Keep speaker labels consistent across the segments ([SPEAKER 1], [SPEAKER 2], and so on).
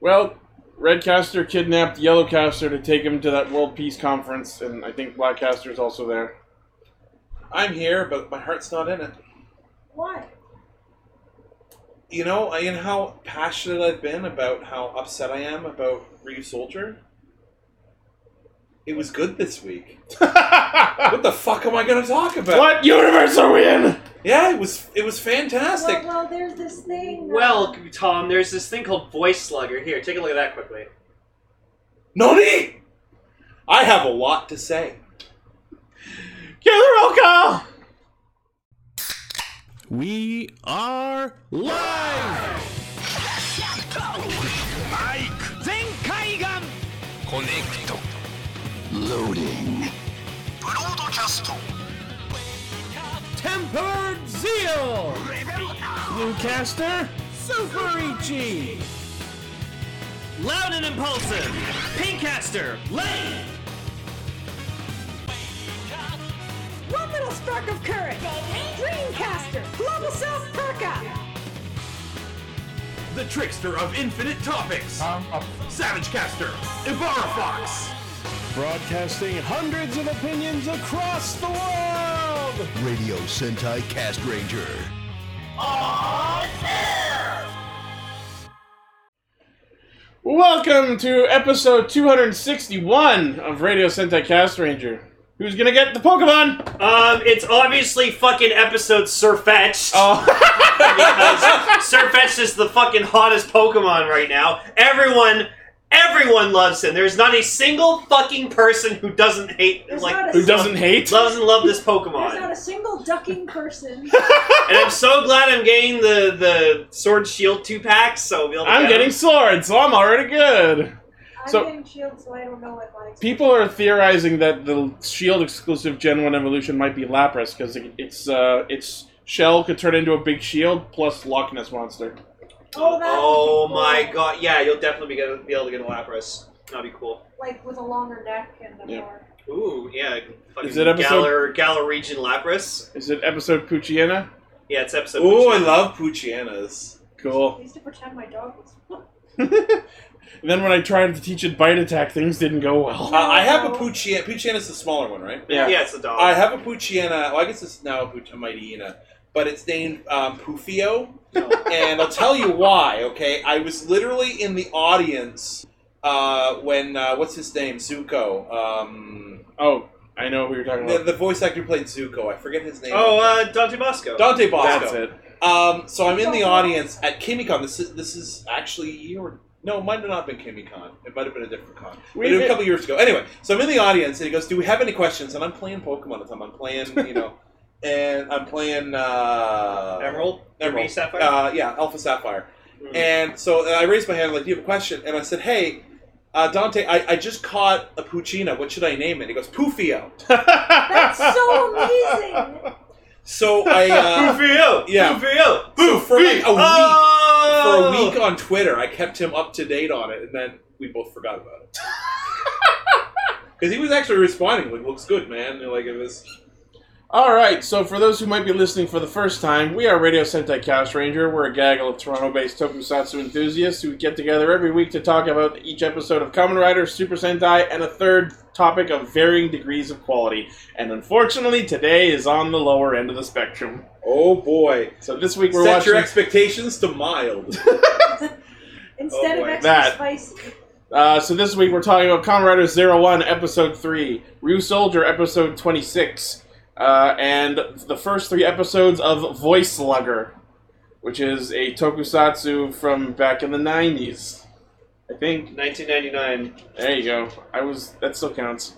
[SPEAKER 1] Well, Redcaster kidnapped Yellowcaster to take him to that World Peace Conference, and I think Blackcaster's also there.
[SPEAKER 2] I'm here, but my heart's not in it.
[SPEAKER 3] Why?
[SPEAKER 2] You know, I, you know how passionate I've been about how upset I am about Ryu Soldier? It was good this week. what the fuck am I gonna talk about?
[SPEAKER 1] Ah. what universe are we in?
[SPEAKER 2] Yeah, it was it was fantastic.
[SPEAKER 3] Well, well, there's this thing. uh,
[SPEAKER 4] Well, Tom, there's this thing called Voice Slugger. Here, take a look at that quickly.
[SPEAKER 2] Nani! I have a lot to say.
[SPEAKER 1] Get the roll call!
[SPEAKER 5] We are live!
[SPEAKER 6] マイク全海岸コネクト
[SPEAKER 7] Loading.
[SPEAKER 6] ブロードキャスト
[SPEAKER 5] Tempered Zeal! Bluecaster, Super Ichi! Loud and Impulsive, Pinkcaster, Lane!
[SPEAKER 3] One little spark of courage. Dreamcaster. Global South Perka.
[SPEAKER 5] The Trickster of Infinite Topics! Savage Caster, Ibarra Fox! Broadcasting hundreds of opinions across the world!
[SPEAKER 7] Radio Sentai Cast Ranger.
[SPEAKER 1] Welcome to episode 261 of Radio Sentai Cast Ranger. Who's gonna get the Pokemon?
[SPEAKER 4] Um, it's obviously fucking episode Surfetched.
[SPEAKER 1] Oh,
[SPEAKER 4] because Surfetched is the fucking hottest Pokemon right now. Everyone, everyone loves him. There's not a single fucking person who doesn't hate,
[SPEAKER 3] There's
[SPEAKER 4] like,
[SPEAKER 3] not a-
[SPEAKER 1] who doesn't hate?
[SPEAKER 4] loves and love this
[SPEAKER 3] There's not
[SPEAKER 4] Pokemon.
[SPEAKER 3] a single ducking person.
[SPEAKER 4] And I'm so glad I'm getting the the Sword Shield two packs, so we'll. Be able to
[SPEAKER 1] I'm
[SPEAKER 4] get 'em.
[SPEAKER 1] getting swords, so I'm already good.
[SPEAKER 3] I'm
[SPEAKER 1] So-
[SPEAKER 3] getting shields, so I don't know what my
[SPEAKER 1] People are theorizing that the Shield E exclusive Gen 1 evolution might be Lapras because it, it's uh, its shell could turn into a big shield E plus Loch Ness monster.
[SPEAKER 3] Oh, that
[SPEAKER 4] Oh
[SPEAKER 3] would be
[SPEAKER 4] my
[SPEAKER 3] cool.
[SPEAKER 4] god! Yeah, you'll definitely be, gonna, be able to get a Lapras. That'd be cool.
[SPEAKER 3] Like with a longer neck and a
[SPEAKER 1] Yeah.
[SPEAKER 3] more.
[SPEAKER 4] Ooh, yeah. Fucking
[SPEAKER 1] Is it episode-
[SPEAKER 4] Galar, Galar region Lapras?
[SPEAKER 1] Is it episode Puchiana?
[SPEAKER 4] Yeah, it's episode.
[SPEAKER 2] Ooh, I
[SPEAKER 4] 14.
[SPEAKER 2] love Puchianas.
[SPEAKER 3] I
[SPEAKER 1] Cool.
[SPEAKER 3] used to pretend my dog was.
[SPEAKER 1] Then when I tried to teach it bite attack, things didn't go well.
[SPEAKER 2] Uh, I have a Puchiana. Puchiana's the smaller one, right?
[SPEAKER 4] Yeah.
[SPEAKER 1] Yeah.
[SPEAKER 4] it's a dog.
[SPEAKER 2] I have a Puchiana. Well, I guess it's now a, Puch- a Mightyena, but it's named um, Pufio. and I'll tell you why. Okay, I was literally in the audience uh, when uh, what's his name, Zuko. Um,
[SPEAKER 1] Oh, I know who you're talking
[SPEAKER 2] the,
[SPEAKER 1] about.
[SPEAKER 2] the voice actor who played Zuko. I forget his name.
[SPEAKER 4] oh, uh, Dante Bosco.
[SPEAKER 2] Dante Bosco.
[SPEAKER 1] That's it.
[SPEAKER 2] Um, so I'm in the audience at KimiCon. This is this is actually a year. or- No, it might have not been KimiCon. It might have been a different con.
[SPEAKER 1] We
[SPEAKER 2] We did a
[SPEAKER 1] did-
[SPEAKER 2] couple years ago. Anyway, so I'm in the audience, and he goes, "Do we have any questions?" And I'm playing Pokemon at the time. I'm playing, you know, and I'm playing uh,
[SPEAKER 4] Emerald.
[SPEAKER 2] Emerald.
[SPEAKER 4] Sapphire.
[SPEAKER 2] Uh, yeah, Alpha Sapphire.
[SPEAKER 4] Mm.
[SPEAKER 2] And so I raised my hand, like, "Do you have a question?" And I said, "Hey, uh, Dante, I, I just caught a Puccina. What should I name it?" He goes, "Pufio."
[SPEAKER 3] That's so amazing.
[SPEAKER 2] So I. Uh,
[SPEAKER 4] Who for you?
[SPEAKER 2] yeah.
[SPEAKER 4] Who for you?
[SPEAKER 2] So for like a week, for
[SPEAKER 4] Oh!
[SPEAKER 2] a week on Twitter. I kept him up to date on it, and then we both forgot about it. Because he was actually responding, like, looks good, man. And, like, it was.
[SPEAKER 1] All right, so for those who might be listening for the first time, we are Radio Sentai Cast Ranger. We're a gaggle of Toronto-based tokusatsu enthusiasts who get together every week to talk about each episode of Kamen Rider, Super Sentai, and a third topic of varying degrees of quality. And unfortunately, today is on the lower end of the spectrum.
[SPEAKER 2] Oh, boy.
[SPEAKER 1] So this week we're
[SPEAKER 2] Set
[SPEAKER 1] watching
[SPEAKER 2] your expectations to mild.
[SPEAKER 3] Instead of
[SPEAKER 2] Oh, boy.
[SPEAKER 3] extra
[SPEAKER 1] That.
[SPEAKER 3] spicy.
[SPEAKER 1] Uh, so this week we're talking about Kamen Rider Zero One, Episode Three, Ryu Soldier, Episode Twenty Six, uh, and the first three episodes of Voice Slugger, which is a tokusatsu from back in the nineties. I think.
[SPEAKER 4] 1999.
[SPEAKER 1] There you go. I was. That still counts.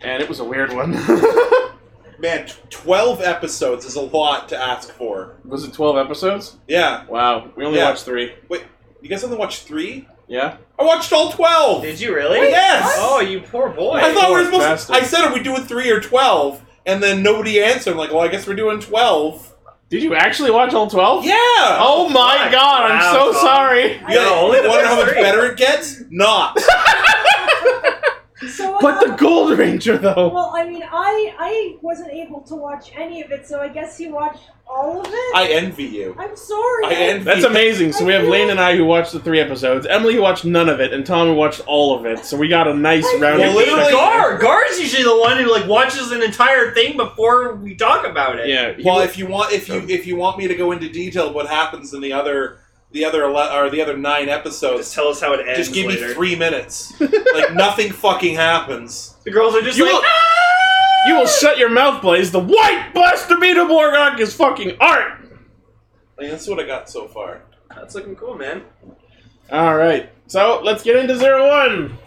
[SPEAKER 1] And it was a weird one.
[SPEAKER 2] man, t- 12 episodes is a lot to ask for.
[SPEAKER 1] was it twelve episodes?
[SPEAKER 2] Yeah.
[SPEAKER 1] Wow. We only
[SPEAKER 2] Yeah.
[SPEAKER 1] watched three.
[SPEAKER 2] Wait, you guys only watched three?
[SPEAKER 1] Yeah.
[SPEAKER 2] I watched all 12!
[SPEAKER 4] Did you really?
[SPEAKER 2] Yes!
[SPEAKER 4] Oh, you poor boy.
[SPEAKER 2] I thought we were supposed
[SPEAKER 1] Bastard.
[SPEAKER 2] I said, are we doing three or 12? And then nobody answered. I'm like, well, I guess we're doing 12.
[SPEAKER 1] Did you actually watch all twelve?
[SPEAKER 2] Yeah!
[SPEAKER 1] Oh my
[SPEAKER 4] Fuck.
[SPEAKER 1] God! I'm
[SPEAKER 4] Wow,
[SPEAKER 1] so
[SPEAKER 4] Tom.
[SPEAKER 1] sorry.
[SPEAKER 2] You
[SPEAKER 4] No, only the
[SPEAKER 2] wonder
[SPEAKER 4] first
[SPEAKER 2] how much
[SPEAKER 4] three.
[SPEAKER 2] better it gets? Not.
[SPEAKER 3] So
[SPEAKER 1] But the Gold Ranger, though.
[SPEAKER 8] Well, I mean, I I wasn't able to watch any of it, so I guess he watched all of it.
[SPEAKER 2] I envy you.
[SPEAKER 8] I'm sorry.
[SPEAKER 2] I envy.
[SPEAKER 1] That's
[SPEAKER 2] you.
[SPEAKER 1] amazing. So we have Lane and I who watched the three episodes. Emily who watched none of it, and Tom who watched all of it. So we got a nice round.
[SPEAKER 4] Well,
[SPEAKER 1] of
[SPEAKER 4] literally,
[SPEAKER 1] picture.
[SPEAKER 4] Gar. Gar's usually the one who like watches an entire thing before we talk about it.
[SPEAKER 1] Yeah. he
[SPEAKER 2] Well,
[SPEAKER 1] wa-
[SPEAKER 2] if you want, if you
[SPEAKER 4] Oh.
[SPEAKER 2] if you want me to go into detail of what happens in the other the other ele- or the other nine
[SPEAKER 4] Just
[SPEAKER 2] episodes,
[SPEAKER 4] tell us how it ends.
[SPEAKER 2] just give
[SPEAKER 4] later.
[SPEAKER 2] me three minutes. like nothing fucking happens.
[SPEAKER 4] The girls are just
[SPEAKER 1] You
[SPEAKER 4] like,
[SPEAKER 1] will- you will shut your mouth, Blaze. The White Blaster Beetle Morgok is fucking art.
[SPEAKER 2] Like, that's what I got so far.
[SPEAKER 4] "Ah, that's looking cool, man.
[SPEAKER 1] All right. So let's get into zero one.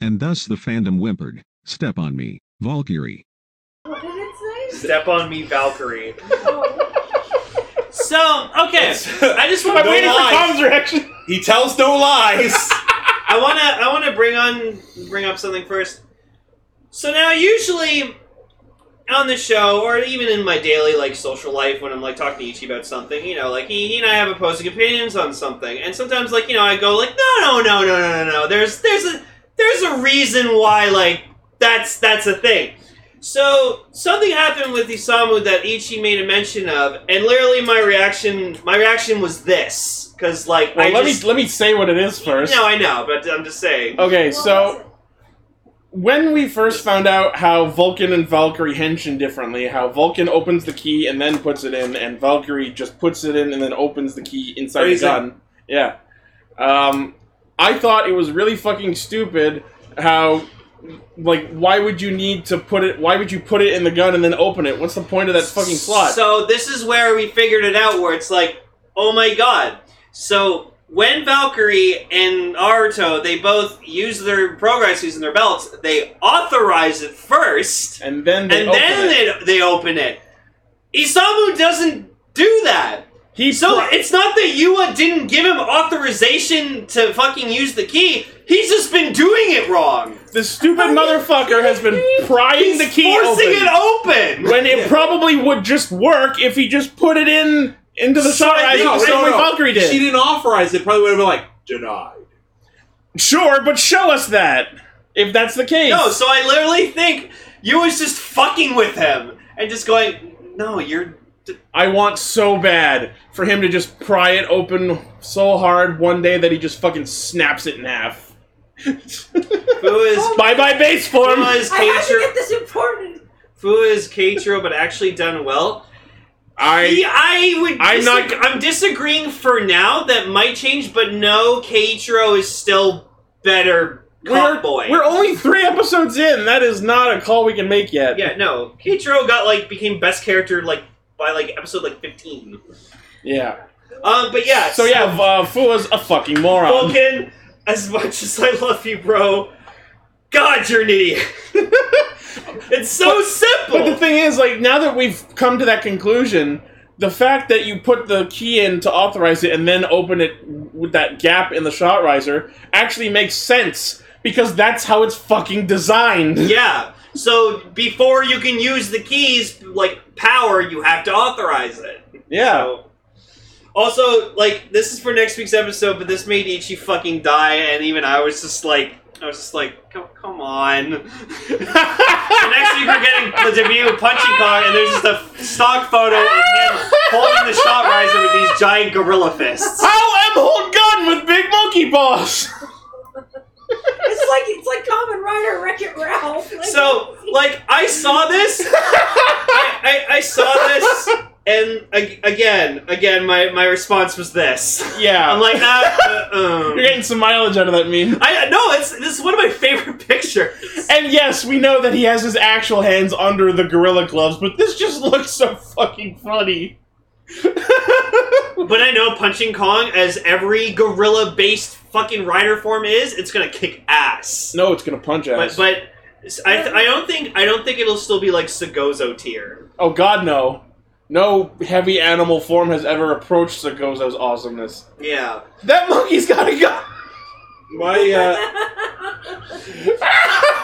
[SPEAKER 9] And thus the fandom whimpered, Step on me, Valkyrie.
[SPEAKER 8] What did it say?
[SPEAKER 4] Step on me, Valkyrie.
[SPEAKER 8] Oh,
[SPEAKER 4] So okay, I just want
[SPEAKER 1] I'm
[SPEAKER 4] to
[SPEAKER 1] waiting for
[SPEAKER 2] lies.
[SPEAKER 1] Tom's reaction.
[SPEAKER 2] He tells no lies.
[SPEAKER 4] I wanna I wanna bring on bring up something first. So now usually on the show or even in my daily like social life when I'm like talking to Ichi about something, you know, like he, he and I have opposing opinions on something. And sometimes like, you know, I go like, no no no no no no no. There's there's a there's a reason why like that's that's a thing. So something happened with Isamu that Ichi made a mention of, and literally my reaction my reaction was this. Cause like
[SPEAKER 1] Well,
[SPEAKER 4] I
[SPEAKER 1] let
[SPEAKER 4] just
[SPEAKER 1] me let me say what it is first.
[SPEAKER 4] no, I know, but I'm just saying.
[SPEAKER 1] Okay,
[SPEAKER 8] what
[SPEAKER 1] so
[SPEAKER 8] was it?
[SPEAKER 1] when we first found out how Vulcan and Valkyrie henshin differently, how Vulcan opens the key and then puts it in, and Valkyrie just puts it in and then opens the key inside
[SPEAKER 2] Phrasing.
[SPEAKER 1] the gun. Yeah. Um, I thought it was really fucking stupid how, like, why would you need to put it? Why would you put it in the gun and then open it? What's the point of that fucking plot?
[SPEAKER 4] So this is where we figured it out, where it's like, oh my god. So when Valkyrie and Aruto, they both use their progress using their belts. They authorize it first,
[SPEAKER 1] and then they
[SPEAKER 4] and
[SPEAKER 1] open
[SPEAKER 4] then
[SPEAKER 1] it.
[SPEAKER 4] they, they open it. Isamu doesn't do that.
[SPEAKER 1] he
[SPEAKER 4] So
[SPEAKER 1] pro-
[SPEAKER 4] it's not that Yua didn't give him authorization to fucking use the key. He's just been doing it wrong.
[SPEAKER 1] the stupid motherfucker has been prying
[SPEAKER 4] He's
[SPEAKER 1] the key
[SPEAKER 4] forcing
[SPEAKER 1] open.
[SPEAKER 4] it open.
[SPEAKER 1] when it probably would just work if he just put it in into the
[SPEAKER 4] So
[SPEAKER 1] shot I
[SPEAKER 4] I think-
[SPEAKER 1] know,
[SPEAKER 4] no,
[SPEAKER 1] same way Valkyrie did.
[SPEAKER 2] She didn't authorize it. Probably would have been like denied.
[SPEAKER 1] sure, but show us that if that's the case.
[SPEAKER 4] No, so I literally think you was just fucking with him and just going, no, you're. d-
[SPEAKER 1] I want so bad for him to just pry it open so hard one day that he just fucking snaps it in half.
[SPEAKER 4] Fu is.
[SPEAKER 1] Bye bye base form.
[SPEAKER 4] Fu is
[SPEAKER 8] I had to
[SPEAKER 4] Keichiro,
[SPEAKER 8] get this important.
[SPEAKER 4] Fu is Keichiro, but actually done well.
[SPEAKER 1] I
[SPEAKER 4] He- I would.
[SPEAKER 1] I'm not-
[SPEAKER 4] disag- I'm disagreeing for now. That might change, but no, Keichiro is still better.
[SPEAKER 1] we're,
[SPEAKER 4] Cop boy.
[SPEAKER 1] we're only three episodes in. That is not a call we can make yet.
[SPEAKER 4] yeah, no. Keichiro got like became best character like by like episode like 15.
[SPEAKER 1] Yeah.
[SPEAKER 4] Um, but yeah.
[SPEAKER 1] So yeah, uh, Fua's a fucking moron.
[SPEAKER 4] Vulcan, as much as I love you, bro, God, you're an idiot. it's so simple.
[SPEAKER 1] But the thing is, like, now that we've come to that conclusion, the fact that you put the key in to authorize it and then open it with that gap in the shot riser actually makes sense because that's how it's fucking designed.
[SPEAKER 4] yeah. So before you can use the keys, like power, you have to authorize it.
[SPEAKER 1] Yeah.
[SPEAKER 4] So- also, like this is for next week's episode, but this made Ichi fucking die, and even I was just like, I was just like, come, come on. So next week we're getting the debut of Punching Kong, and there's just a stock photo of him holding the shot riser with these giant gorilla fists.
[SPEAKER 1] How am hold gun with Big Monkey Boss?
[SPEAKER 8] It's like it's like Common Rider Wreck It Ralph. Like,
[SPEAKER 4] So, like, I saw this. I, I, I saw this, and ag- again, again, my, my response was this.
[SPEAKER 1] Yeah.
[SPEAKER 4] I'm like, ah, uh, um.
[SPEAKER 1] You're getting some mileage out of that meme.
[SPEAKER 4] I no, it's this is one of my favorite pictures.
[SPEAKER 1] And yes, we know that he has his actual hands under the gorilla gloves, but this just looks so fucking funny.
[SPEAKER 4] But I know punching Kong, as every gorilla-based fucking rider form is, it's gonna kick ass.
[SPEAKER 1] No, it's gonna punch
[SPEAKER 4] But
[SPEAKER 1] ass.
[SPEAKER 4] but I, I don't think I don't think it'll still be like Sagozo tier.
[SPEAKER 1] Oh God, no! No heavy animal form has ever approached Sagozo's awesomeness.
[SPEAKER 4] Yeah.
[SPEAKER 1] That monkey's got a gun.
[SPEAKER 2] My uh,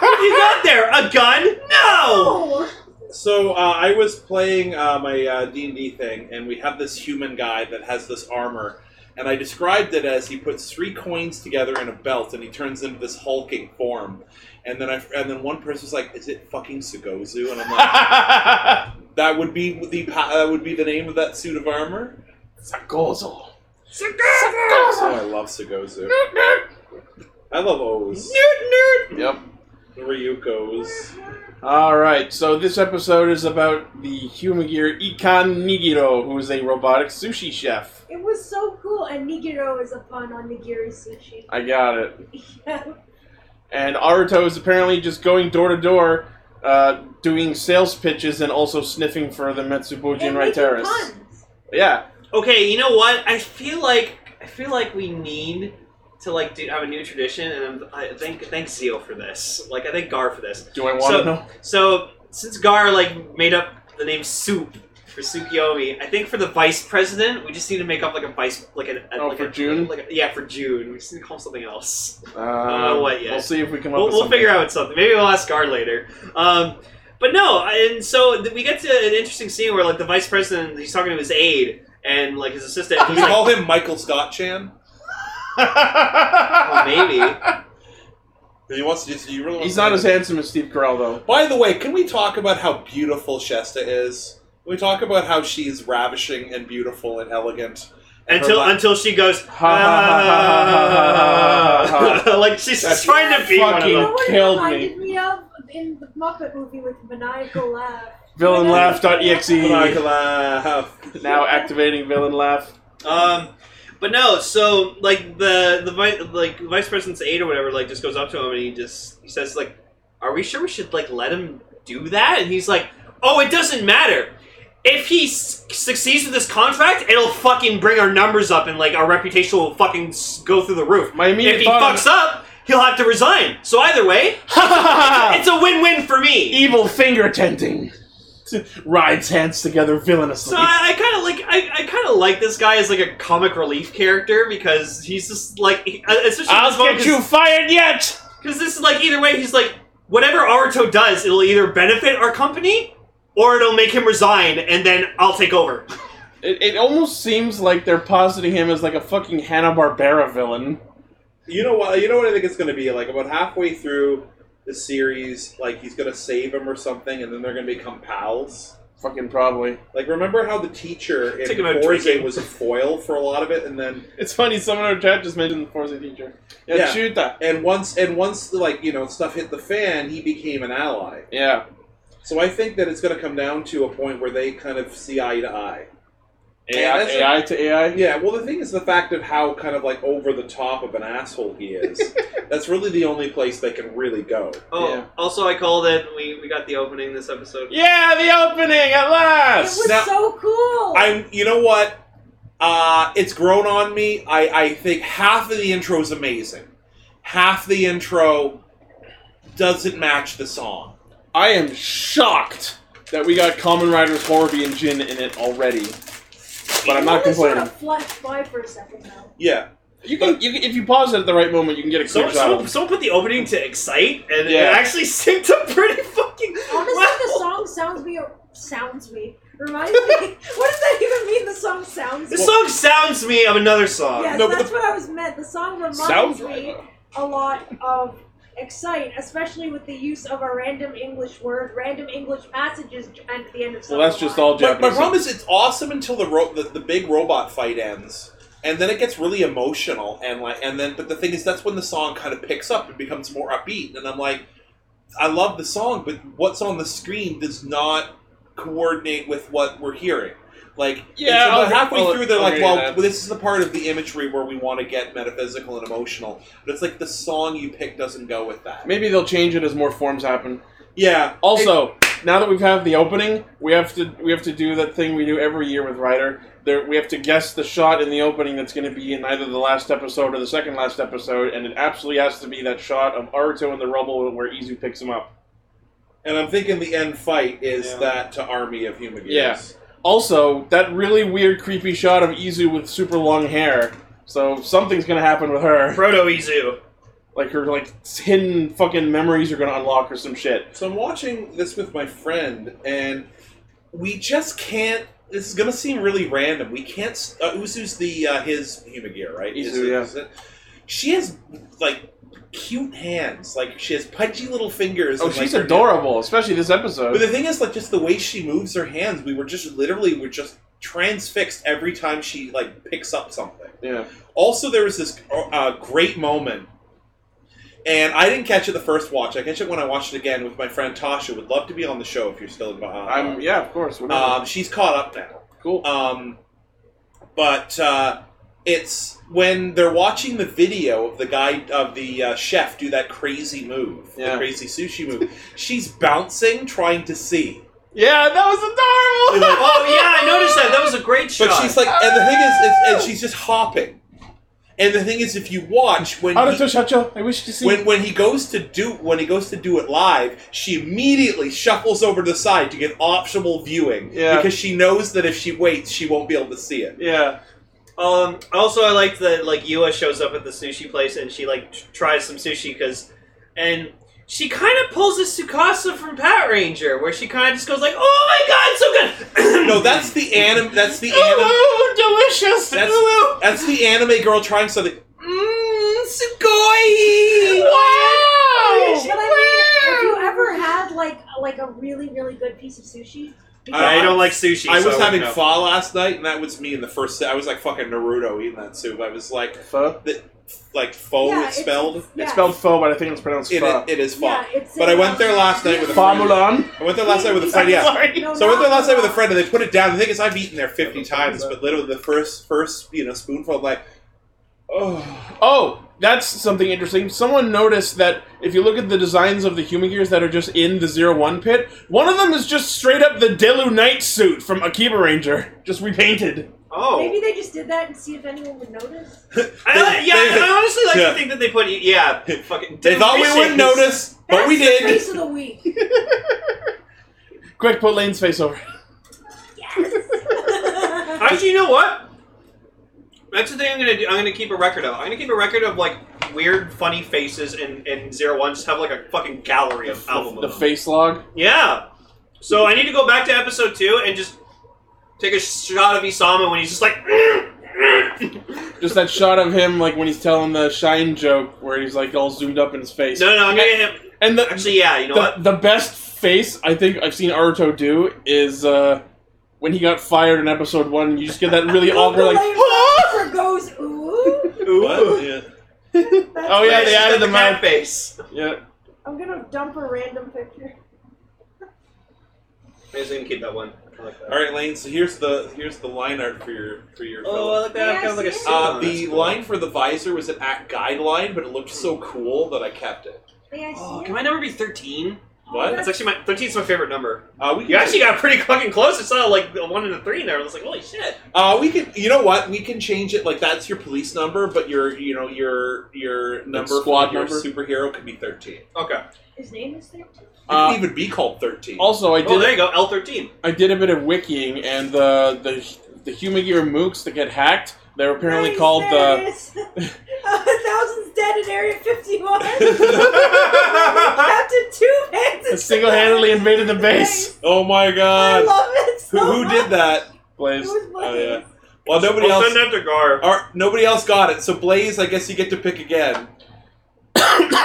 [SPEAKER 4] What do you got there? A gun? No.
[SPEAKER 8] oh,
[SPEAKER 2] So uh, I uh, was playing uh, my D and D thing, and we have this human guy that has this armor, and I described it as he puts three coins together in a belt, and he turns into this hulking form. And then I and then one person was like, "Is it fucking Sugozu?" And I'm like, "That would be the pa- that would be the name of that suit of armor."
[SPEAKER 1] Sagozo.
[SPEAKER 2] Oh, I love Sugozu. I love O's.
[SPEAKER 1] Yep.
[SPEAKER 2] Ryuko's.
[SPEAKER 1] All right, so this episode is about the human gear Ikan Nigiro, who is a robotic sushi chef.
[SPEAKER 8] It was so cool, and Nigiro is a pun on Nigiri sushi.
[SPEAKER 1] I got it.
[SPEAKER 8] Yeah.
[SPEAKER 1] And Aruto is apparently just going door to door, uh, doing sales pitches and also sniffing for the Mitsubujin
[SPEAKER 8] And
[SPEAKER 1] Rai
[SPEAKER 8] making
[SPEAKER 1] Terrace.
[SPEAKER 8] puns.
[SPEAKER 1] Yeah,
[SPEAKER 4] Okay, you know what? I feel like I feel like we need to like do, have a new tradition, and I'm, I think thanks Zio for this. Like I thank Gar for this.
[SPEAKER 1] do I want
[SPEAKER 4] So-
[SPEAKER 1] to know?
[SPEAKER 4] So since Gar like made up the name Soup for Tsukiyomi, I think for the vice president, we just need to make up like a vice like a, a-
[SPEAKER 1] Oh,
[SPEAKER 4] like
[SPEAKER 1] for
[SPEAKER 4] a-
[SPEAKER 1] June?
[SPEAKER 4] Like a, yeah, for June. We just need to call him something else.
[SPEAKER 1] Uh,
[SPEAKER 4] know what yet.
[SPEAKER 1] We'll see if we come up
[SPEAKER 4] We'll,
[SPEAKER 1] with
[SPEAKER 4] we'll
[SPEAKER 1] something.
[SPEAKER 4] figure out something. Maybe we'll ask Gar later. Um, but no, I- and so th- we get to an interesting scene where like the vice president he's talking to his aide and like his assistant.
[SPEAKER 2] Can
[SPEAKER 4] He's
[SPEAKER 2] we
[SPEAKER 4] like,
[SPEAKER 2] call him Michael Scott Chan?
[SPEAKER 4] "Oh, maybe.
[SPEAKER 2] He wants to just. You really want
[SPEAKER 1] He's
[SPEAKER 2] to-
[SPEAKER 1] not as handsome as Steve Carell, though.
[SPEAKER 2] By the way, can we talk about how beautiful Shesta is? Can we talk about how she's ravishing and beautiful and elegant? And her
[SPEAKER 4] Until
[SPEAKER 2] la-
[SPEAKER 4] until she goes,
[SPEAKER 1] ha, ha, ha, ha, ha,
[SPEAKER 4] "Ah." like she's
[SPEAKER 1] That's
[SPEAKER 4] trying to be one of
[SPEAKER 1] fucking-
[SPEAKER 4] them.
[SPEAKER 8] You know what it
[SPEAKER 1] killed
[SPEAKER 8] reminded me. of in the Muppet movie with maniacal laugh.
[SPEAKER 1] Villain
[SPEAKER 2] Like,
[SPEAKER 1] laugh.exe.
[SPEAKER 2] laugh.
[SPEAKER 1] Now activating villain laugh.
[SPEAKER 4] Um, but no, so like the the vice like vice president's aide or whatever like just goes up to him and he just he says like, "Are we sure we should like let him do that?" And he's like, "Oh, it doesn't matter." If he s- succeeds with this contract, it'll fucking bring our numbers up and like our reputation will fucking s- go through the roof.
[SPEAKER 1] My immediate
[SPEAKER 4] if he
[SPEAKER 1] thought-
[SPEAKER 4] fucks up, he'll have to resign. So either way, it's a win-win for me.
[SPEAKER 1] evil finger tenting. Rides hands together villainously.
[SPEAKER 4] So I, I kind of like I, I kind of like this guy as like a comic relief character because he's just like he- uh, especially in this
[SPEAKER 1] I'll
[SPEAKER 4] moment
[SPEAKER 1] get you fired yet!
[SPEAKER 4] because this is like either way he's like whatever Aruto does it'll either benefit our company or it'll make him resign and then I'll take over.
[SPEAKER 1] It, it almost seems like they're positing him as like a fucking Hanna-Barbera villain.
[SPEAKER 2] You know what? You know what I think it's going to be like. About halfway through the series, like he's going to save him or something, and then they're going to become pals.
[SPEAKER 1] Fucking probably.
[SPEAKER 2] Like, remember how the teacher
[SPEAKER 4] Take him out
[SPEAKER 2] in Forza
[SPEAKER 4] drinking.
[SPEAKER 2] was a foil for a lot of it, and then
[SPEAKER 1] It's funny, someone in our chat just mentioned the Forza teacher.
[SPEAKER 2] Yeah.
[SPEAKER 1] Yeah, shoot that.
[SPEAKER 2] and once and once like you know stuff hit the fan, he became an ally.
[SPEAKER 1] Yeah.
[SPEAKER 2] So I think that it's going to come down to a point where they kind of see eye to eye. Yeah,
[SPEAKER 1] AI,
[SPEAKER 2] that's
[SPEAKER 1] AI to AI?
[SPEAKER 2] Yeah, well, the thing is the fact of how kind of like over the top of an asshole he is. That's really the only place they can really go.
[SPEAKER 4] Oh,
[SPEAKER 1] Yeah.
[SPEAKER 4] also I called it. We we got the opening this episode.
[SPEAKER 1] Yeah, the opening at
[SPEAKER 8] It
[SPEAKER 1] last!
[SPEAKER 8] was
[SPEAKER 2] Now-
[SPEAKER 8] so cool.
[SPEAKER 2] I'm, you know what? Uh, it's grown on me. I, I think half of the intro is amazing. Half the intro doesn't match the song.
[SPEAKER 1] I am shocked that we got Common Rider's Horby and Jin in it already. But I'm not
[SPEAKER 8] It really sort
[SPEAKER 1] complaining.
[SPEAKER 8] of flashed by for a second though.
[SPEAKER 2] Yeah,
[SPEAKER 1] You can, you can, if you pause it at the right moment, you can get a clear
[SPEAKER 4] Someone,
[SPEAKER 1] shot. of
[SPEAKER 4] someone,
[SPEAKER 1] him.
[SPEAKER 4] someone put the opening to excite, and
[SPEAKER 1] Yeah.
[SPEAKER 4] it actually synced up pretty fucking.
[SPEAKER 8] Honestly,
[SPEAKER 4] well.
[SPEAKER 8] the song sounds me. Sounds me. Reminds me. what does that even mean? The song sounds.
[SPEAKER 4] The
[SPEAKER 8] me?
[SPEAKER 4] song sounds me of another song.
[SPEAKER 8] Yes,
[SPEAKER 2] Uh, No, but
[SPEAKER 8] that's
[SPEAKER 2] the-
[SPEAKER 8] what I was meant. The song reminds
[SPEAKER 1] Sounds
[SPEAKER 8] me
[SPEAKER 1] right.
[SPEAKER 8] a lot of Excite, especially with the use of a random English word, random English passages at the end of
[SPEAKER 1] Well, that's
[SPEAKER 8] Summer
[SPEAKER 1] just
[SPEAKER 8] Wine.
[SPEAKER 1] all
[SPEAKER 2] but
[SPEAKER 1] Japanese.
[SPEAKER 2] my problem is it's awesome until the, ro- the the big robot fight ends, and then it gets really emotional and like and then but the thing is that's when the song kind of picks up and becomes more upbeat, and I'm like, I love the song, but what's on the screen does not coordinate with what we're hearing. Like and
[SPEAKER 1] Yeah,
[SPEAKER 2] so about
[SPEAKER 1] I'll-
[SPEAKER 2] halfway
[SPEAKER 1] I'll
[SPEAKER 2] through they're like,
[SPEAKER 1] agree
[SPEAKER 2] well,
[SPEAKER 1] with that.
[SPEAKER 2] this is the part of the imagery where we want to get metaphysical and emotional, but it's like the song you pick doesn't go with that.
[SPEAKER 1] Maybe they'll change it as more forms happen.
[SPEAKER 2] Yeah.
[SPEAKER 1] Also, now that we've had the opening, we have to we have to do that thing we do every year with Ryder. There, we have to guess the shot in the opening that's going to be in either the last episode or the second last episode, and it absolutely has to be that shot of Aruto in the rubble where Izu picks him up.
[SPEAKER 2] And I'm thinking the end fight is
[SPEAKER 1] Yeah.
[SPEAKER 2] that to army of human beings.
[SPEAKER 1] Yeah. Also, that really weird, creepy shot of Izu with super long hair. So something's going to happen with her.
[SPEAKER 4] Proto Izu.
[SPEAKER 1] Like her like hidden fucking memories are going to unlock or some shit.
[SPEAKER 2] So I'm watching this with my friend, and we just can't. This is gonna seem really random. We can't. s- Uh, Uzu's the uh, his human gear, right?
[SPEAKER 1] Izu,
[SPEAKER 2] Is it-
[SPEAKER 1] yeah.
[SPEAKER 2] is it- She has like cute hands. Like she has pudgy little fingers.
[SPEAKER 1] Oh,
[SPEAKER 2] and, like,
[SPEAKER 1] she's
[SPEAKER 2] her-
[SPEAKER 1] adorable, especially this
[SPEAKER 2] But
[SPEAKER 1] episode.
[SPEAKER 2] the thing is, like, just the way she moves her hands, we were just literally were just transfixed every time she like picks up something.
[SPEAKER 1] Yeah.
[SPEAKER 2] Also, there was this uh, great moment, and I didn't catch it the first watch. I catch it when I watched it again with my friend Tasha. Would love to be on the show if you're still. Uh,
[SPEAKER 1] I'm yeah, of course. whatever.
[SPEAKER 2] um, she's caught up now.
[SPEAKER 1] cool.
[SPEAKER 2] Um, but uh, it's when they're watching the video of the guy of the uh, chef do that crazy move,
[SPEAKER 1] Yeah.
[SPEAKER 2] the crazy sushi move. she's bouncing, trying to see.
[SPEAKER 1] yeah, that was adorable.
[SPEAKER 4] Oh yeah, I noticed that. That was a great shot.
[SPEAKER 2] But she's like, and the thing is, it's, and she's just hopping. And the thing is, if you watch when he-
[SPEAKER 1] Aruto Shacho, I wish to see.
[SPEAKER 2] when, when he goes to do when he goes to do it live, she immediately shuffles over to the side to get optional viewing
[SPEAKER 1] Yeah.
[SPEAKER 2] because she knows that if she waits, she won't be able to see it.
[SPEAKER 1] yeah,
[SPEAKER 4] Um, also, I liked that like Yua shows up at the sushi place and she like tr- tries some sushi because, and she kind of pulls a Tsukasa from Pat Ranger where she kind of just goes like, "Oh my god, so good!"
[SPEAKER 2] No, that's the anim. That's the anim.
[SPEAKER 1] Ooh, delicious.
[SPEAKER 2] That's
[SPEAKER 1] Ooh.
[SPEAKER 2] that's the anime girl trying something. Mmm, sugoi.
[SPEAKER 1] Wow!
[SPEAKER 8] But I mean, have you ever had like like a really really good piece of sushi?
[SPEAKER 4] I don't like sushi.
[SPEAKER 2] I
[SPEAKER 4] so
[SPEAKER 2] was having
[SPEAKER 4] no.
[SPEAKER 2] pho last night, and that was me in the first. se- I was like fucking Naruto eating that soup. I was like,
[SPEAKER 1] Pho?
[SPEAKER 2] the, like pho is
[SPEAKER 8] Yeah, it's-
[SPEAKER 2] spelled.
[SPEAKER 8] yeah.
[SPEAKER 1] It's spelled pho, but I think it's pronounced
[SPEAKER 2] It,
[SPEAKER 1] pho.
[SPEAKER 2] it is pho.
[SPEAKER 8] Yeah, it's
[SPEAKER 2] but
[SPEAKER 8] in,
[SPEAKER 2] I went
[SPEAKER 8] um,
[SPEAKER 2] there last night with a
[SPEAKER 1] Pho
[SPEAKER 2] friend.
[SPEAKER 1] Mulan.
[SPEAKER 2] I went there last night with a friend. Yeah.
[SPEAKER 1] Sorry.
[SPEAKER 8] No,
[SPEAKER 2] So I went there
[SPEAKER 8] not-
[SPEAKER 2] last night with a
[SPEAKER 8] no.
[SPEAKER 2] friend, and they put it down. The thing is, I've eaten there fifty
[SPEAKER 1] Yeah, the phone's
[SPEAKER 2] times, but literally the first first you know spoonful, I'm like, oh,
[SPEAKER 1] Oh, that's something interesting. Someone noticed that if you look at the designs of the human gears that are just in the Zero One pit, one of them is just straight up the Delu Knight suit from Akiba Ranger, just repainted.
[SPEAKER 4] Oh,
[SPEAKER 8] Maybe they just did that and see if anyone would notice.
[SPEAKER 4] I, li- yeah,
[SPEAKER 2] They-
[SPEAKER 4] I honestly like
[SPEAKER 2] Yeah.
[SPEAKER 4] to think that they put yeah, fucking.
[SPEAKER 2] they thought we wouldn't notice, but
[SPEAKER 8] That's
[SPEAKER 2] we
[SPEAKER 8] the
[SPEAKER 2] did.
[SPEAKER 8] Face of the week.
[SPEAKER 1] Quick, put Lane's face over.
[SPEAKER 8] Yes.
[SPEAKER 4] Actually, you know what? That's the thing I'm gonna do. I'm gonna keep a record of. I'm gonna keep a record of like weird, funny faces and and zero one. Just have like a fucking gallery of album.
[SPEAKER 1] The
[SPEAKER 4] of them.
[SPEAKER 1] face log.
[SPEAKER 4] Yeah. So I need to go back to episode two and just take a shot of Isama when he's just like,
[SPEAKER 1] Just that shot of him, like when he's telling the Shine joke, where he's like all zoomed up in his face.
[SPEAKER 4] no, no, I'm gonna get him.
[SPEAKER 1] And the,
[SPEAKER 4] Actually, yeah, you know
[SPEAKER 1] the,
[SPEAKER 4] what?
[SPEAKER 1] the best face I think I've seen Aruto do is uh, when he got fired in episode one. You just get that really awkward, like,
[SPEAKER 8] Lane goes ooh.
[SPEAKER 2] Oh,
[SPEAKER 4] Oh,
[SPEAKER 2] What? Yeah.
[SPEAKER 8] That's
[SPEAKER 1] Oh, yeah,
[SPEAKER 8] great.
[SPEAKER 1] they added
[SPEAKER 4] the
[SPEAKER 1] the
[SPEAKER 4] cat
[SPEAKER 1] mouth.
[SPEAKER 4] face.
[SPEAKER 1] yeah.
[SPEAKER 8] I'm gonna dump a random picture.
[SPEAKER 4] I'm just gonna keep that one. I like that.
[SPEAKER 2] All right, Lane. So here's the here's the line art for your for your.
[SPEAKER 4] Oh,
[SPEAKER 2] fellow.
[SPEAKER 4] I like that. kind of like a
[SPEAKER 8] Yes,
[SPEAKER 2] Uh,
[SPEAKER 4] Sula.
[SPEAKER 2] the line for the visor was an act guideline, but it looked so cool that I kept it.
[SPEAKER 8] May I see
[SPEAKER 4] Oh,
[SPEAKER 8] it?
[SPEAKER 4] can my number be thirteen?
[SPEAKER 2] What?
[SPEAKER 4] That's actually my thirteen's my favorite number.
[SPEAKER 2] Uh, we
[SPEAKER 4] You
[SPEAKER 2] can,
[SPEAKER 4] actually got pretty fucking close. I saw like a one and a three in there. I was like, holy shit.
[SPEAKER 2] uh, we can. You know what? We can change it. Like that's your police number, but your you know your your number
[SPEAKER 1] squad
[SPEAKER 2] for your
[SPEAKER 1] number?
[SPEAKER 2] superhero could be thirteen. It
[SPEAKER 4] Okay.
[SPEAKER 8] His name is there too.
[SPEAKER 1] Uh,
[SPEAKER 2] could even be called thirteen.
[SPEAKER 1] Also, I did
[SPEAKER 4] Oh, there you go. L thirteen.
[SPEAKER 1] I did a bit of wikiing, and the the the human gear mooks that get hacked. They're apparently
[SPEAKER 8] Nice,
[SPEAKER 1] called
[SPEAKER 8] there
[SPEAKER 1] the.
[SPEAKER 8] it is. a thousand's dead in Area 51. Captain Two Hands.
[SPEAKER 1] Single-handedly invaded the base. Uh,
[SPEAKER 2] oh my
[SPEAKER 8] I
[SPEAKER 2] god!
[SPEAKER 8] love it so
[SPEAKER 2] Who, who
[SPEAKER 8] much.
[SPEAKER 2] did that?
[SPEAKER 8] It
[SPEAKER 1] Blaze.
[SPEAKER 8] was
[SPEAKER 2] Oh
[SPEAKER 8] Blaze.
[SPEAKER 2] yeah. Well, nobody
[SPEAKER 4] I'll
[SPEAKER 2] else.
[SPEAKER 4] send that to Gar.
[SPEAKER 2] Or, nobody else got it. So Blaze, I guess you get to pick again.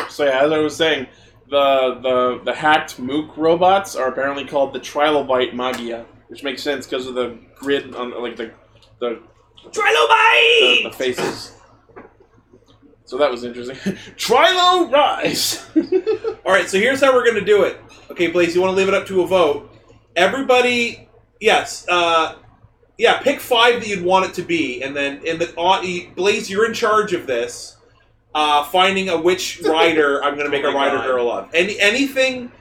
[SPEAKER 1] So yeah, as I was saying, the the the hacked mook robots are apparently called the trilobite magia, which makes sense because of the grid on like the the, the, the
[SPEAKER 4] Trilobite.
[SPEAKER 1] faces. So that was interesting. Trilo rise.
[SPEAKER 2] All right, so here's how we're going to do it. Okay, Blaze, you want to leave it up to a vote. Everybody, yes, uh, yeah, pick five that you'd want it to be, and then in the on, you- Blaze, you're in charge of this. Uh, finding a which rider I'm going to make
[SPEAKER 4] Oh
[SPEAKER 2] a
[SPEAKER 4] my
[SPEAKER 2] rider
[SPEAKER 4] God.
[SPEAKER 2] girl of. Any anything,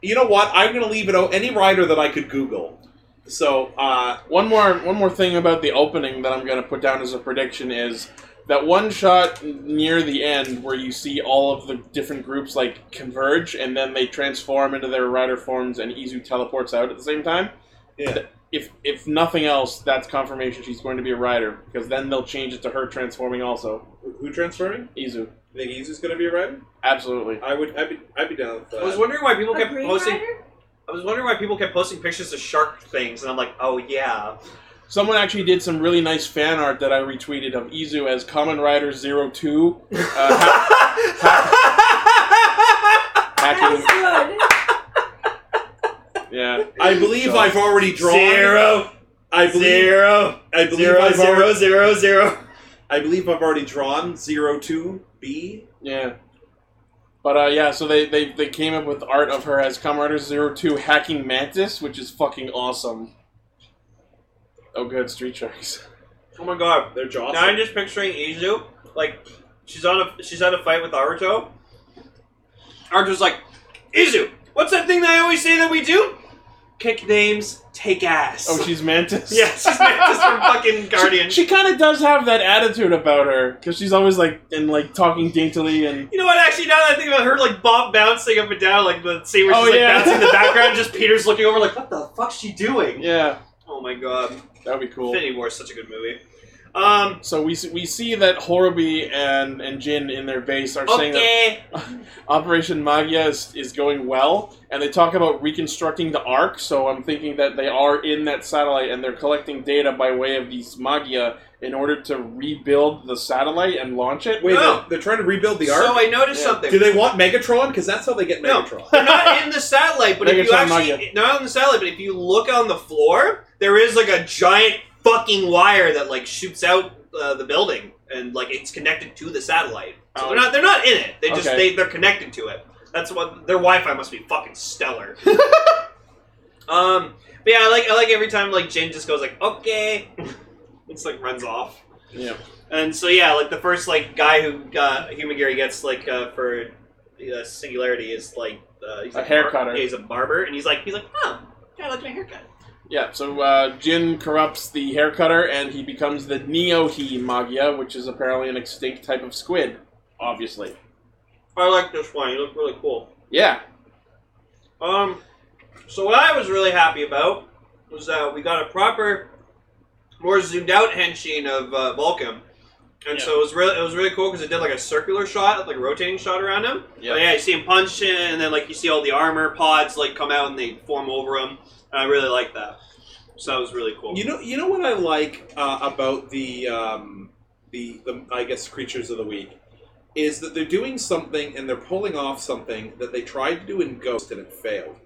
[SPEAKER 2] you know what? I'm going to leave it out. Any rider that I could Google. So uh,
[SPEAKER 1] One more one more thing about the opening that I'm going to put down as a prediction is that one shot near the end where you see all of the different groups like converge and then they transform into their rider forms and Izu teleports out at the same time.
[SPEAKER 2] Yeah.
[SPEAKER 1] If if nothing else, that's confirmation she's going to be a rider because then they'll change it to her transforming also.
[SPEAKER 2] who- who transferring?
[SPEAKER 1] Izu,
[SPEAKER 2] You think Izu's going to be a rider?
[SPEAKER 1] absolutely.
[SPEAKER 2] I would. I'd be. I'd be down with that.
[SPEAKER 4] I was wondering why people
[SPEAKER 8] A
[SPEAKER 4] kept
[SPEAKER 8] Green
[SPEAKER 4] posting.
[SPEAKER 8] Rider?
[SPEAKER 4] I was wondering why people kept posting pictures of shark things, and I'm like, oh yeah.
[SPEAKER 1] Someone actually did some really nice fan art that I retweeted of Izu as Common Rider 02 uh, ha- hacking.
[SPEAKER 8] That's good.
[SPEAKER 1] Yeah.
[SPEAKER 2] I believe I've already drawn.
[SPEAKER 4] Zero,
[SPEAKER 2] I believe,
[SPEAKER 4] zero,
[SPEAKER 2] I believe
[SPEAKER 4] zero,
[SPEAKER 2] I've already,
[SPEAKER 4] zero, zero, zero.
[SPEAKER 2] I believe I've already drawn zero two B.
[SPEAKER 1] Yeah. But uh, yeah, so they, they, they came up with art of her as Kamen Rider Zero Two hacking Mantis, which is fucking awesome. Oh, good street sharks.
[SPEAKER 4] Oh my god.
[SPEAKER 2] They're jawsome.
[SPEAKER 4] Now I'm just picturing Izu, like she's on a she's on a fight with Aruto. Aruto's like, Izu, what's that thing that I always say that we do? Kick names, take ass.
[SPEAKER 1] Oh, she's Mantis.
[SPEAKER 4] yeah, she's just from fucking Guardian.
[SPEAKER 1] She, kind of does have that attitude about her because she's always like and like talking daintily and
[SPEAKER 4] you know what? Actually, now that I think about her, like Bob bouncing up and down, like the scene where
[SPEAKER 1] Oh,
[SPEAKER 4] she's like
[SPEAKER 1] yeah.
[SPEAKER 4] bouncing in the background, just Peter's looking over, like, what the fuck's she doing?
[SPEAKER 1] yeah,
[SPEAKER 4] Oh my god,
[SPEAKER 1] that would be cool.
[SPEAKER 4] Infinity War is such a good movie. Um,
[SPEAKER 1] So we see- we see that Horobi and and Jin in their base
[SPEAKER 4] Oh,
[SPEAKER 1] are saying that
[SPEAKER 4] okay.
[SPEAKER 1] Operation Magia is, is going well, and they talk about reconstructing the Ark. So I'm thinking that they are in that satellite and they're collecting data by way of these Magia in order to rebuild the satellite and launch it.
[SPEAKER 2] Wait,
[SPEAKER 4] No.
[SPEAKER 2] they're, they're trying to rebuild the
[SPEAKER 4] So
[SPEAKER 2] arc.
[SPEAKER 4] I noticed
[SPEAKER 1] Yeah.
[SPEAKER 4] something.
[SPEAKER 2] Do they want Megatron? Because that's how they get
[SPEAKER 4] No.
[SPEAKER 2] Megatron.
[SPEAKER 4] They're not in the satellite, but if you
[SPEAKER 1] Megatron
[SPEAKER 4] actually not on the satellite, but if you look on the floor, there is like a giant fucking wire that like shoots out uh, the building, and like it's connected to the satellite. So
[SPEAKER 1] Oh.
[SPEAKER 4] they're not they're not in it. They just
[SPEAKER 1] Okay.
[SPEAKER 4] they they're connected to it. That's what their Wi-Fi must be fucking stellar. um, but yeah, I like I like every time like Jin just goes like okay, it's like runs off.
[SPEAKER 1] Yeah.
[SPEAKER 4] And so yeah, like the first like guy who uh, human Gary gets like uh, for uh, singularity is like uh, he's
[SPEAKER 1] A
[SPEAKER 4] like,
[SPEAKER 1] hair
[SPEAKER 4] bar-
[SPEAKER 1] cutter.
[SPEAKER 4] yeah, he's a barber, and he's like he's like oh, I like my haircut.
[SPEAKER 1] Yeah, so uh, Jin corrupts the hair cutter and he becomes the Neohi Magia, which is apparently an extinct type of squid, obviously.
[SPEAKER 4] I like this one. You look really cool.
[SPEAKER 1] Yeah.
[SPEAKER 4] Um, so what I was really happy about was that we got a proper, more zoomed out henshin of uh, Vulcan, and so it was really it was really cool because it did like a circular shot, like a rotating shot around him.
[SPEAKER 1] Yeah.
[SPEAKER 4] But yeah, you see him punch, and then like you see all the armor pods like come out and they form over him. And I really like that. So that was really cool.
[SPEAKER 2] You know, you know what I like uh, about the, um, the the I guess creatures of the week is that they're doing something and they're pulling off something that they tried to do in Ghost and it failed.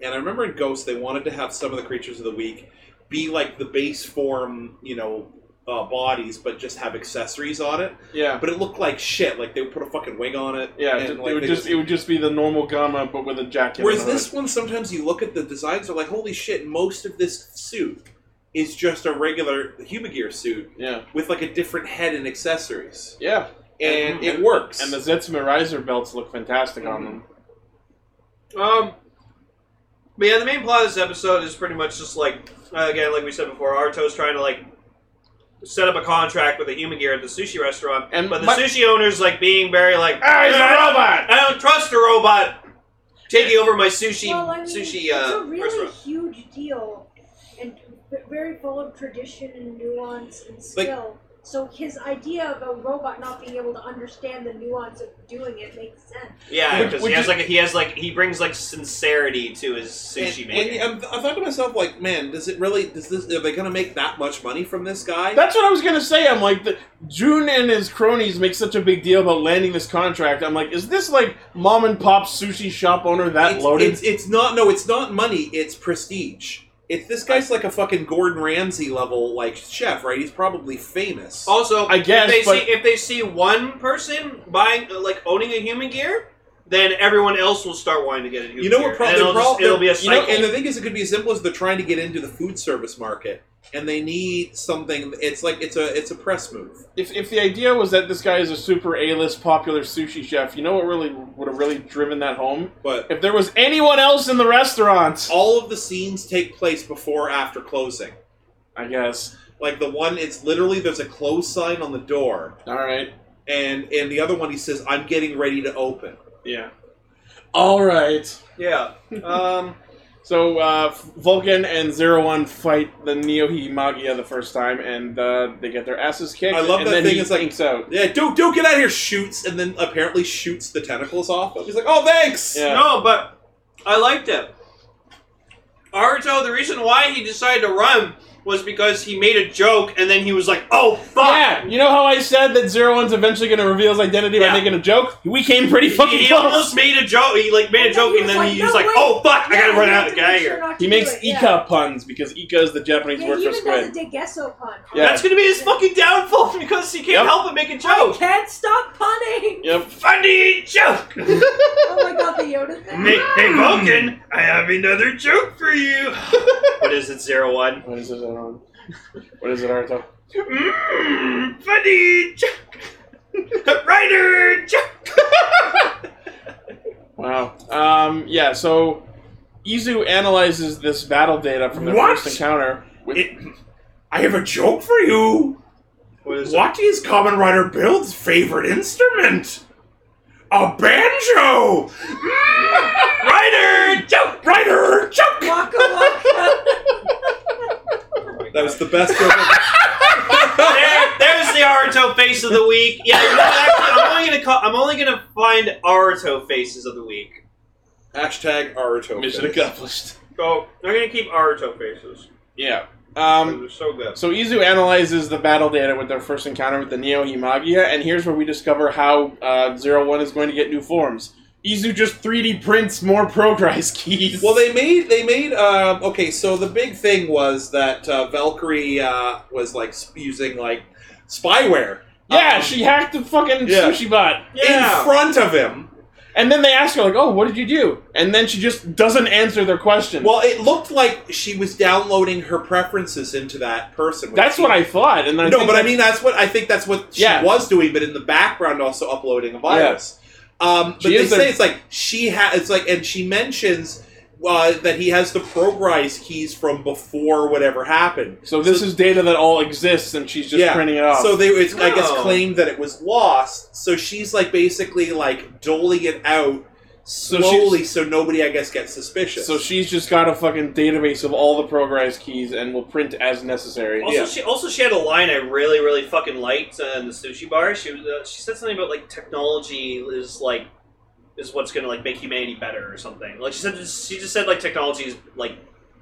[SPEAKER 2] And I remember in Ghost they wanted to have some of the creatures of the week be like the base form, you know, uh, bodies, but just have accessories on it.
[SPEAKER 1] Yeah.
[SPEAKER 2] But it looked like shit. Like they would put a fucking wig on it.
[SPEAKER 1] Yeah,
[SPEAKER 2] and,
[SPEAKER 1] it,
[SPEAKER 2] like,
[SPEAKER 1] would
[SPEAKER 2] they
[SPEAKER 1] just, it would just be the normal Gama, but with a jacket.
[SPEAKER 2] Whereas
[SPEAKER 1] and a hood.
[SPEAKER 2] this one, sometimes you look at the designs, they're like, holy shit, most of this suit is just a regular Humagear suit
[SPEAKER 1] Yeah.
[SPEAKER 2] with like a different head and accessories.
[SPEAKER 1] Yeah.
[SPEAKER 2] And
[SPEAKER 1] Mhm.
[SPEAKER 2] it works.
[SPEAKER 1] And the Zetsume Riser belts look fantastic on them.
[SPEAKER 4] Um, but yeah, the main plot of this episode is pretty much just like uh, again, like we said before, Arto's trying to like set up a contract with a human gear at the sushi restaurant,
[SPEAKER 1] And
[SPEAKER 4] but the
[SPEAKER 1] my-
[SPEAKER 4] sushi owner's like being very like,
[SPEAKER 1] Ah, he's a
[SPEAKER 4] "I don't-
[SPEAKER 1] robot!"
[SPEAKER 4] I don't trust a robot taking over my sushi
[SPEAKER 8] well, I mean,
[SPEAKER 4] sushi
[SPEAKER 8] it's
[SPEAKER 4] uh,
[SPEAKER 8] a really
[SPEAKER 4] restaurant."
[SPEAKER 8] huge deal, and v- very full of tradition and nuance and
[SPEAKER 2] Like-
[SPEAKER 8] skill. so his idea of a robot not being able to understand the nuance of doing it makes sense.
[SPEAKER 4] Yeah,
[SPEAKER 1] Would-
[SPEAKER 4] because
[SPEAKER 1] would
[SPEAKER 4] he has
[SPEAKER 1] you-
[SPEAKER 4] like he has like he brings like sincerity to his
[SPEAKER 2] and,
[SPEAKER 4] sushi making.
[SPEAKER 2] and I'm, I thought to myself, like, man, does it really? Does this? Are they gonna make that much money from this guy?
[SPEAKER 1] That's what I was gonna say. I'm like, the, June and his cronies make such a big deal about landing this contract. I'm like, is this like mom and pop sushi shop owner that
[SPEAKER 2] it's,
[SPEAKER 1] loaded?
[SPEAKER 2] It's, it's not. No, it's not money. It's prestige. It's this guy's like a fucking Gordon Ramsay level like chef, right? He's probably famous.
[SPEAKER 4] Also,
[SPEAKER 1] I guess,
[SPEAKER 4] if they
[SPEAKER 1] but-
[SPEAKER 4] see if they see one person buying like owning a human gear, then everyone else will start wanting to get a human
[SPEAKER 2] You know
[SPEAKER 4] gear.
[SPEAKER 2] what? Pro-
[SPEAKER 4] And
[SPEAKER 2] they're
[SPEAKER 4] it'll, just-
[SPEAKER 2] prob-
[SPEAKER 4] it'll be a
[SPEAKER 2] they're- you know,
[SPEAKER 4] cycle.
[SPEAKER 2] and the thing is, it could be as simple as they're trying to get into the food service market, and they need something. It's like it's a it's a press move.
[SPEAKER 1] if, if the idea was that this guy is a super A-list popular sushi chef, you know what really would have really driven that home?
[SPEAKER 2] But
[SPEAKER 1] If there was anyone else in the restaurant,
[SPEAKER 2] all of the scenes take place before or after closing.
[SPEAKER 1] I guess.
[SPEAKER 2] Like the one, it's literally there's a close sign on the door,
[SPEAKER 1] All right.
[SPEAKER 2] and and the other one he says, "I'm getting ready to open."
[SPEAKER 1] Yeah. All right.
[SPEAKER 4] yeah. Um,
[SPEAKER 1] So uh, Vulcan and Zero One fight the Neohi Magia the first time, and uh, they get their asses kicked.
[SPEAKER 2] I love
[SPEAKER 1] and
[SPEAKER 2] that
[SPEAKER 1] then
[SPEAKER 2] thing,
[SPEAKER 1] He
[SPEAKER 2] it's like-
[SPEAKER 1] inks out.
[SPEAKER 2] Yeah, dude, dude, get out of here! Shoots, and then apparently shoots the tentacles off. him. He's like, "Oh, thanks."
[SPEAKER 1] Yeah.
[SPEAKER 4] No, but I liked it Naruto, the reason why he decided to run was because he made a joke and then he was like, oh, fuck.
[SPEAKER 1] Yeah, you know how I said that Zero One's eventually going to reveal his identity
[SPEAKER 4] Yeah.
[SPEAKER 1] by making a joke? We came pretty fucking
[SPEAKER 4] He, he
[SPEAKER 1] close.
[SPEAKER 4] almost made a joke. He like made a
[SPEAKER 8] And then
[SPEAKER 4] joke,
[SPEAKER 8] he
[SPEAKER 4] and
[SPEAKER 8] was
[SPEAKER 4] then
[SPEAKER 8] like,
[SPEAKER 4] he was
[SPEAKER 8] "No,
[SPEAKER 4] like,
[SPEAKER 8] wait."
[SPEAKER 4] "Oh fuck, I
[SPEAKER 8] Yeah,
[SPEAKER 4] gotta run
[SPEAKER 8] you
[SPEAKER 4] out
[SPEAKER 8] have to
[SPEAKER 4] of the guy
[SPEAKER 8] make sure
[SPEAKER 4] here."
[SPEAKER 8] not
[SPEAKER 1] he
[SPEAKER 8] to do
[SPEAKER 1] makes
[SPEAKER 8] it,
[SPEAKER 1] Ika
[SPEAKER 8] yeah.
[SPEAKER 1] puns because Ika is the Japanese
[SPEAKER 8] Yeah,
[SPEAKER 1] word
[SPEAKER 8] he
[SPEAKER 1] for
[SPEAKER 8] even does a
[SPEAKER 1] squid.
[SPEAKER 8] Degesso pun.
[SPEAKER 1] Yeah.
[SPEAKER 4] That's gonna be his fucking downfall because he can't
[SPEAKER 1] Yep.
[SPEAKER 4] help but make a
[SPEAKER 8] I
[SPEAKER 4] joke.
[SPEAKER 8] can't stop punning.
[SPEAKER 1] Yep.
[SPEAKER 4] Funny joke. hey,
[SPEAKER 8] oh my god, the Yoda thing.
[SPEAKER 4] hey, Vulcan, I have another joke for you. what is it? Zero one.
[SPEAKER 1] What is it, Zero What is it, Arto?
[SPEAKER 4] Mm, funny joke. Writer joke.
[SPEAKER 1] Wow. Um, yeah, so Izu analyzes this battle data from their
[SPEAKER 2] What?
[SPEAKER 1] first encounter. With,
[SPEAKER 2] It, I have a joke for you.
[SPEAKER 4] What is
[SPEAKER 2] What is Common Rider Build's favorite instrument? A banjo! Rider joke! Rider joke!
[SPEAKER 8] Waka waka.
[SPEAKER 2] That was the best joke.
[SPEAKER 4] there, there's the Aruto face of the week. Yeah, you know what, actually, I'm only gonna call, I'm only gonna find Aruto faces of the week.
[SPEAKER 2] Hashtag Aruto.
[SPEAKER 1] Mission accomplished.
[SPEAKER 4] Go. Oh, They're gonna keep Aruto faces.
[SPEAKER 1] Yeah. Um,
[SPEAKER 4] They're so good.
[SPEAKER 1] So Izu analyzes the battle data with their first encounter with the Neo Himagia, and here's where we discover how uh, Zero One is going to get new forms. Izu just 3D prints more Progrise keys.
[SPEAKER 2] Well, they made they made um, okay. So the big thing was that uh, Valkyrie uh, was like sp- using like spyware.
[SPEAKER 1] yeah,
[SPEAKER 2] Um,
[SPEAKER 1] she hacked the fucking
[SPEAKER 2] Yeah.
[SPEAKER 1] sushi bot,
[SPEAKER 2] in front of him.
[SPEAKER 1] and then they ask her like, "Oh, what did you do?" And then she just doesn't answer their question.
[SPEAKER 2] Well, it looked like she was downloading her preferences into that person. which
[SPEAKER 1] that's
[SPEAKER 2] she-
[SPEAKER 1] what I thought, and I
[SPEAKER 2] no,
[SPEAKER 1] think
[SPEAKER 2] but I
[SPEAKER 1] that-
[SPEAKER 2] mean that's what I think that's what she
[SPEAKER 1] Yeah.
[SPEAKER 2] was doing, but in the background also uploading a virus. Um, but
[SPEAKER 1] She
[SPEAKER 2] they
[SPEAKER 1] is a-
[SPEAKER 2] say it's like she ha It's like, and she mentions uh, that he has the progrise keys from before whatever happened.
[SPEAKER 1] so this is data that all exists, and she's just
[SPEAKER 2] Yeah.
[SPEAKER 1] printing it off.
[SPEAKER 2] So they, it's, I guess,
[SPEAKER 4] Oh.
[SPEAKER 2] claimed that it was lost. So she's like basically like doling it out
[SPEAKER 1] she's-
[SPEAKER 2] slowly, so, nobody, I guess, gets suspicious.
[SPEAKER 1] So she's just got a fucking database of all the Progrise keys, and will print as necessary.
[SPEAKER 4] Also, she also she had a line I really really fucking liked uh, in the sushi bar. She was uh, she said something about like technology is like is what's gonna like make humanity better or something. Like she said, she just said like technology is like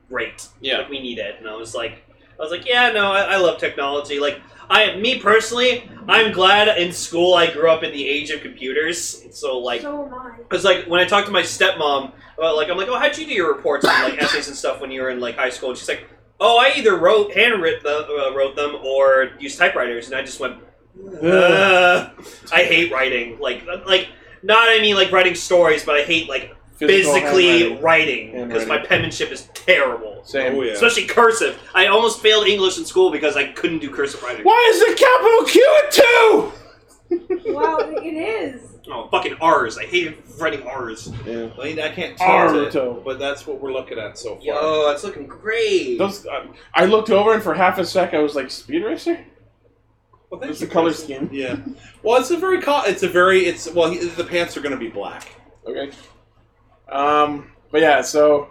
[SPEAKER 4] great.
[SPEAKER 1] Yeah.
[SPEAKER 4] like, we need it. And I was like, I was like, yeah, no, I, I love technology. Like I, me personally, I'm glad in school I grew up in the age of computers. So like,
[SPEAKER 8] so am I.
[SPEAKER 4] because like when I talk to my stepmom about like I'm like, oh, how'd you do your reports and like essays and stuff when you were in like high school? And she's like, oh, I either wrote handwrit them, uh, wrote them or used typewriters, and I just went, Ugh. I hate writing. Like uh, like not I mean like writing stories, but I hate like
[SPEAKER 1] Physical
[SPEAKER 4] physically
[SPEAKER 1] handwriting.
[SPEAKER 4] writing because my
[SPEAKER 1] Handwriting.
[SPEAKER 4] penmanship is terrible.
[SPEAKER 1] Same.
[SPEAKER 2] Oh, yeah.
[SPEAKER 4] Especially cursive. I almost failed English in school because I couldn't do cursive writing.
[SPEAKER 1] Why is the capital Q at two?
[SPEAKER 8] Wow, it is.
[SPEAKER 4] Oh, fucking R's. I hated writing R's.
[SPEAKER 1] Yeah.
[SPEAKER 2] I mean, I can't tell it,
[SPEAKER 1] Naruto.
[SPEAKER 2] but that's what we're looking at so far.
[SPEAKER 4] Yo, it's looking great.
[SPEAKER 1] Those, I, I looked over and for half a sec I was like, Speed Racer?
[SPEAKER 2] Well, thank
[SPEAKER 1] That's
[SPEAKER 2] you,
[SPEAKER 1] the color
[SPEAKER 2] Chris.
[SPEAKER 1] scheme.
[SPEAKER 2] Yeah. Well, it's a very. Co- it's a very. It's well. He, the pants are going to be black.
[SPEAKER 1] Okay. Um, but yeah, so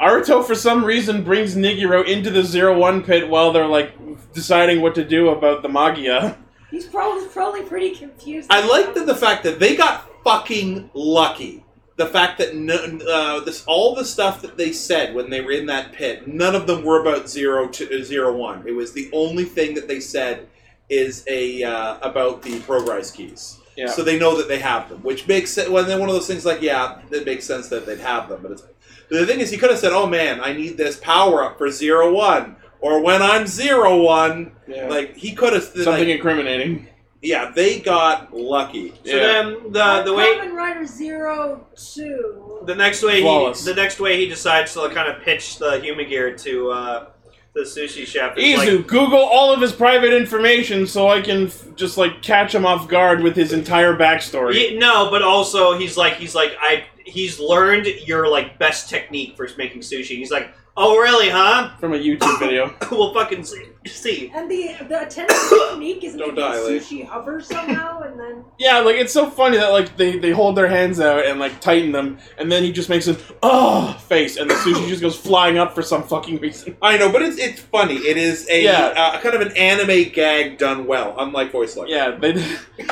[SPEAKER 1] Aruto for some reason brings Nigiro into the Zero One pit while they're like deciding what to do about the Magia.
[SPEAKER 8] He's probably probably pretty confused.
[SPEAKER 2] I like the, uh, the fact that they got fucking lucky. The fact that no, uh, this all the stuff that they said when they were in that pit, none of them were about zero to uh, zero one. It was the only thing that they said is a uh, about the progress keys.
[SPEAKER 1] Yeah.
[SPEAKER 2] So they know that they have them, which makes it. Well, then one of those things like, yeah, it makes sense that they'd have them. But it's, the thing is, he could have said, "Oh man, I need this power up for zero one, or when I'm zero one,
[SPEAKER 1] Yeah.
[SPEAKER 2] like he could have.
[SPEAKER 1] Something
[SPEAKER 2] Like,
[SPEAKER 1] incriminating.
[SPEAKER 2] yeah, they got lucky.
[SPEAKER 4] So
[SPEAKER 1] Yeah.
[SPEAKER 4] then the the way
[SPEAKER 8] Common Rider Zero Two.
[SPEAKER 4] the next way
[SPEAKER 1] Flawless.
[SPEAKER 4] he the next way he decides to kind of pitch the human gear to uh, the sushi chef. is
[SPEAKER 1] Izu,
[SPEAKER 4] like,
[SPEAKER 1] Google all of his private information so I can f- just like catch him off guard with his entire backstory.
[SPEAKER 4] "Ye- no, but also he's like he's like I he's learned your like best technique for making sushi. He's like, oh really, huh?
[SPEAKER 1] From a YouTube video.
[SPEAKER 4] we'll fucking see. see.
[SPEAKER 8] And the the attendant technique is
[SPEAKER 2] Don't
[SPEAKER 8] making
[SPEAKER 2] die, Lee.
[SPEAKER 8] sushi hover somehow, and then
[SPEAKER 1] Yeah, like it's so funny that like they, they hold their hands out and like tighten them, and then he just makes an oh face, and the sushi just goes flying up for some fucking reason.
[SPEAKER 2] I know, but it's it's funny. It is a
[SPEAKER 1] Yeah.
[SPEAKER 2] uh, kind of an anime gag done well, unlike voice line.
[SPEAKER 1] Yeah, they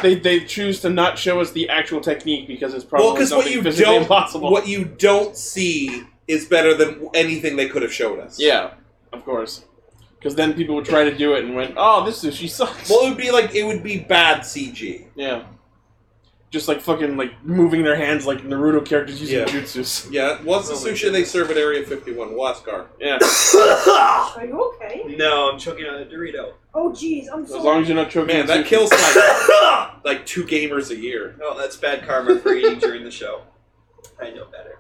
[SPEAKER 1] they, they choose to not show us the actual technique because it's probably
[SPEAKER 2] Well, because what
[SPEAKER 1] something
[SPEAKER 2] you
[SPEAKER 1] physically
[SPEAKER 2] don't
[SPEAKER 1] impossible.
[SPEAKER 2] what you don't see is better than anything they could have showed us.
[SPEAKER 1] Yeah, of course. Because then people would try to do it and went, "Oh, this sushi sucks."
[SPEAKER 2] Well, it would be like it would be bad CG.
[SPEAKER 1] yeah. Just like fucking like moving their hands like Naruto characters using
[SPEAKER 2] Yeah.
[SPEAKER 1] jutsus.
[SPEAKER 2] Yeah, what's the sushi they serve at Area 51? Waskar.
[SPEAKER 1] Yeah.
[SPEAKER 8] Are you okay?
[SPEAKER 4] No, I'm choking on a Dorito.
[SPEAKER 8] Oh, jeez, I'm
[SPEAKER 1] So as
[SPEAKER 8] so.
[SPEAKER 1] long as you're not choking.
[SPEAKER 2] Man,
[SPEAKER 1] on
[SPEAKER 2] that
[SPEAKER 1] sushi.
[SPEAKER 2] kills like, like two gamers a year.
[SPEAKER 4] Oh, that's bad karma for eating during the show. I know better.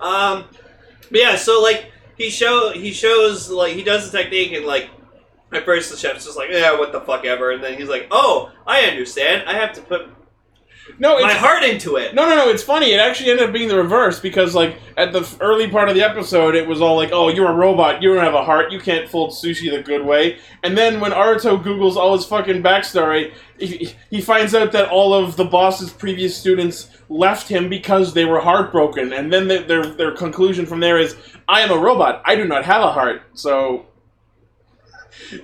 [SPEAKER 4] Um, but yeah, so like he show he shows like he does the technique and like at first the chef's just like yeah what the fuck ever and then he's like oh I understand I have to put
[SPEAKER 1] No,
[SPEAKER 4] my
[SPEAKER 1] it's
[SPEAKER 4] heart into it.
[SPEAKER 1] No, no, no. It's funny. It actually ended up being the reverse because, like, at the f- early part of the episode, it was all like, "Oh, you're a robot. You don't have a heart. You can't fold sushi the good way." And then when Aruto googles all his fucking backstory, he, he finds out that all of the boss's previous students left him because they were heartbroken. And then their their, their conclusion from there is, "I am a robot. I do not have a heart." So.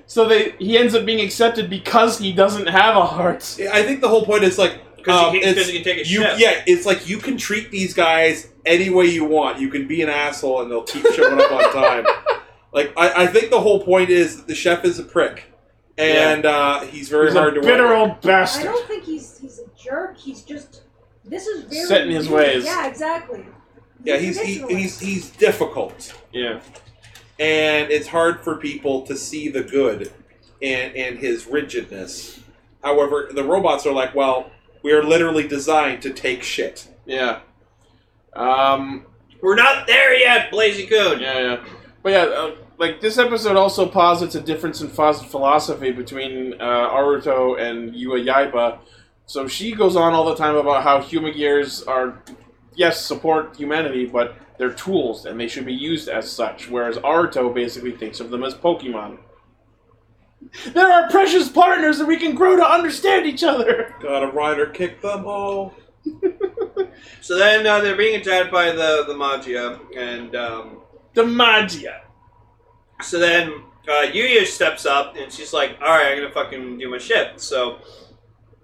[SPEAKER 1] So they, he ends up being accepted because he doesn't have a heart.
[SPEAKER 2] I think the whole point is like.
[SPEAKER 4] 'Cause you
[SPEAKER 2] um,
[SPEAKER 4] can-
[SPEAKER 2] it's-
[SPEAKER 4] 'cause you can take a
[SPEAKER 2] you,
[SPEAKER 4] shift.
[SPEAKER 2] Yeah, it's like you can treat these guys any way you want. You can be an asshole and they'll keep showing up on time. Like, I, I think the whole point is that the chef is a prick. And uh, he's very
[SPEAKER 1] He's a
[SPEAKER 2] hard to
[SPEAKER 1] bitter
[SPEAKER 2] work with.
[SPEAKER 1] old
[SPEAKER 8] I
[SPEAKER 1] bastard.
[SPEAKER 8] don't think he's he's a jerk. He's just. This is very.
[SPEAKER 1] Set in his
[SPEAKER 8] weird.
[SPEAKER 1] ways.
[SPEAKER 8] Yeah, exactly.
[SPEAKER 2] Yeah, he's, he,
[SPEAKER 8] traditionalist.
[SPEAKER 2] he's, he's difficult.
[SPEAKER 1] Yeah.
[SPEAKER 2] and it's hard for people to see the good and and his rigidness. However, the robots are like, well, we are literally designed to take shit.
[SPEAKER 1] Yeah. Um,
[SPEAKER 4] We're not there yet, Blazing Coon.
[SPEAKER 1] yeah, yeah. But yeah, uh, like this episode also posits a difference in phos- philosophy between uh, Aruto and Yua Yaiba. So she goes on all the time about how human gears are, yes, support humanity, but they're tools and they should be used as such. Whereas Aruto basically thinks of them as Pokemon. They're our precious partners, and we can grow to understand each other.
[SPEAKER 2] Got a rider, kick them all.
[SPEAKER 4] So then uh, they're being attacked by the the Magia, and um,
[SPEAKER 1] The Magia.
[SPEAKER 4] so then uh, Yuya steps up and she's like, "All right, I'm gonna fucking do my shit." So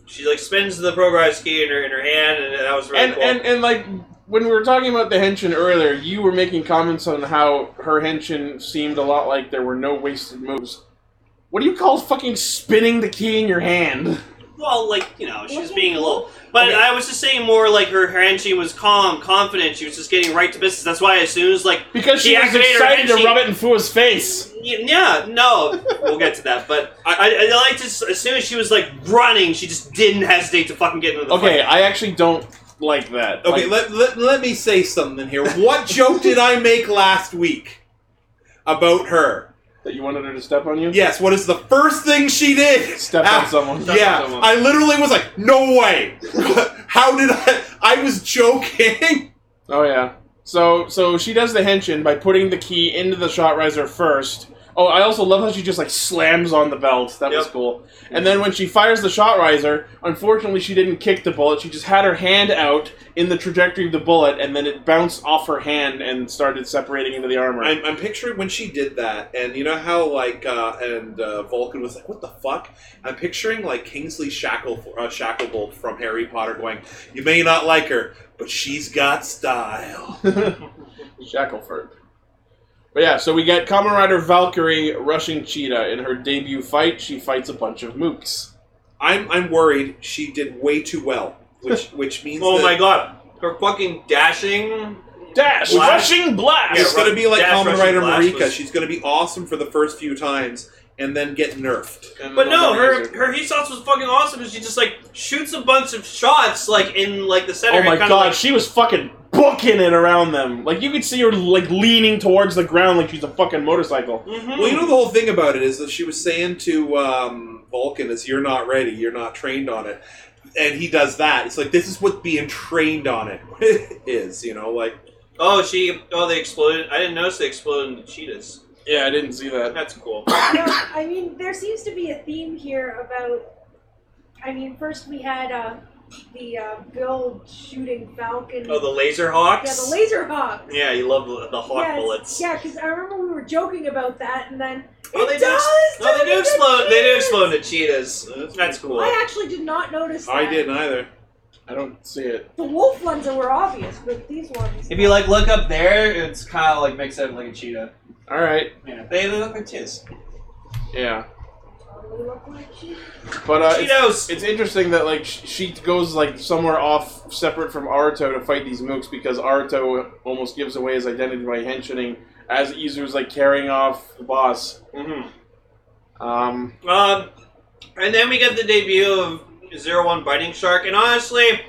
[SPEAKER 4] she like spins the progress key in her in her hand, and that was really
[SPEAKER 1] and,
[SPEAKER 4] cool.
[SPEAKER 1] and and like when we were talking about the henshin earlier, you were making comments on how her henshin seemed a lot like there were no wasted moves. What do you call fucking spinning the key in your hand?
[SPEAKER 4] Well, like you know, she was being a little. But I was just saying more like her her and she was calm, confident. She was just getting right to business. That's why as soon as like
[SPEAKER 1] Because she,
[SPEAKER 4] She
[SPEAKER 1] was
[SPEAKER 4] activated her
[SPEAKER 1] excited to
[SPEAKER 4] henshin.
[SPEAKER 1] rub it in Fua's face.
[SPEAKER 4] y- yeah, no, we'll get to that. But I I, I like to s- as soon as she was like running, she just didn't hesitate to fucking get into the
[SPEAKER 1] Okay,
[SPEAKER 4] fight.
[SPEAKER 1] I actually don't like that.
[SPEAKER 2] Okay,
[SPEAKER 1] Like,
[SPEAKER 2] let, let, let me say something here. What joke did I make last week about her?
[SPEAKER 1] that you wanted her to step on you.
[SPEAKER 2] Yes, what is the first thing she did?
[SPEAKER 1] Step on
[SPEAKER 2] Ah,
[SPEAKER 1] someone. Step on
[SPEAKER 2] yeah,
[SPEAKER 1] someone.
[SPEAKER 2] I literally was like, no way. How did I? I was joking.
[SPEAKER 1] Oh yeah. So so she does the henshin by putting the key into the shot riser first. Oh, I also love how she just like slams on the belt. That was
[SPEAKER 4] Yep.
[SPEAKER 1] cool. And then when she fires the shot riser, unfortunately she didn't kick the bullet. She just had her hand out in the trajectory of the bullet, and then it bounced off her hand and started separating into the armor.
[SPEAKER 2] I'm, I'm picturing when she did that, and you know how like uh, and uh, Vulcan was like, "What the fuck?" I'm picturing like Kingsley Shackle uh, Shacklebolt from Harry Potter going, "You may not like her, but she's got style."
[SPEAKER 1] Shackleford. But yeah, so we get Kamen Rider Valkyrie rushing Cheetah in her debut fight. She fights a bunch of mooks.
[SPEAKER 2] I'm I'm worried she did way too well, which which means
[SPEAKER 4] Oh
[SPEAKER 2] that
[SPEAKER 4] my god, her fucking dashing.
[SPEAKER 1] Dash,
[SPEAKER 4] Blast.
[SPEAKER 1] rushing blast.
[SPEAKER 2] It's
[SPEAKER 4] Yeah,
[SPEAKER 2] gonna be like
[SPEAKER 4] Dash
[SPEAKER 2] Kamen
[SPEAKER 4] Russian
[SPEAKER 2] Rider
[SPEAKER 4] Blast
[SPEAKER 2] Marika.
[SPEAKER 4] was-
[SPEAKER 2] She's gonna be awesome for the first few times, and then get nerfed.
[SPEAKER 1] And
[SPEAKER 4] But no,
[SPEAKER 1] nobody
[SPEAKER 4] her
[SPEAKER 1] answered.
[SPEAKER 4] her heat sauce was fucking awesome. Because she just like shoots a bunch of shots like in like the center.
[SPEAKER 1] Oh my
[SPEAKER 4] and kinda,
[SPEAKER 1] god,
[SPEAKER 4] like,
[SPEAKER 1] she was fucking booking it around them. Like you could see her like leaning towards the ground like she's a fucking motorcycle.
[SPEAKER 4] mhm.
[SPEAKER 2] Well, you know the whole thing about it is that she was saying to um, Vulcan, "Is you're not ready, you're not trained on it," and he does that. It's like this is what being trained on it is, you know, like
[SPEAKER 4] Oh, she. Oh, they exploded. I didn't notice they exploded into cheetahs.
[SPEAKER 1] Yeah, I didn't see that.
[SPEAKER 4] That's cool.
[SPEAKER 8] No, I mean, there seems to be a theme here about. I mean, first we had uh, the uh, Bill shooting Falcon.
[SPEAKER 4] Oh, the laser hawks.
[SPEAKER 8] yeah, the laser hawk.
[SPEAKER 4] Yeah, you love the, the hawk
[SPEAKER 8] yeah,
[SPEAKER 4] bullets.
[SPEAKER 8] Yeah, because I remember we were joking about that, and then
[SPEAKER 4] Oh,
[SPEAKER 8] it
[SPEAKER 4] they do.
[SPEAKER 8] does.
[SPEAKER 4] Ex- oh, they do
[SPEAKER 8] turn into
[SPEAKER 4] explode. They do
[SPEAKER 8] cheetahs!
[SPEAKER 4] explode into cheetahs. That's cool.
[SPEAKER 8] I actually did not notice. That.
[SPEAKER 2] I didn't either.
[SPEAKER 1] I don't see it.
[SPEAKER 8] The wolf ones were obvious, but these ones.
[SPEAKER 10] If you like look up there, it's kind of like mixed up like a cheetah.
[SPEAKER 1] All right.
[SPEAKER 10] Yeah, they they look like cheetahs.
[SPEAKER 1] Yeah.
[SPEAKER 8] look like she-
[SPEAKER 1] But uh, it's,
[SPEAKER 4] Cheetos!
[SPEAKER 1] it's interesting that like sh- she goes like somewhere off, separate from Aruto, to fight these mooks because Aruto almost gives away his identity by henching as Izu's like carrying off the boss.
[SPEAKER 4] Mm-hmm.
[SPEAKER 1] Um,
[SPEAKER 4] Um, and then we get the debut of Zero One Biting Shark, and honestly,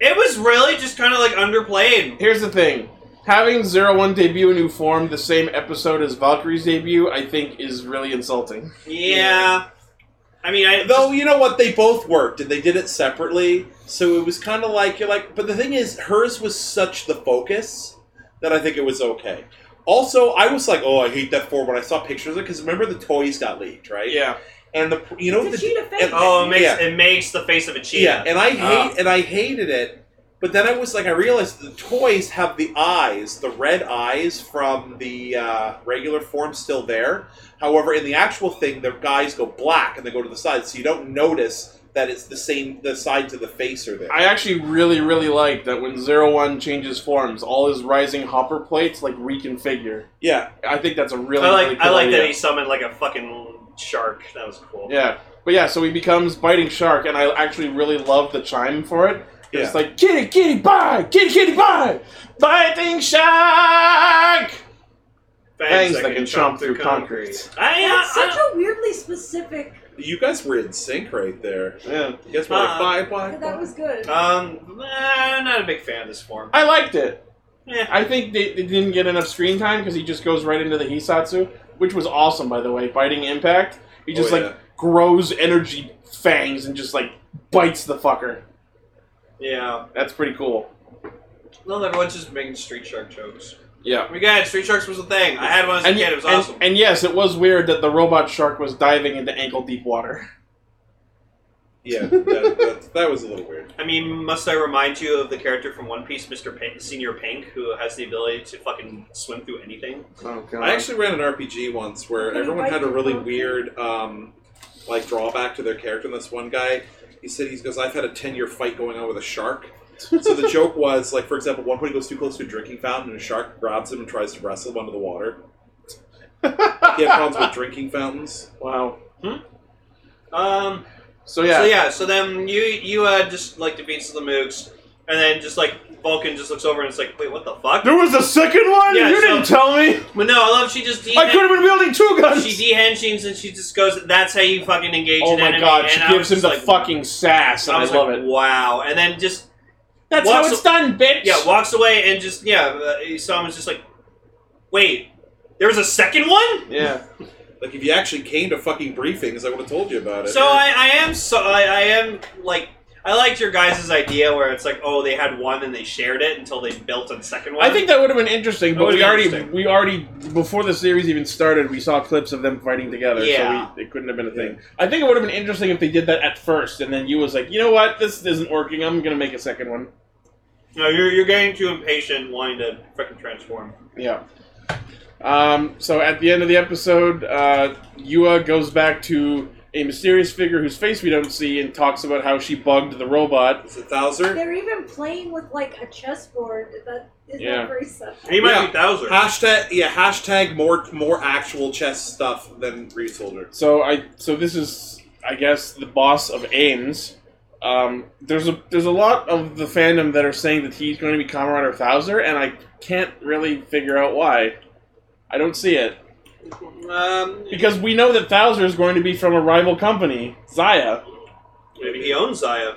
[SPEAKER 4] it was really just kind of like underplayed.
[SPEAKER 1] here's the thing: having Zero One debut a new form the same episode as Valkyrie's debut, I think, is really insulting.
[SPEAKER 4] Yeah. I mean, I
[SPEAKER 2] Though you know what, they both worked and they did it separately, so it was kind of like you're like. But the thing is, hers was such the focus that I think it was okay. Also, I was like, oh, I hate that form when I saw pictures of it because remember the toys got leaked, right?
[SPEAKER 1] Yeah,
[SPEAKER 2] And the you know
[SPEAKER 8] It's a
[SPEAKER 2] the
[SPEAKER 8] cheetah face.
[SPEAKER 2] and-
[SPEAKER 4] Oh, it makes
[SPEAKER 2] Yeah.
[SPEAKER 4] it makes the face of a cheetah.
[SPEAKER 2] yeah, and I hate
[SPEAKER 4] Ah.
[SPEAKER 2] and I hated it. But then I was like, I realized the toys have the eyes, the red eyes from the uh, regular form still there. However, in the actual thing, the guys go black and they go to the sides, so you don't notice that it's the same. The sides of the face are there.
[SPEAKER 1] I actually really, really like that when Zero One changes forms, all his rising hopper plates like reconfigure.
[SPEAKER 2] yeah,
[SPEAKER 1] I think that's a really,
[SPEAKER 4] I like
[SPEAKER 1] really cool
[SPEAKER 4] I like
[SPEAKER 1] idea.
[SPEAKER 4] that he summoned like a fucking shark. That was cool.
[SPEAKER 1] Yeah. But yeah, so he becomes Biting Shark, and I actually really love the chime for it. It's
[SPEAKER 2] Yeah.
[SPEAKER 1] like, kitty, kitty, bye! Kitty, kitty, bye! Biting Shark! Fangs that can chomp through concrete.
[SPEAKER 4] I, uh,
[SPEAKER 8] That's
[SPEAKER 4] I,
[SPEAKER 8] such a weirdly specific.
[SPEAKER 2] you guys were in sync right there.
[SPEAKER 1] Yeah.
[SPEAKER 2] You guys were like,
[SPEAKER 1] Ah.
[SPEAKER 2] bye,
[SPEAKER 4] Uh,
[SPEAKER 2] bye, bye.
[SPEAKER 8] Um, That was good.
[SPEAKER 4] um, I'm not a big fan of this form.
[SPEAKER 1] I liked it.
[SPEAKER 4] Eh.
[SPEAKER 1] I think they, they didn't get enough screen time because he just goes right into the Hisatsu, which was awesome, by the way. Biting Impact. He just,
[SPEAKER 2] Oh, yeah.
[SPEAKER 1] like, grows energy fangs and just, like, bites the fucker.
[SPEAKER 4] Yeah.
[SPEAKER 1] That's pretty cool.
[SPEAKER 4] No, everyone's just making street shark jokes.
[SPEAKER 1] Yeah.
[SPEAKER 4] We got it, street sharks was a thing. I had one as a
[SPEAKER 1] And,
[SPEAKER 4] kid. It was
[SPEAKER 1] and-
[SPEAKER 4] awesome.
[SPEAKER 1] and yes, it was weird that the robot shark was diving into ankle deep water.
[SPEAKER 2] yeah, that, that, that was a little weird.
[SPEAKER 4] I mean, must I remind you of the character from One Piece, Mr. Pink, Senior Pink, who has the ability to fucking swim through anything?
[SPEAKER 1] Oh
[SPEAKER 4] Um,
[SPEAKER 1] god.
[SPEAKER 2] I actually ran an RPG once where
[SPEAKER 8] Can you
[SPEAKER 2] everyone
[SPEAKER 8] bite
[SPEAKER 2] had a
[SPEAKER 8] the
[SPEAKER 2] really
[SPEAKER 8] dog?
[SPEAKER 2] weird, um, like, drawback to their character. And this one guy, he said, he goes, I've had a 10 year fight going on with a shark. so the joke was, like, for example, one point he goes too close to a drinking fountain and a shark grabs him and tries to wrestle him under the water. he had problems with drinking fountains.
[SPEAKER 1] wow.
[SPEAKER 4] Um,
[SPEAKER 1] So yeah.
[SPEAKER 4] Hmm? So yeah, so then you you uh, just like defeats the mooks, and then just like Vulcan just looks over and it's like, wait, what the fuck?
[SPEAKER 1] there was a second one.
[SPEAKER 4] Yeah,
[SPEAKER 1] you
[SPEAKER 4] so-
[SPEAKER 1] didn't tell me.
[SPEAKER 4] But no, I love she just
[SPEAKER 1] I could have been wielding two guns.
[SPEAKER 4] she dehensions and she just goes, that's how you fucking engage
[SPEAKER 1] oh
[SPEAKER 4] an
[SPEAKER 1] my
[SPEAKER 4] enemy.
[SPEAKER 1] god,
[SPEAKER 4] and
[SPEAKER 1] she
[SPEAKER 4] I was
[SPEAKER 1] gives him
[SPEAKER 4] just
[SPEAKER 1] the
[SPEAKER 4] like,
[SPEAKER 1] fucking sass, and I,
[SPEAKER 4] was
[SPEAKER 1] love
[SPEAKER 4] like,
[SPEAKER 1] it.
[SPEAKER 4] Wow, and then just
[SPEAKER 1] That's
[SPEAKER 4] Well,
[SPEAKER 1] how
[SPEAKER 4] so-
[SPEAKER 1] it's done, bitch.
[SPEAKER 4] yeah walks away and just yeah, uh, someone's just like, wait, there was a second one.
[SPEAKER 1] yeah.
[SPEAKER 2] Like, if you actually came to fucking briefings, I would have told you about it.
[SPEAKER 4] So I, I am so I, I am like I liked your guys' idea where it's like oh they had one and they shared it until they built a second one.
[SPEAKER 1] I think that would have been interesting,
[SPEAKER 4] That
[SPEAKER 1] but
[SPEAKER 4] would've
[SPEAKER 1] we
[SPEAKER 4] been
[SPEAKER 1] already
[SPEAKER 4] interesting.
[SPEAKER 1] we already before the series even started, we saw clips of them fighting together.
[SPEAKER 4] Yeah.
[SPEAKER 1] So we, it couldn't have been a thing. I think it would have been interesting if they did that at first, and then you was like, you know what, this isn't working. I'm gonna make a second one.
[SPEAKER 4] no, you're you're getting too impatient wanting to freaking transform.
[SPEAKER 1] Yeah. Um, so at the end of the episode, uh, Yua goes back to a mysterious figure whose face we don't see and talks about how she bugged the robot.
[SPEAKER 2] Is it Thouser?
[SPEAKER 8] They're even playing with like a chessboard. That is
[SPEAKER 1] Yeah.
[SPEAKER 8] not very sad.
[SPEAKER 4] He might
[SPEAKER 2] Yeah.
[SPEAKER 4] be Bowser.
[SPEAKER 2] Hashtag, yeah, hashtag more more actual chess stuff than resolder.
[SPEAKER 1] So I so this is I guess the boss of Ames. Um, there's a there's a lot of the fandom that are saying that he's going to be Kamen Rider Thouser, and I can't really figure out why. I don't see it
[SPEAKER 4] Um,
[SPEAKER 1] because we know that Thouser is going to be from a rival company, Zaya.
[SPEAKER 4] maybe he owns Zaya.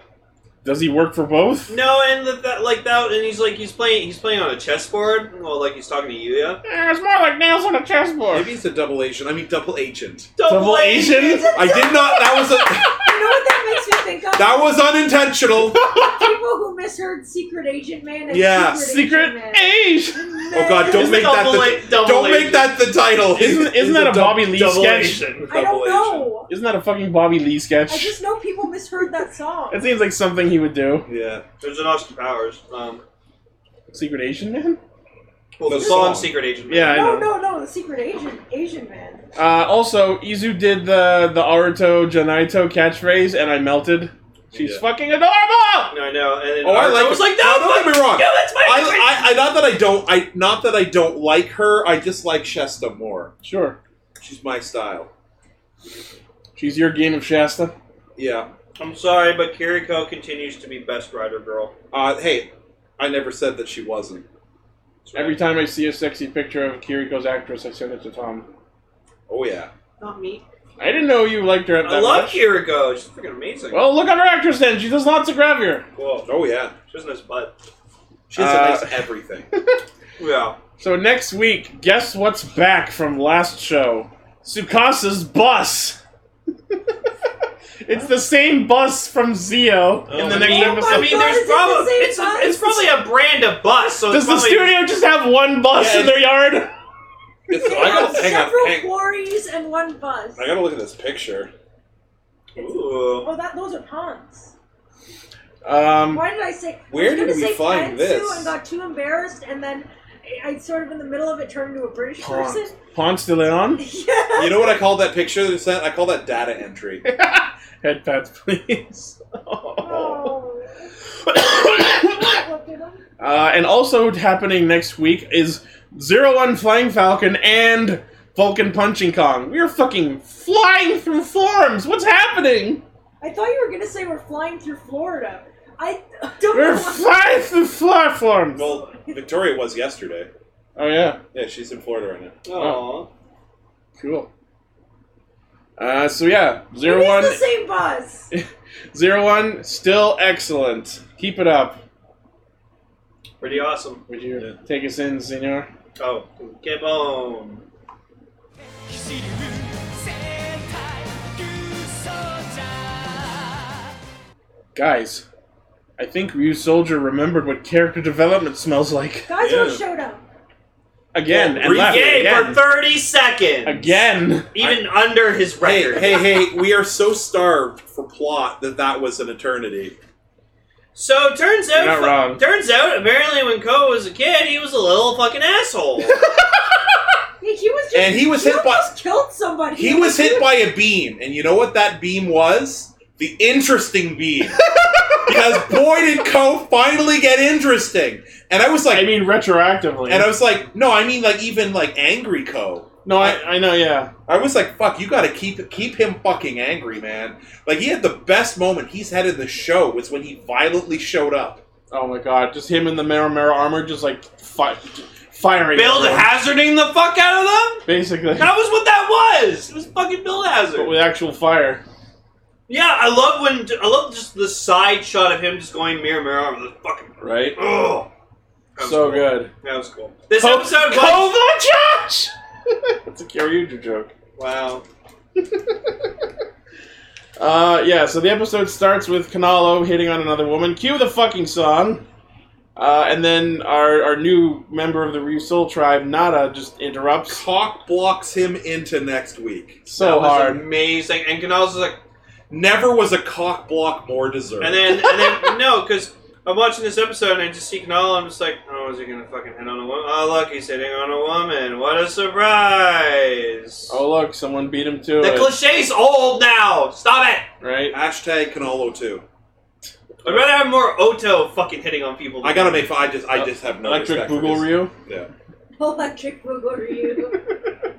[SPEAKER 1] Does he work for both?
[SPEAKER 4] No, and that, that like that, and he's like he's playing he's playing on a chessboard. Well, like he's talking to Yuya.
[SPEAKER 1] Eh, it's more like nails on a chessboard.
[SPEAKER 2] Maybe it's a double agent. I mean, double agent.
[SPEAKER 1] Double Asian?
[SPEAKER 2] I did not. That was a,
[SPEAKER 8] You know what that makes me think of?
[SPEAKER 2] that was unintentional.
[SPEAKER 8] People who misheard Secret Agent Man. As
[SPEAKER 2] Yeah,
[SPEAKER 8] Secret,
[SPEAKER 1] Secret
[SPEAKER 8] Agent
[SPEAKER 1] Age!
[SPEAKER 8] Man.
[SPEAKER 2] Oh God! Don't
[SPEAKER 4] It's
[SPEAKER 2] make that
[SPEAKER 4] double
[SPEAKER 2] the
[SPEAKER 4] a- double
[SPEAKER 2] don't make
[SPEAKER 4] agent.
[SPEAKER 2] that the title.
[SPEAKER 1] Isn't, isn't that a Bobby Lee sketch?
[SPEAKER 8] I don't know.
[SPEAKER 1] Isn't that a fucking Bobby Lee sketch?
[SPEAKER 8] I just know people misheard that song.
[SPEAKER 1] It seems like something he would do.
[SPEAKER 2] Yeah.
[SPEAKER 4] There's an Austin Powers. Um,
[SPEAKER 1] Secret Asian Man?
[SPEAKER 4] well, the
[SPEAKER 2] The song.
[SPEAKER 4] song Secret Agent.
[SPEAKER 1] Yeah, I
[SPEAKER 8] no,
[SPEAKER 1] know.
[SPEAKER 8] no, no, the Secret Agent, Asian Man.
[SPEAKER 1] Uh, also, Izu did the the Aruto Janaito catchphrase, and I melted. She's fucking adorable.
[SPEAKER 4] No, I know. And then
[SPEAKER 2] Oh, I
[SPEAKER 4] Arthur
[SPEAKER 2] like
[SPEAKER 4] was
[SPEAKER 2] her.
[SPEAKER 4] like, no,
[SPEAKER 2] No, don't get me wrong.
[SPEAKER 4] No, that's my
[SPEAKER 2] I, I, I not that I don't I not that I don't like her. I just like Shesta more.
[SPEAKER 1] Sure.
[SPEAKER 2] She's my style.
[SPEAKER 1] She's your game of Shasta.
[SPEAKER 2] Yeah.
[SPEAKER 4] I'm sorry, but Kiriko continues to be best rider girl.
[SPEAKER 2] Uh, hey, I never said that she wasn't.
[SPEAKER 1] Every time I see a sexy picture of Kiriko's actress, I send it to Tom.
[SPEAKER 2] Oh yeah.
[SPEAKER 4] Not me.
[SPEAKER 1] I didn't know you liked her that
[SPEAKER 4] I love
[SPEAKER 1] much.
[SPEAKER 4] Kiriko. She's freaking amazing.
[SPEAKER 1] Well, look at her actress then. She does lots of gravure.
[SPEAKER 4] cool.
[SPEAKER 2] Oh yeah.
[SPEAKER 4] She has a nice butt.
[SPEAKER 2] She has
[SPEAKER 1] Uh,
[SPEAKER 2] a nice everything.
[SPEAKER 4] Yeah.
[SPEAKER 1] So next week, guess what's back from last show? Sukasa's bus. it's the same bus from Zio in
[SPEAKER 8] Oh,
[SPEAKER 1] the
[SPEAKER 4] I
[SPEAKER 1] next
[SPEAKER 4] mean-
[SPEAKER 1] episode.
[SPEAKER 4] I mean,
[SPEAKER 8] God, is
[SPEAKER 4] there's
[SPEAKER 8] it the
[SPEAKER 4] probably
[SPEAKER 8] same
[SPEAKER 4] it's,
[SPEAKER 8] bus?
[SPEAKER 4] it's probably a brand of bus. So
[SPEAKER 1] Does
[SPEAKER 4] it's
[SPEAKER 1] the
[SPEAKER 4] probably,
[SPEAKER 1] studio just have one bus
[SPEAKER 2] Yeah,
[SPEAKER 1] in their yard?
[SPEAKER 2] It's,
[SPEAKER 8] They
[SPEAKER 2] I
[SPEAKER 8] have
[SPEAKER 2] gotta hang on.
[SPEAKER 8] several
[SPEAKER 2] Hang,
[SPEAKER 8] quarries and one bus.
[SPEAKER 2] I gotta look at this picture.
[SPEAKER 4] Ooh.
[SPEAKER 8] Oh, that those are ponds.
[SPEAKER 1] Um,
[SPEAKER 8] Why did I say?
[SPEAKER 2] Where
[SPEAKER 8] I was
[SPEAKER 2] did
[SPEAKER 8] gonna
[SPEAKER 2] we
[SPEAKER 8] say
[SPEAKER 2] find
[SPEAKER 8] Kansu
[SPEAKER 2] this?
[SPEAKER 8] And got too embarrassed, and then I- I sort of in the middle of it turned into a British
[SPEAKER 1] Ponds.
[SPEAKER 8] person.
[SPEAKER 1] Ponce de Leon?
[SPEAKER 8] Yeah.
[SPEAKER 2] You know what I call that picture that I sent? I call that data entry.
[SPEAKER 1] Head pats, please.
[SPEAKER 8] Oh. Look at them.
[SPEAKER 1] Uh, and also happening next week is Zero One Flying Falcon and Vulcan Punching Kong. We are fucking flying through forms. What's happening?
[SPEAKER 8] I thought you were gonna say we're flying through Florida. I don't
[SPEAKER 1] We're
[SPEAKER 8] know. why-
[SPEAKER 1] flying through fly forms.
[SPEAKER 2] Well, Victoria was yesterday.
[SPEAKER 1] Oh yeah,
[SPEAKER 2] Yeah, she's in Florida right now.
[SPEAKER 4] Aw.
[SPEAKER 1] cool. Uh, so yeah,
[SPEAKER 8] It
[SPEAKER 1] Zero
[SPEAKER 8] is
[SPEAKER 1] One,
[SPEAKER 8] the same bus.
[SPEAKER 1] Zero One, still excellent. Keep it up.
[SPEAKER 4] Pretty awesome.
[SPEAKER 1] Would you
[SPEAKER 2] Yeah.
[SPEAKER 1] take us in, Senor?
[SPEAKER 4] Oh, get on.
[SPEAKER 6] 走る戦隊ルーソージャー
[SPEAKER 1] Guys, I think Ryu Soldier remembered what character development smells like
[SPEAKER 8] Guys,
[SPEAKER 2] Yeah.
[SPEAKER 8] who showed up?
[SPEAKER 1] again and
[SPEAKER 2] Ryu-
[SPEAKER 1] left
[SPEAKER 4] Yay for
[SPEAKER 1] again.
[SPEAKER 4] 30 seconds.
[SPEAKER 1] again.
[SPEAKER 4] Even under his record.
[SPEAKER 2] Hey, hey, hey! We are so starved for plot that that was an eternity.
[SPEAKER 4] So turns out,
[SPEAKER 1] You're not wrong.
[SPEAKER 4] turns out, apparently when Ko was a kid, he was a little fucking asshole.
[SPEAKER 8] Yeah, he was just.
[SPEAKER 2] And he was hit by-
[SPEAKER 8] almost killed somebody.
[SPEAKER 2] He was hit by a beam, and you know what that beam was? The interesting beam. because boy did Co finally get interesting. And I was like,
[SPEAKER 1] I mean, retroactively.
[SPEAKER 2] and I was like, no, I mean like even like angry Co.
[SPEAKER 1] no, I, I know, yeah.
[SPEAKER 2] I was like, fuck, you gotta keep keep him fucking angry, man. Like he had the best moment he's had in the show was when he violently showed up.
[SPEAKER 1] Oh my god, just him in the Mera Mera armor, just like fi- firing.
[SPEAKER 4] Bill
[SPEAKER 1] everyone,
[SPEAKER 4] hazarding the fuck out of them?
[SPEAKER 1] basically,
[SPEAKER 4] That was what that was! It was fucking Bill Hazard.
[SPEAKER 1] but with actual fire.
[SPEAKER 4] Yeah, I love when I love just the side shot of him just going mirror mirror over the fucking
[SPEAKER 1] Right.
[SPEAKER 4] oh. That was
[SPEAKER 1] So
[SPEAKER 4] cool.
[SPEAKER 1] good.
[SPEAKER 4] That was cool. This
[SPEAKER 1] Co-
[SPEAKER 4] episode was
[SPEAKER 1] Kovacic. That's a Kyoryuger joke.
[SPEAKER 4] wow.
[SPEAKER 1] Uh, yeah. So the episode starts with Kanalo hitting on another woman. Cue the fucking song. Uh, and then our, our new member of the Ryu Soul tribe, Nada, just interrupts
[SPEAKER 2] Cock blocks him into next week.
[SPEAKER 4] that
[SPEAKER 1] so
[SPEAKER 4] was
[SPEAKER 1] hard.
[SPEAKER 4] amazing. And Canals was like,
[SPEAKER 2] Never was a cock block more deserved.
[SPEAKER 4] and then and then no, because I'm watching this episode and I just see Canal. I'm just like, oh, is he gonna fucking hit on a woman? Oh, look, he's hitting on a woman. What a surprise!
[SPEAKER 1] Oh look, someone beat him to
[SPEAKER 4] the
[SPEAKER 1] it.
[SPEAKER 4] cliche's old now. Stop it.
[SPEAKER 1] right.
[SPEAKER 2] Hashtag Canolo too.
[SPEAKER 4] I'd rather have more Oto fucking hitting on people.
[SPEAKER 2] I gotta make. I just. I just have no
[SPEAKER 1] Electric
[SPEAKER 2] respect for
[SPEAKER 1] Google
[SPEAKER 2] this.
[SPEAKER 1] Ryu.
[SPEAKER 2] Yeah.
[SPEAKER 8] Electric Boogaloo.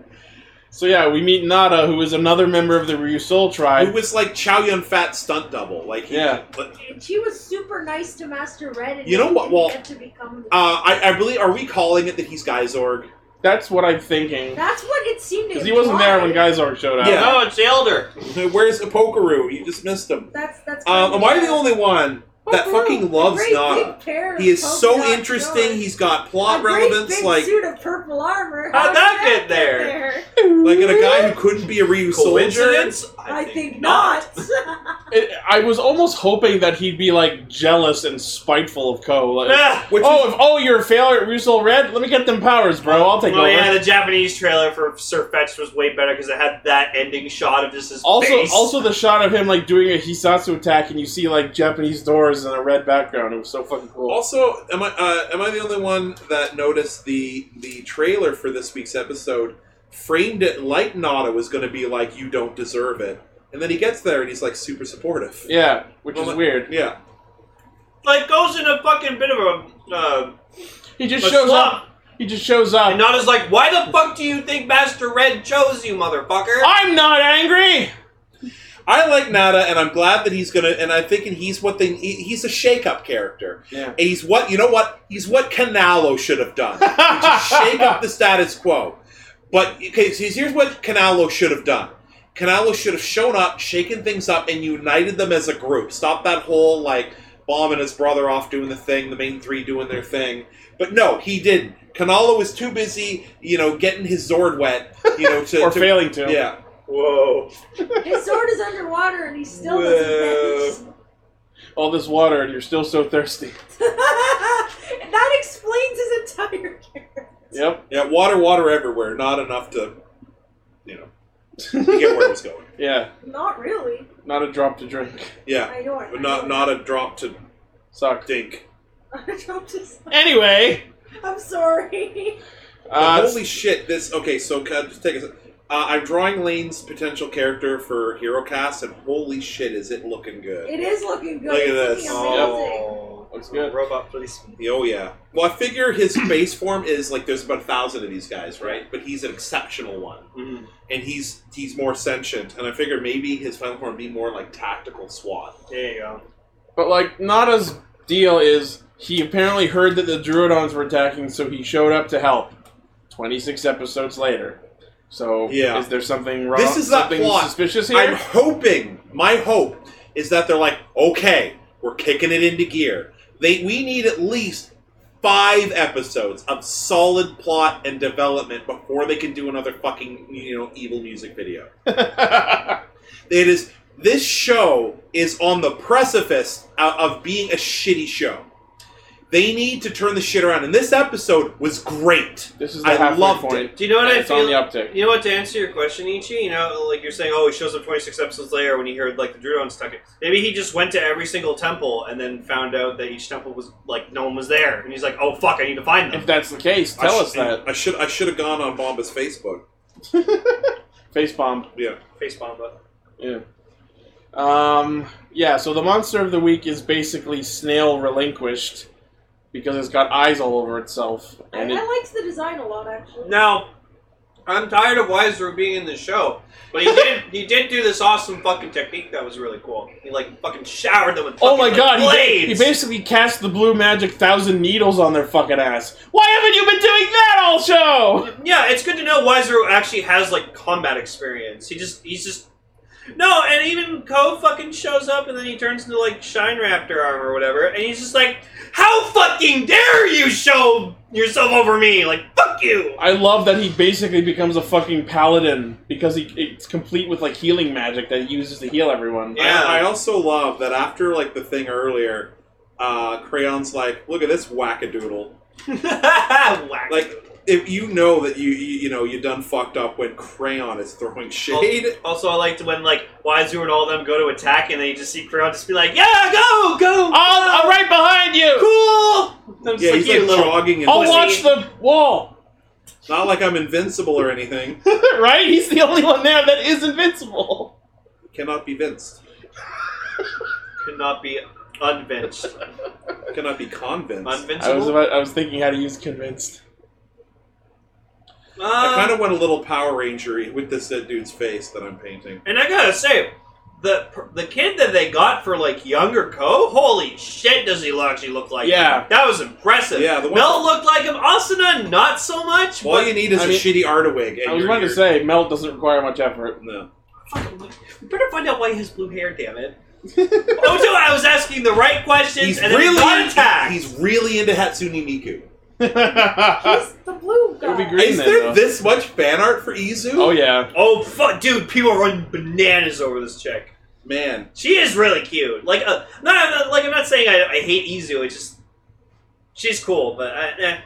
[SPEAKER 1] So yeah, we meet Nada, who is another member of the Ryu Soul
[SPEAKER 2] Who
[SPEAKER 1] tribe.
[SPEAKER 2] was like Chow Yun Fat stunt double? Like he,
[SPEAKER 1] Yeah.
[SPEAKER 2] but,
[SPEAKER 8] and she was super nice to Master Red. And
[SPEAKER 2] You know what,
[SPEAKER 8] didn't
[SPEAKER 2] Walt?
[SPEAKER 8] Get to become the-
[SPEAKER 2] Uh, I, I really are we calling it that he's Geysorg?
[SPEAKER 1] That's what I'm thinking.
[SPEAKER 8] That's what it seemed.
[SPEAKER 1] Because he wasn't
[SPEAKER 8] implied.
[SPEAKER 1] there when Geysorg showed up.
[SPEAKER 2] Yeah.
[SPEAKER 4] No, it's the elder.
[SPEAKER 2] Where's Pokeroo? You just missed him.
[SPEAKER 8] That's that's.
[SPEAKER 2] Um, am I the only one that
[SPEAKER 8] Pokeroo, a
[SPEAKER 2] fucking loves
[SPEAKER 8] great
[SPEAKER 2] Nada?
[SPEAKER 8] big pair of
[SPEAKER 2] He is
[SPEAKER 8] polka
[SPEAKER 2] so
[SPEAKER 8] dot
[SPEAKER 2] interesting.
[SPEAKER 8] shorts.
[SPEAKER 2] He's got
[SPEAKER 8] a
[SPEAKER 2] plot
[SPEAKER 8] great
[SPEAKER 2] relevance,
[SPEAKER 8] big
[SPEAKER 2] like
[SPEAKER 8] suit of purple armor.
[SPEAKER 4] How'd
[SPEAKER 8] How
[SPEAKER 4] that
[SPEAKER 8] did
[SPEAKER 4] get there?
[SPEAKER 2] like in a guy who couldn't be a Ryu soldier.
[SPEAKER 4] Coincidence?
[SPEAKER 8] I think not.
[SPEAKER 1] It, I was almost hoping that he'd be like jealous and spiteful of Ko. Like,
[SPEAKER 4] Ah.
[SPEAKER 2] Which
[SPEAKER 1] oh, if oh you're a failure at Ryu Soul Red, let me get them powers, bro. I'll take
[SPEAKER 4] Oh
[SPEAKER 1] over.
[SPEAKER 4] yeah, the Japanese trailer for Sir Fetch was way better because it had that ending shot of just his
[SPEAKER 1] also,
[SPEAKER 4] face.
[SPEAKER 1] also the shot of him like doing a Hisatsu attack, and you see like Japanese doors and a red background. It was so fucking cool.
[SPEAKER 2] Also, am I uh, am I the only one that noticed the the trailer for this week's episode framed it like Nada was going to be like you don't deserve it, And then he gets there and he's like super supportive.
[SPEAKER 1] Yeah, which
[SPEAKER 2] Well,
[SPEAKER 1] is
[SPEAKER 2] like-
[SPEAKER 1] weird.
[SPEAKER 2] Yeah.
[SPEAKER 4] Like goes in a fucking bit of a uh,
[SPEAKER 1] He just
[SPEAKER 4] a
[SPEAKER 1] shows
[SPEAKER 4] slump.
[SPEAKER 1] up. He just shows up.
[SPEAKER 4] And Nana's like, why the fuck do you think Master Red chose you, motherfucker?
[SPEAKER 1] I'm not angry.
[SPEAKER 2] I like Nada, and I'm glad that he's gonna. And I'm thinking he's what they. he- He's a shake-up character.
[SPEAKER 1] Yeah.
[SPEAKER 2] And he's what you know what he's what Canalo should have done. Which is shake up the status quo. But okay, so here's what Canalo should have done. Canalo should have shown up, shaken things up, and united them as a group. Stop that whole like Bomb and his brother off doing the thing, the main three doing their thing. But no, he didn't. Canalo was too busy, you know, getting his Zord wet, you know, to,
[SPEAKER 1] Or
[SPEAKER 2] to-
[SPEAKER 1] failing to.
[SPEAKER 2] Yeah.
[SPEAKER 4] Whoa.
[SPEAKER 8] His sword is underwater and he still
[SPEAKER 2] Whoa.
[SPEAKER 8] doesn't
[SPEAKER 1] All this water, and you're still so thirsty.
[SPEAKER 8] finish. that explains his entire character.
[SPEAKER 1] Yep.
[SPEAKER 2] Yeah, water, water everywhere. Not enough to, you know, to get where it was going.
[SPEAKER 1] Yeah.
[SPEAKER 8] Not really.
[SPEAKER 1] Not a drop to drink.
[SPEAKER 2] Yeah,
[SPEAKER 8] I don't.
[SPEAKER 2] but not not a drop to
[SPEAKER 1] Sucked.
[SPEAKER 2] dink.
[SPEAKER 8] I'm just.
[SPEAKER 1] Anyway.
[SPEAKER 8] I'm sorry.
[SPEAKER 1] Uh,
[SPEAKER 2] But holy shit! This okay. So can I just take a. sec- Uh, I'm drawing Lane's potential character for Hero Cast, and holy shit, is it looking good?
[SPEAKER 8] It is looking good.
[SPEAKER 2] Look at
[SPEAKER 8] It's
[SPEAKER 2] this.
[SPEAKER 8] looking amazing.
[SPEAKER 1] Oh, Looks good.
[SPEAKER 4] Robot policeman.
[SPEAKER 2] Oh yeah. Well, I figure his base form is like there's about a thousand of these guys, right? But he's an exceptional one,
[SPEAKER 1] Mm-hmm.
[SPEAKER 4] Mhm.
[SPEAKER 2] and he's he's more sentient. And I figure maybe his final form would be more like tactical SWAT.
[SPEAKER 4] There you go.
[SPEAKER 1] But like Nada's deal is he apparently heard that the Druidons were attacking, so he showed up to help. Twenty six episodes later. So
[SPEAKER 2] Yeah.
[SPEAKER 1] is there something wrong?
[SPEAKER 2] This is that
[SPEAKER 1] something
[SPEAKER 2] plot.
[SPEAKER 1] suspicious
[SPEAKER 2] I'm
[SPEAKER 1] here?
[SPEAKER 2] hoping, my hope is that they're like, okay, we're kicking it into gear. They we need at least five episodes of solid plot and development before they can do another fucking you know evil music video. It is this show is on the precipice of- of being a shitty show. They need to turn the shit around, and this episode was great.
[SPEAKER 1] this is the
[SPEAKER 2] I
[SPEAKER 1] halfway
[SPEAKER 2] loved
[SPEAKER 1] point.
[SPEAKER 2] it.
[SPEAKER 4] Do you know what
[SPEAKER 1] and
[SPEAKER 4] I
[SPEAKER 1] it's on
[SPEAKER 4] feel?
[SPEAKER 1] the uptick.
[SPEAKER 4] You know what? To answer your question, Ichi, you know, like you're saying, oh, he shows up 26 episodes later when he heard like the Druidons talking. Maybe he just went to every single temple and then found out that each temple was like no one was there, and he's like, oh fuck, I need to find them.
[SPEAKER 1] If that's the case,
[SPEAKER 2] I
[SPEAKER 1] tell
[SPEAKER 2] sh-
[SPEAKER 1] us that.
[SPEAKER 2] I should I should have gone on Bomba's Facebook.
[SPEAKER 1] Face bomb.
[SPEAKER 2] Yeah.
[SPEAKER 4] Face Bomba.
[SPEAKER 1] Yeah. Um, yeah, so the monster of the week is basically snail relinquished because it's got eyes all over itself.
[SPEAKER 8] I,
[SPEAKER 1] And it,
[SPEAKER 8] I liked the design a lot, actually.
[SPEAKER 4] Now, I'm tired of Weiser being in the show, but he did he did do this awesome fucking technique that was really cool. He like fucking showered them with
[SPEAKER 1] oh
[SPEAKER 4] fucking,
[SPEAKER 1] my
[SPEAKER 4] like,
[SPEAKER 1] god, he, ba- he
[SPEAKER 4] blades.
[SPEAKER 1] basically cast the blue magic thousand needles on their fucking ass. Why haven't you been doing that all show?
[SPEAKER 4] Yeah, it's good to know Weiser actually has like combat experience. He just he's just no, and even Ko fucking shows up and then he turns into like Shine Raptor arm or whatever, and he's just like, "How fucking dare you show yourself over me? Like fuck you!"
[SPEAKER 1] I love that he basically becomes a fucking paladin because he it's complete with like healing magic that he uses to heal everyone.
[SPEAKER 4] Yeah.
[SPEAKER 2] I, I also love that after like the thing earlier, uh, Crayon's like, look at this wackadoodle.
[SPEAKER 4] Whack.
[SPEAKER 2] Like if you know that you you, you know you done fucked up when Crayon is throwing shade.
[SPEAKER 4] Also, I liked when like Weiser and all them go to attack, and then you just see Crown just be like, "Yeah, go, go,
[SPEAKER 1] I'll, I'm right behind you.
[SPEAKER 4] cool." I'm just
[SPEAKER 2] yeah,
[SPEAKER 4] like,
[SPEAKER 2] he's
[SPEAKER 4] "You
[SPEAKER 2] like
[SPEAKER 4] little
[SPEAKER 2] jogging and
[SPEAKER 1] I'll
[SPEAKER 4] Pussy.
[SPEAKER 1] watch the wall.
[SPEAKER 2] not like I'm invincible or anything.
[SPEAKER 1] right? He's the only one there that is invincible.
[SPEAKER 2] Cannot be vinced.
[SPEAKER 4] could not be unvinced,
[SPEAKER 2] Cannot be convinced.
[SPEAKER 1] I was
[SPEAKER 4] unvincible."
[SPEAKER 1] about, I was thinking how to use convinced.
[SPEAKER 2] I
[SPEAKER 4] Um,
[SPEAKER 2] kind of went a little Power Ranger with this uh, dude's face that I'm painting.
[SPEAKER 4] And I gotta say, the the kid that they got for like younger Co, holy shit, does he actually look like?
[SPEAKER 1] Yeah.
[SPEAKER 4] him. that was impressive.
[SPEAKER 2] Yeah, the one-
[SPEAKER 4] Mel looked like him. Asuna, not so much.
[SPEAKER 2] All
[SPEAKER 4] But
[SPEAKER 2] you need is
[SPEAKER 1] I
[SPEAKER 2] a
[SPEAKER 1] mean-
[SPEAKER 2] shitty Artawig. and
[SPEAKER 1] I was
[SPEAKER 2] you're-
[SPEAKER 1] about to
[SPEAKER 2] you're-
[SPEAKER 1] say melt doesn't require much effort.
[SPEAKER 2] No.
[SPEAKER 4] Fucking look- we better find out why he has blue hair. Damn it! oh, so I was asking the right questions,
[SPEAKER 2] He's
[SPEAKER 4] and then he
[SPEAKER 2] really
[SPEAKER 4] got attacked.
[SPEAKER 2] he's really into Hatsune Miku.
[SPEAKER 1] it Oh,
[SPEAKER 8] He's the blue guy.
[SPEAKER 1] would be green
[SPEAKER 2] Is
[SPEAKER 1] then.
[SPEAKER 2] there
[SPEAKER 1] though.
[SPEAKER 2] this much fan art for Izu?
[SPEAKER 1] oh yeah.
[SPEAKER 4] Oh fuck, dude! People are running bananas over this chick.
[SPEAKER 2] Man,
[SPEAKER 4] She is really cute. Like, uh, no, I'm not- like I'm not saying I, I hate Izu. It's just she's cool, but I, eh,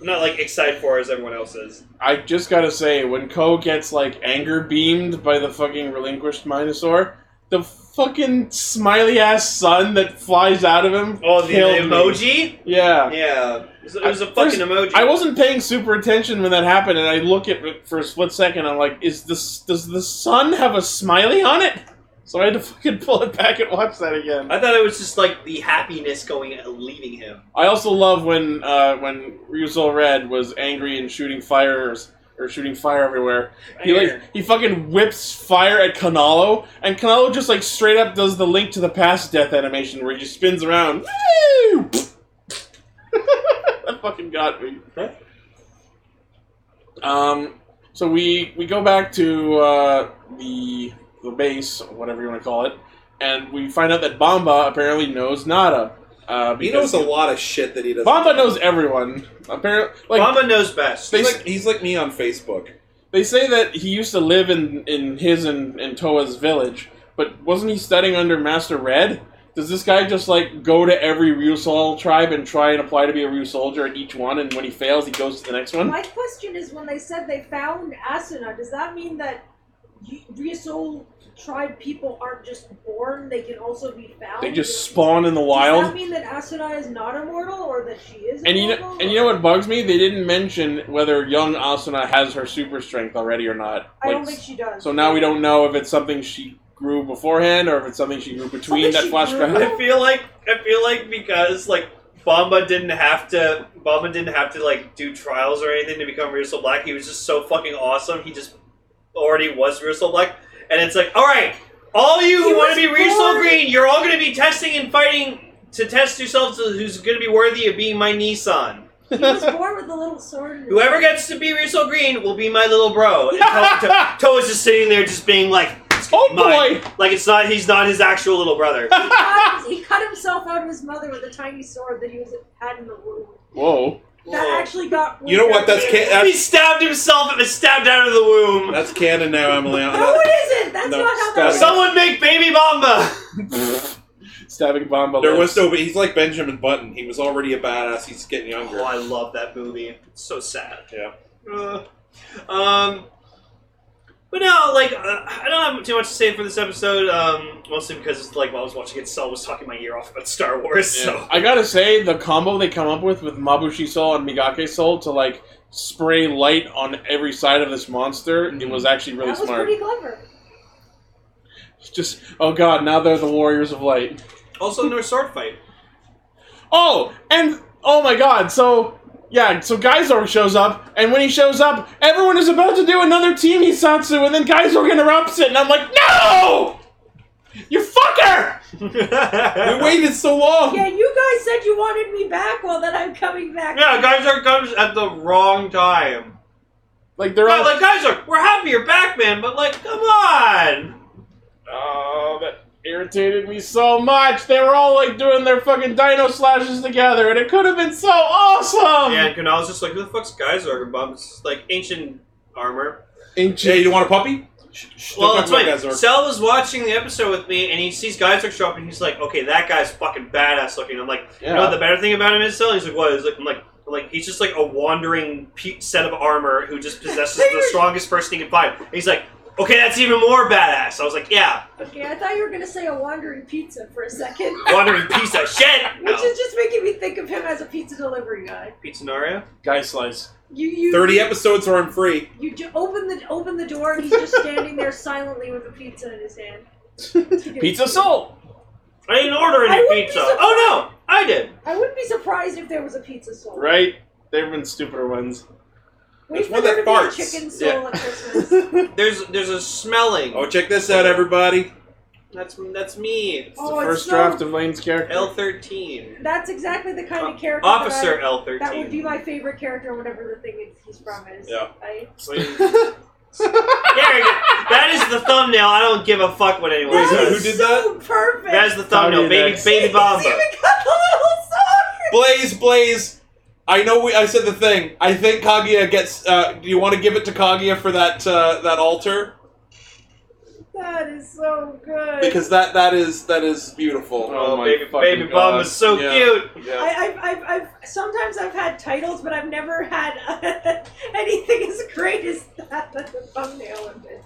[SPEAKER 4] I'm not like excited for her as everyone else is.
[SPEAKER 1] I just gotta say, when Ko gets like anger beamed by the fucking relinquished Minosaur, the fucking smiley ass sun that flies out of him.
[SPEAKER 4] Oh, the, the
[SPEAKER 1] killed me.
[SPEAKER 4] emoji.
[SPEAKER 1] Yeah.
[SPEAKER 4] Yeah, it was, it was a
[SPEAKER 1] I- first-
[SPEAKER 4] fucking emoji.
[SPEAKER 1] I wasn't paying super attention when that happened, and I look at it for a split second. I'm like, "Is this? Does the sun have a smiley on it?" So I had to fucking pull it back and watch that again.
[SPEAKER 4] I thought it was just like the happiness going uh, leaving him.
[SPEAKER 1] I also love when uh, when Ryuzel Red was angry and shooting fires or shooting fire everywhere. He like he fucking whips fire at Canalo, and Canalo just like straight up does the link to the past death animation where he just spins around. Woo! that fucking got me. Um, so we we go back to uh, the the base, whatever you want to call it, and we find out that Bomba apparently knows Nada. Uh,
[SPEAKER 2] He
[SPEAKER 1] because
[SPEAKER 2] knows a lot of shit that he doesn't.
[SPEAKER 1] Bomba knows everyone. Apparently, like
[SPEAKER 4] Mama knows best.
[SPEAKER 1] they
[SPEAKER 2] He's like, he's like me on Facebook.
[SPEAKER 1] they say that he used to live in in his and, and Toa's village, but wasn't he studying under Master Red? Does this guy just like go to every Ryu Sol tribe and try and apply to be a Ryu soldier at each one, and when he fails, he goes to the next one?
[SPEAKER 8] My question is when they said they found Asuna, does that mean that y- Ryusoul tribe people aren't just born, they can also be found?
[SPEAKER 1] They just spawn in the
[SPEAKER 8] Does that
[SPEAKER 1] wild.
[SPEAKER 8] mean that Asuna is not immortal or that she is
[SPEAKER 1] And you
[SPEAKER 8] immortal?
[SPEAKER 1] know, and you know what bugs me? They didn't mention whether young Asuna has her super strength already or not.
[SPEAKER 8] I don't
[SPEAKER 1] Like,
[SPEAKER 8] think she does.
[SPEAKER 1] so now we don't know if it's something she grew beforehand or if it's something she grew between that
[SPEAKER 8] Something she grew?
[SPEAKER 1] flashback.
[SPEAKER 4] I feel like I feel like because like Bamba didn't have to Bamba didn't have to like do trials or anything to become Russell Black. He was just so fucking awesome. He just already was Russell Black, and it's like, all right, all you
[SPEAKER 8] He
[SPEAKER 4] who want
[SPEAKER 8] was
[SPEAKER 4] to be Russell
[SPEAKER 8] born-
[SPEAKER 4] Green, you're all going to be testing and fighting to test yourselves to who's going to be worthy of being my Nissan.
[SPEAKER 8] He was born with a little sword. in his
[SPEAKER 4] Whoever gets to be Russell Green will be my little bro. And To- To- Toa's just sitting there, just being like,
[SPEAKER 1] Oh
[SPEAKER 4] my-
[SPEAKER 1] boy!
[SPEAKER 4] like it's not he's not his actual little brother.
[SPEAKER 8] He cut, he cut himself out of his mother with a tiny sword that he was had in the womb.
[SPEAKER 1] Whoa.
[SPEAKER 8] That
[SPEAKER 4] Whoa.
[SPEAKER 8] actually got.
[SPEAKER 2] You know what? That's ca-
[SPEAKER 4] he
[SPEAKER 2] that's,
[SPEAKER 4] stabbed himself and was stabbed out of the womb.
[SPEAKER 2] that's canon now, Emily.
[SPEAKER 8] No, it isn't. That's
[SPEAKER 2] No,
[SPEAKER 8] not how
[SPEAKER 2] stop
[SPEAKER 8] that.
[SPEAKER 2] it.
[SPEAKER 4] Someone make baby Bamba.
[SPEAKER 1] Stabbing Bomba.
[SPEAKER 2] There was
[SPEAKER 1] lips.
[SPEAKER 2] no, but he's like Benjamin Button. He was already a badass. He's getting younger.
[SPEAKER 4] Oh, I love that movie. It's so sad.
[SPEAKER 2] Yeah.
[SPEAKER 4] Uh, um, but no, like uh, I don't have too much to say for this episode. Um, mostly because it's like while I was watching it, Saul was talking my ear off about Star Wars. So
[SPEAKER 1] I gotta say, the combo they come up with with Mabushi Soul and Migake Soul to like spray light on every side of this monster, it was actually really
[SPEAKER 8] that was
[SPEAKER 1] smart.
[SPEAKER 8] pretty clever.
[SPEAKER 1] Just oh god, now they're the warriors of light.
[SPEAKER 4] also no sword fight.
[SPEAKER 1] Oh, and oh my god, so yeah, so Geizor shows up, and when he shows up, everyone is about to do another team Hisatsu, and then Geizor interrupts it, and I'm like, no! You fucker!
[SPEAKER 4] yeah,
[SPEAKER 2] We waited so long.
[SPEAKER 8] Yeah, you guys said you wanted me back. Well, then I'm coming back.
[SPEAKER 4] Geyser comes at the wrong time.
[SPEAKER 1] Like they're
[SPEAKER 4] Right,
[SPEAKER 1] all
[SPEAKER 4] like Geyser, we're happy you're back, man, but like, come on.
[SPEAKER 1] Oh, that irritated me so much. They were all like doing their fucking dino slashes together, and it could have been so
[SPEAKER 2] Um,
[SPEAKER 1] awesome.
[SPEAKER 4] Yeah, and Kunal's just like, who the fuck's Geyser? And Bum's just like ancient armor.
[SPEAKER 2] Jay, you want a puppy? Sh- sh-
[SPEAKER 4] Well,
[SPEAKER 2] don't
[SPEAKER 4] that's
[SPEAKER 2] talk
[SPEAKER 4] funny.
[SPEAKER 2] about Gazor.
[SPEAKER 4] Sel was watching the episode with me, and he sees Geyser show up, and he's like, "Okay, that guy's fucking badass looking." I'm like, "You know what the better thing about him is Sel?" He's like, "What?" He's like, "I'm like, I'm like he's just like a wandering pe- set of armor who just possesses
[SPEAKER 8] They were-
[SPEAKER 4] the strongest person he can find." And he's like, "Okay, that's even more badass." I was like, "Yeah,
[SPEAKER 8] Okay, I thought you were gonna say a wandering pizza for a second,
[SPEAKER 4] wandering piece of shit."
[SPEAKER 8] which
[SPEAKER 4] No.
[SPEAKER 8] is just making me think of him as a pizza delivery guy.
[SPEAKER 4] Pizzenaria.
[SPEAKER 1] Guy slice.
[SPEAKER 8] You you
[SPEAKER 2] Thirty episodes or I'm free.
[SPEAKER 8] You ju- open the open the door and he's just standing there silently with a pizza in his hand.
[SPEAKER 1] Pizza soul.
[SPEAKER 4] I didn't
[SPEAKER 8] I
[SPEAKER 4] order any
[SPEAKER 8] wouldn't be
[SPEAKER 4] pizza.
[SPEAKER 8] surprised-
[SPEAKER 4] Oh no, I did.
[SPEAKER 8] I wouldn't be surprised if there was a pizza soul.
[SPEAKER 1] Right? They've been stupider ones.
[SPEAKER 8] Wait
[SPEAKER 2] There's
[SPEAKER 8] for
[SPEAKER 2] one that
[SPEAKER 8] there to be a
[SPEAKER 2] farts.
[SPEAKER 8] chicken soul
[SPEAKER 1] Yeah.
[SPEAKER 8] at Christmas.
[SPEAKER 4] There's there's a smelling.
[SPEAKER 2] Oh, check this out, everybody.
[SPEAKER 4] That's that's me.
[SPEAKER 8] oh, it's
[SPEAKER 1] First
[SPEAKER 8] so,
[SPEAKER 1] draft of Lane's character.
[SPEAKER 4] L thirteen.
[SPEAKER 8] That's exactly the kind of character.
[SPEAKER 4] Officer L
[SPEAKER 8] That, I, that would be
[SPEAKER 4] thirteen.
[SPEAKER 8] my favorite character, whatever the thing is he's from is.
[SPEAKER 2] Yeah.
[SPEAKER 8] I,
[SPEAKER 4] There you go. That is the thumbnail. I don't give a fuck what anyone
[SPEAKER 2] Wait,
[SPEAKER 4] says.
[SPEAKER 2] who did
[SPEAKER 8] so perfect.
[SPEAKER 4] That is the
[SPEAKER 1] Tommy
[SPEAKER 4] thumbnail.
[SPEAKER 1] and
[SPEAKER 4] Baby,
[SPEAKER 1] Dex.
[SPEAKER 4] baby
[SPEAKER 8] He's
[SPEAKER 4] Bamba.
[SPEAKER 8] even got the little song.
[SPEAKER 2] Blaze, Blaze. I know we, I said the thing. I think Kaguya gets. Uh, do you want to give it to Kaguya for that uh, that altar?
[SPEAKER 8] That is so good.
[SPEAKER 2] Because that that is that is beautiful.
[SPEAKER 1] Oh
[SPEAKER 4] Oh,
[SPEAKER 1] my
[SPEAKER 4] baby,
[SPEAKER 1] fucking
[SPEAKER 4] baby
[SPEAKER 1] God.
[SPEAKER 4] Bamba's so
[SPEAKER 2] Yeah.
[SPEAKER 4] cute.
[SPEAKER 2] Yeah.
[SPEAKER 8] I, I've, I've, I've, sometimes I've had titles, but I've never had anything as great as that. That's a thumbnail of it.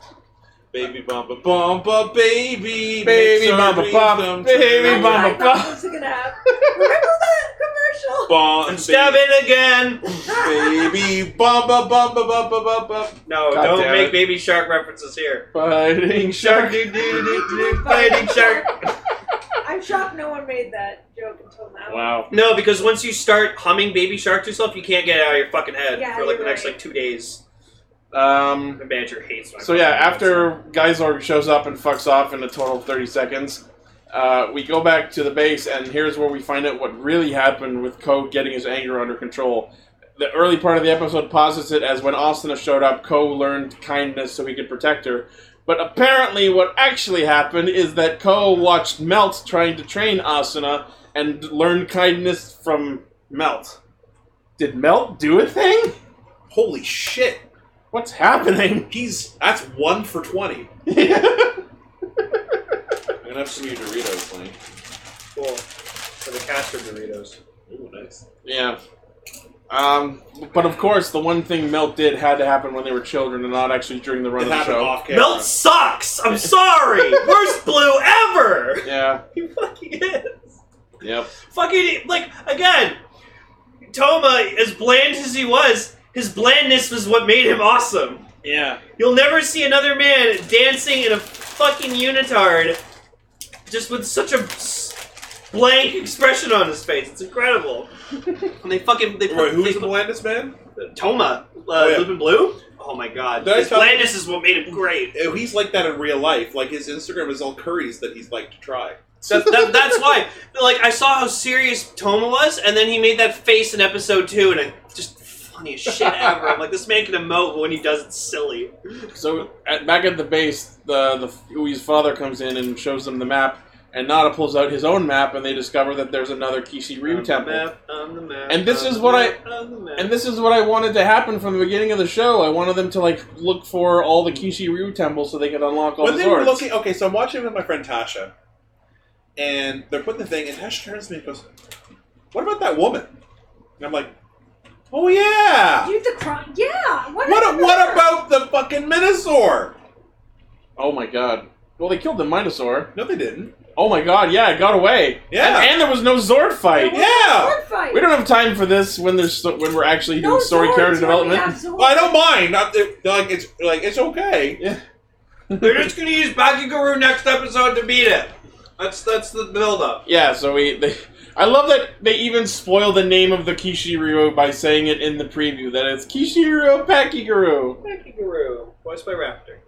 [SPEAKER 2] Baby Bamba Bamba Baby
[SPEAKER 1] Baby
[SPEAKER 2] makes our
[SPEAKER 1] Bamba Bamba
[SPEAKER 2] dreams come
[SPEAKER 1] Baby
[SPEAKER 2] true.
[SPEAKER 8] I,
[SPEAKER 1] Bamba
[SPEAKER 8] I thought this was gonna happen. Remember that commercial?
[SPEAKER 2] Bon,
[SPEAKER 4] and stab it again.
[SPEAKER 2] baby, bum bum bum bum bum bum bum bum.
[SPEAKER 4] No,
[SPEAKER 2] God
[SPEAKER 4] don't
[SPEAKER 2] damn
[SPEAKER 4] make
[SPEAKER 2] it.
[SPEAKER 4] baby shark references here.
[SPEAKER 1] Fighting shark.
[SPEAKER 4] do, do, do, do, fighting shark.
[SPEAKER 8] I'm shocked no one made that joke until now.
[SPEAKER 1] Wow.
[SPEAKER 4] No, because once you start humming baby shark to yourself, you can't get it out of your fucking head
[SPEAKER 8] Yeah,
[SPEAKER 4] for like
[SPEAKER 8] you're
[SPEAKER 4] the next
[SPEAKER 8] right.
[SPEAKER 4] like two days.
[SPEAKER 1] Um.
[SPEAKER 4] The manager hates. when I
[SPEAKER 1] So
[SPEAKER 4] fucking
[SPEAKER 1] yeah,
[SPEAKER 4] do that stuff.
[SPEAKER 1] after Geisler shows up and fucks off in a total of thirty seconds, uh, we go back to the base, and here's where we find out what really happened with Code getting his anger under control. The early part of the episode posits it as when Austin showed up, Ko learned kindness so he could protect her. But apparently, what actually happened is that Ko watched Melt trying to train Asuna and learned kindness from Melt. Did Melt do a thing?
[SPEAKER 2] Holy shit!
[SPEAKER 1] What's happening?
[SPEAKER 2] He's that's one for twenty. I'm gonna have some of your Doritos, Lane.
[SPEAKER 4] cool for the caster Doritos.
[SPEAKER 2] Ooh, nice.
[SPEAKER 1] Yeah. Um, but of course, the one thing Melt did had to happen when they were children and not actually during the run
[SPEAKER 2] It
[SPEAKER 1] of the
[SPEAKER 2] happened
[SPEAKER 1] show.
[SPEAKER 2] off camera.
[SPEAKER 4] Melt sucks. I'm sorry. Worst blue ever.
[SPEAKER 1] Yeah.
[SPEAKER 4] He fucking is.
[SPEAKER 1] Yep.
[SPEAKER 4] Fucking like again. Toma, as bland as he was, his blandness was what made him awesome.
[SPEAKER 1] Yeah.
[SPEAKER 4] You'll never see another man dancing in a fucking unitard just with such a s- blank expression on his face. It's incredible. and they fucking they put
[SPEAKER 2] Wait, who's
[SPEAKER 4] they
[SPEAKER 2] the blandest man?
[SPEAKER 4] put- Toma, uh,
[SPEAKER 2] yeah.
[SPEAKER 4] Lupin Blue? Oh my god.
[SPEAKER 2] Did I
[SPEAKER 4] His
[SPEAKER 2] tell you-
[SPEAKER 4] blandness is what made him great.
[SPEAKER 2] Oh, He's like that in real life. Like his Instagram is all curries that he's like to try.
[SPEAKER 4] That, that, that's why. Like I saw how serious Toma was, and then he made that face in episode two, and I just funniest shit ever. I'm like, this man can emote, but when he does, it's silly.
[SPEAKER 1] So at, back at the base, the the Ui's father comes in and shows them the map, and Nada pulls out his own map, and they discover that there's another Kishiryu
[SPEAKER 4] On the
[SPEAKER 1] temple.
[SPEAKER 4] map, on the map,
[SPEAKER 1] And this
[SPEAKER 4] on
[SPEAKER 1] is
[SPEAKER 4] the
[SPEAKER 1] what I-
[SPEAKER 4] map, on the map.
[SPEAKER 1] And this is what I wanted to happen from the beginning of the show. I wanted them to like look for all the Kishiryu temples so they could unlock all
[SPEAKER 2] when
[SPEAKER 1] the
[SPEAKER 2] they were
[SPEAKER 1] swords.
[SPEAKER 2] looking, okay, so I'm watching with my friend Tasha, and they're putting the thing, and Tasha turns to me and goes, "What about that woman?" And I'm like, "Oh yeah,
[SPEAKER 8] Dude, the crime. Yeah. What?
[SPEAKER 2] what?
[SPEAKER 8] happened to
[SPEAKER 2] what
[SPEAKER 8] her?
[SPEAKER 2] about the fucking Minosaur?"
[SPEAKER 1] oh my god! Well, they killed the Minosaur.
[SPEAKER 2] No, they didn't.
[SPEAKER 1] Oh my god! Yeah, it got away.
[SPEAKER 2] Yeah.
[SPEAKER 1] And, and there was no Zord fight.
[SPEAKER 8] There was a
[SPEAKER 2] Yeah.
[SPEAKER 8] sword fight.
[SPEAKER 1] We don't have time for this when there's sto- when we're actually doing
[SPEAKER 8] No
[SPEAKER 1] story
[SPEAKER 8] swords,
[SPEAKER 1] character
[SPEAKER 8] when we
[SPEAKER 1] development.
[SPEAKER 8] have swords.
[SPEAKER 2] Well, I don't mind. Not that- like it's like it's okay.
[SPEAKER 4] They're just gonna use Bakuguru next episode to beat it. That's that's the build up.
[SPEAKER 1] Yeah, so we. They, I love that they even spoil the name of the Kishiryu by saying it in the preview that it's Kishiryu Pakiguru.
[SPEAKER 4] Bakuguru, voiced by Raptor.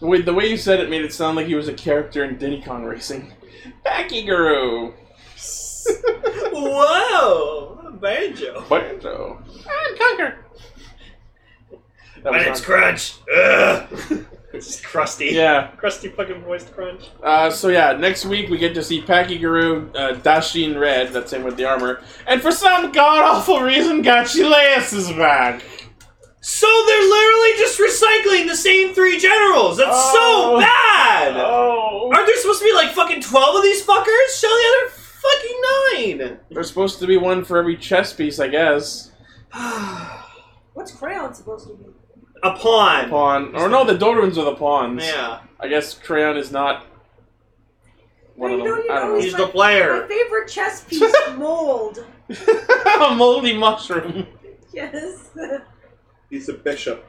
[SPEAKER 1] The way, the way you said it made it sound like he was a character in Diddy Kong Racing. Pakiguru.
[SPEAKER 4] Whoa, what a banjo.
[SPEAKER 1] Banjo. And Conquer. That
[SPEAKER 4] And
[SPEAKER 1] was
[SPEAKER 4] it's
[SPEAKER 1] not-
[SPEAKER 4] Crunch. Ugh. it's just crusty.
[SPEAKER 1] yeah.
[SPEAKER 4] Crusty fucking voiced Crunch.
[SPEAKER 1] Uh, so yeah, next week we get to see Pakiguru, uh, Dashin Red, that's him with the armor, and for some god awful reason, Gachileus is back.
[SPEAKER 4] So they're literally just recycling the same three generals. That's
[SPEAKER 1] Oh.
[SPEAKER 4] so bad.
[SPEAKER 1] Oh.
[SPEAKER 4] Aren't there supposed to be like fucking twelve of these fuckers? Show the other fucking
[SPEAKER 1] There's supposed to be one for every chess piece, I guess.
[SPEAKER 4] nine.
[SPEAKER 8] What's crayon supposed to be?
[SPEAKER 4] A pawn.
[SPEAKER 1] Pawn. Or no, the Doruns are the pawns.
[SPEAKER 4] Yeah.
[SPEAKER 1] I guess Crayon is not one
[SPEAKER 8] No,
[SPEAKER 1] of
[SPEAKER 8] you
[SPEAKER 1] them.
[SPEAKER 8] don't- you
[SPEAKER 1] I
[SPEAKER 8] don't
[SPEAKER 1] don't
[SPEAKER 8] use
[SPEAKER 4] He's the player.
[SPEAKER 8] My favorite chess piece, mold.
[SPEAKER 1] know. A moldy mushroom.
[SPEAKER 8] Yes.
[SPEAKER 2] He's a bishop.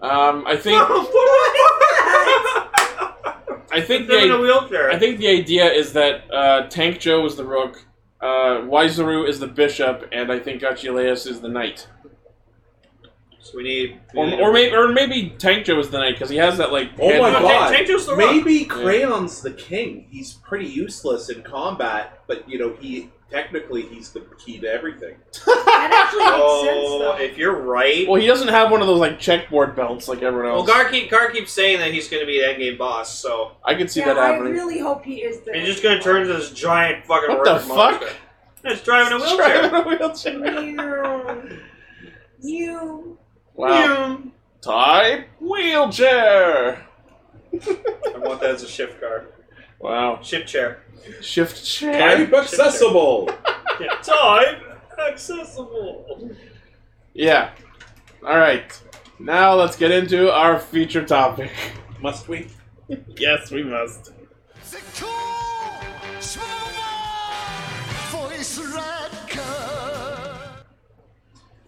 [SPEAKER 1] Um, I think I think
[SPEAKER 4] They're in a
[SPEAKER 1] the
[SPEAKER 4] wheelchair.
[SPEAKER 1] I think the idea is that uh, Tank Joe is the rook, uh, Wizaru is the bishop, and I think Achileus is the knight.
[SPEAKER 4] so we need. we
[SPEAKER 1] Or,
[SPEAKER 4] need
[SPEAKER 1] or
[SPEAKER 4] a-
[SPEAKER 1] maybe or maybe Tank Joe is the knight because he has that like.
[SPEAKER 2] Oh
[SPEAKER 1] hand-
[SPEAKER 2] my
[SPEAKER 4] No,
[SPEAKER 2] God.
[SPEAKER 4] Tank- Tank Joe's the rock.
[SPEAKER 2] Maybe Crayon's the king. He's pretty useless in combat, but you know he technically he's the key to everything.
[SPEAKER 8] That actually makes
[SPEAKER 4] Oh,
[SPEAKER 8] sense,
[SPEAKER 4] if you're right.
[SPEAKER 1] Well, he doesn't have one of those like checkboard belts like everyone
[SPEAKER 4] Well,
[SPEAKER 1] else.
[SPEAKER 4] Gar, keep, Gar keeps saying that he's going to be the endgame boss, so
[SPEAKER 1] I could see
[SPEAKER 8] though. Yeah,
[SPEAKER 1] that
[SPEAKER 8] I
[SPEAKER 1] happening.
[SPEAKER 8] really hope he is there.
[SPEAKER 4] he's just going to turn into this giant fucking
[SPEAKER 1] What the
[SPEAKER 4] wreck
[SPEAKER 1] fuck?
[SPEAKER 4] monster. It's driving a wheelchair.
[SPEAKER 1] Driving a wheelchair.
[SPEAKER 8] You.
[SPEAKER 1] Wow. Type wheelchair.
[SPEAKER 4] I want that as a shift car.
[SPEAKER 1] Wow.
[SPEAKER 4] Shift chair.
[SPEAKER 1] Shift chair.
[SPEAKER 2] Type accessible.
[SPEAKER 4] Yeah. Time accessible.
[SPEAKER 1] Yeah. All right. Now let's get into our feature topic.
[SPEAKER 2] Must we?
[SPEAKER 1] Yes, we must.
[SPEAKER 7] Voice red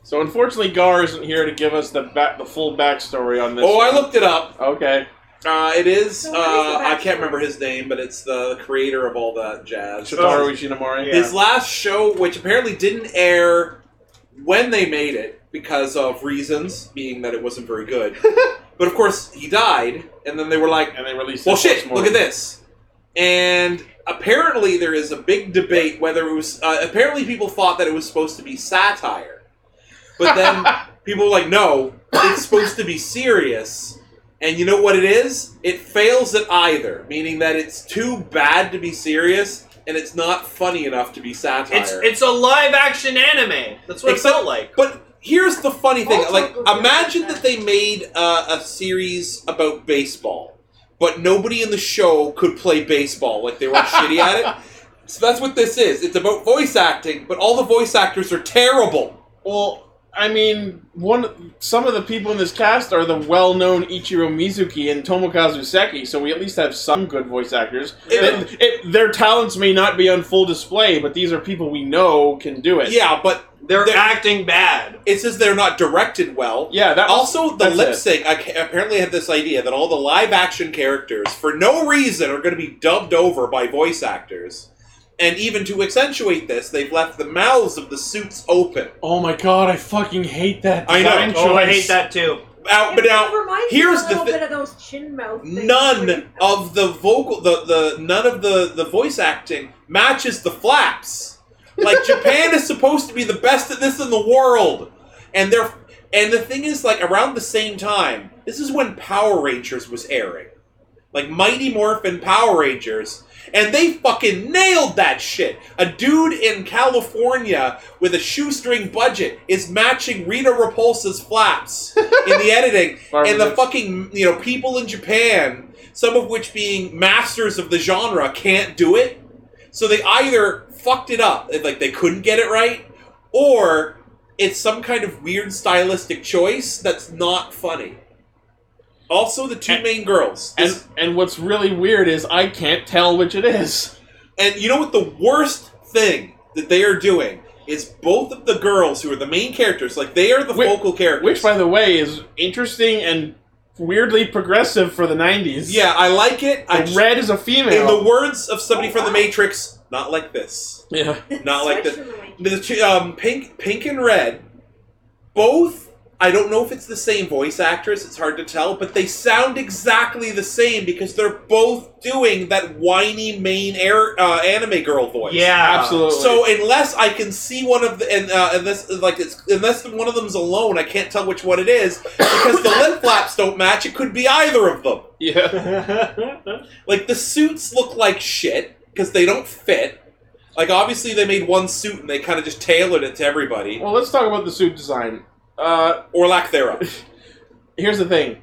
[SPEAKER 1] So unfortunately, Gar isn't here to give us the back, the full backstory on this.
[SPEAKER 2] Oh, I
[SPEAKER 1] one.
[SPEAKER 2] looked it up.
[SPEAKER 1] Okay.
[SPEAKER 2] Uh, it is.
[SPEAKER 8] So
[SPEAKER 2] Uh,
[SPEAKER 8] what is the
[SPEAKER 2] I
[SPEAKER 8] backstory?
[SPEAKER 2] can't remember his name, but it's the creator of all that jazz.
[SPEAKER 1] Shitaro Ishinomori.
[SPEAKER 2] His last show, which apparently didn't air when they made it because of reasons, being that it wasn't very good. but of course, he died, and then they were like,
[SPEAKER 1] And they released.
[SPEAKER 2] well,
[SPEAKER 1] it once
[SPEAKER 2] shit,
[SPEAKER 1] more.
[SPEAKER 2] look at this. And apparently, there is a big debate whether it was. Uh, apparently, people thought that it was supposed to be satire. But then people were like, no, it's supposed to be serious. And you know what it is? It fails at either, meaning that it's too bad to be serious and it's not funny enough to be satire.
[SPEAKER 4] It's it's a live action anime. That's what
[SPEAKER 2] Except-
[SPEAKER 4] it felt like.
[SPEAKER 2] But here's the funny thing:
[SPEAKER 8] Also
[SPEAKER 2] like,
[SPEAKER 8] good.
[SPEAKER 2] imagine that they made uh, a series about baseball, but nobody in the show could play baseball. Like they were shitty at it. So that's what this is. It's about voice acting, but all the voice actors are terrible.
[SPEAKER 1] Well, I mean, one some of the people in this cast are the well-known Ichiro Mizuki and Tomokazu Seki, so we at least have some good voice actors.
[SPEAKER 2] Yeah.
[SPEAKER 1] It- it- their talents may not be on full display, but these are people we know can do it.
[SPEAKER 2] Yeah, but
[SPEAKER 4] They're,
[SPEAKER 2] They're-
[SPEAKER 4] acting bad.
[SPEAKER 2] it says they're not directed well.
[SPEAKER 1] yeah. That was-
[SPEAKER 2] Also, the
[SPEAKER 1] that's
[SPEAKER 2] lip
[SPEAKER 1] it.
[SPEAKER 2] sync. I ca- apparently had this idea that all the live action characters, for no reason, are going to be dubbed over by voice actors. And even to accentuate this, they've left the mouths of the suits open.
[SPEAKER 1] Oh my god, I fucking hate that.
[SPEAKER 2] I know.
[SPEAKER 1] design
[SPEAKER 4] Oh, I
[SPEAKER 1] choice.
[SPEAKER 4] hate that too.
[SPEAKER 2] Out, but
[SPEAKER 8] It
[SPEAKER 2] now
[SPEAKER 8] reminds
[SPEAKER 2] here's
[SPEAKER 8] me
[SPEAKER 2] the
[SPEAKER 8] a little
[SPEAKER 2] thi-
[SPEAKER 8] bit of those chin mouth. things where
[SPEAKER 2] none
[SPEAKER 8] you-
[SPEAKER 2] of the vocal, the, the none of the the voice acting matches the flaps. Like Japan is supposed to be the best at this in the world, and they're and the thing is like around the same time. This is when Power Rangers was airing, like Mighty Morphin Power Rangers. And they fucking nailed that shit. A dude in California with a shoestring budget is matching Rita Repulsa's flaps in the editing, and the
[SPEAKER 1] Barbara
[SPEAKER 2] fucking you know people in Japan, some of which being masters of the genre, can't do it. So they either fucked it up, like they couldn't get it right, or it's some kind of weird stylistic choice that's not funny. Also, the two
[SPEAKER 1] And-
[SPEAKER 2] main girls. This-
[SPEAKER 1] And, and what's really weird is I can't tell which it is.
[SPEAKER 2] And you know what the worst thing that they are doing is both of the girls who are the main characters, like they are the
[SPEAKER 1] Which-
[SPEAKER 2] vocal characters.
[SPEAKER 1] Which, by the way, is interesting and weirdly progressive for the 90s.
[SPEAKER 2] yeah, I like it. I
[SPEAKER 1] The
[SPEAKER 2] just,
[SPEAKER 1] red is a
[SPEAKER 2] in the
[SPEAKER 1] female.
[SPEAKER 2] words of somebody
[SPEAKER 8] Oh,
[SPEAKER 2] from the
[SPEAKER 8] wow.
[SPEAKER 2] Matrix, not like this,
[SPEAKER 1] yeah.
[SPEAKER 2] not like this.
[SPEAKER 8] Switch them away.
[SPEAKER 2] The two, um, pink, pink and red, both. I don't know if it's the same voice actress. It's hard to tell, but they sound exactly the same because they're both doing that whiny main air, uh, anime girl voice.
[SPEAKER 4] Yeah,
[SPEAKER 1] Absolutely.
[SPEAKER 2] So unless I can see one of the and uh, unless like it's unless one of them's alone, I can't tell which one it is because the lip flaps don't match. It could be either of them.
[SPEAKER 1] yeah.
[SPEAKER 2] Like the suits look like shit because they don't fit. Like obviously they made one suit and they kind of just tailored it to everybody
[SPEAKER 1] Well, let's talk about the suit design. Uh,
[SPEAKER 2] or lack thereof.
[SPEAKER 1] here's the thing.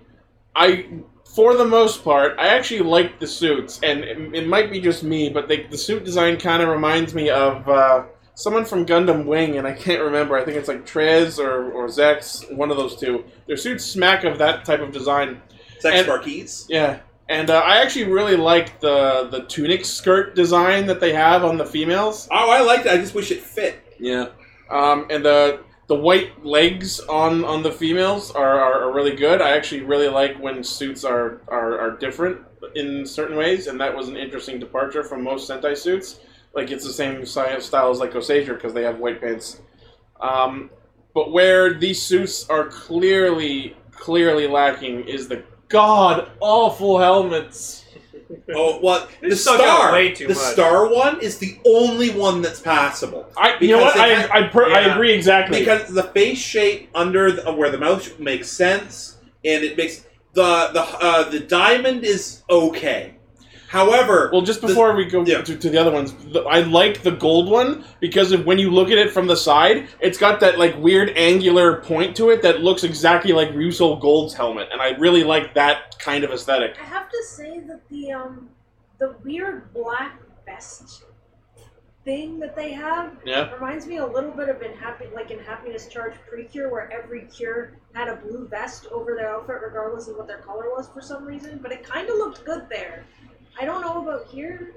[SPEAKER 1] I, for the most part, I actually like the suits, and it, it might be just me, but they, the suit design kind of reminds me of uh, someone from Gundam Wing, and I can't remember. I think it's like Trez or, or Zex, one of those two. Their suits smack of that type of design.
[SPEAKER 2] Sex
[SPEAKER 1] And-
[SPEAKER 2] marquees.
[SPEAKER 1] Yeah. And uh, I actually really like the, the tunic skirt design that they have on the females.
[SPEAKER 2] Oh, I liked it. I just wish it fit.
[SPEAKER 1] Yeah. Um, and the the white legs on, on the females are, are, are really good. I actually really like when suits are, are, are different in certain ways, and that was an interesting departure from most Sentai suits. Like, it's the same si- style as, like, Osager, because they have white pants. Um, but where these suits are clearly, clearly lacking is the god-awful helmets.
[SPEAKER 2] Oh well, the
[SPEAKER 4] suck out
[SPEAKER 2] star,
[SPEAKER 4] way too
[SPEAKER 2] the
[SPEAKER 4] much.
[SPEAKER 2] star one is the only one that's passable.
[SPEAKER 1] I, you know
[SPEAKER 2] Because
[SPEAKER 1] what?
[SPEAKER 2] they
[SPEAKER 1] I,
[SPEAKER 2] had-
[SPEAKER 1] I, per- I
[SPEAKER 4] yeah.
[SPEAKER 1] agree exactly.
[SPEAKER 2] because the face shape under the, where the mouth makes sense, and it makes the the uh, the diamond is okay. However,
[SPEAKER 1] Well, just
[SPEAKER 2] the-
[SPEAKER 1] before we go
[SPEAKER 2] yeah.
[SPEAKER 1] to, to the other ones, the, I like the gold one because if, when you look at it from the side, it's got that like weird angular point to it that looks exactly like Russo Gold's helmet, and I really like that kind of aesthetic.
[SPEAKER 8] I have to say that the um the weird black vest thing that they have
[SPEAKER 1] Yeah.
[SPEAKER 8] reminds me a little bit of in happy like in happiness charge pre-cure where every cure had a blue vest over their outfit regardless of what their color was for some reason but it kind of looked good there i don't know about here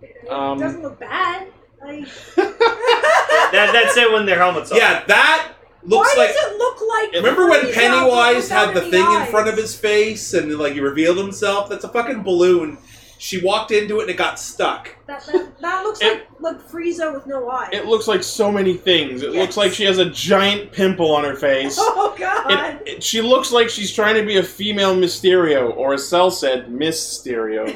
[SPEAKER 8] it it
[SPEAKER 1] Um,
[SPEAKER 8] doesn't look bad like
[SPEAKER 4] that, that's it when their helmets off.
[SPEAKER 2] Yeah, that looks
[SPEAKER 8] Why
[SPEAKER 2] like.
[SPEAKER 8] does it look like?
[SPEAKER 2] Remember when
[SPEAKER 8] Freeze
[SPEAKER 2] Pennywise
[SPEAKER 8] out
[SPEAKER 2] had the
[SPEAKER 8] in
[SPEAKER 2] thing in
[SPEAKER 8] eyes?
[SPEAKER 2] front of his face and like he revealed himself? That's a fucking balloon. She walked into it and it got stuck.
[SPEAKER 8] That, that, that looks like like Frieza with no eyes.
[SPEAKER 1] It looks like so many things. It
[SPEAKER 8] Yes.
[SPEAKER 1] looks like she has a giant pimple on her face.
[SPEAKER 8] Oh God!
[SPEAKER 1] It, it- she looks like she's trying to be a female Mysterio, or as Cell said, Miss Mysterio.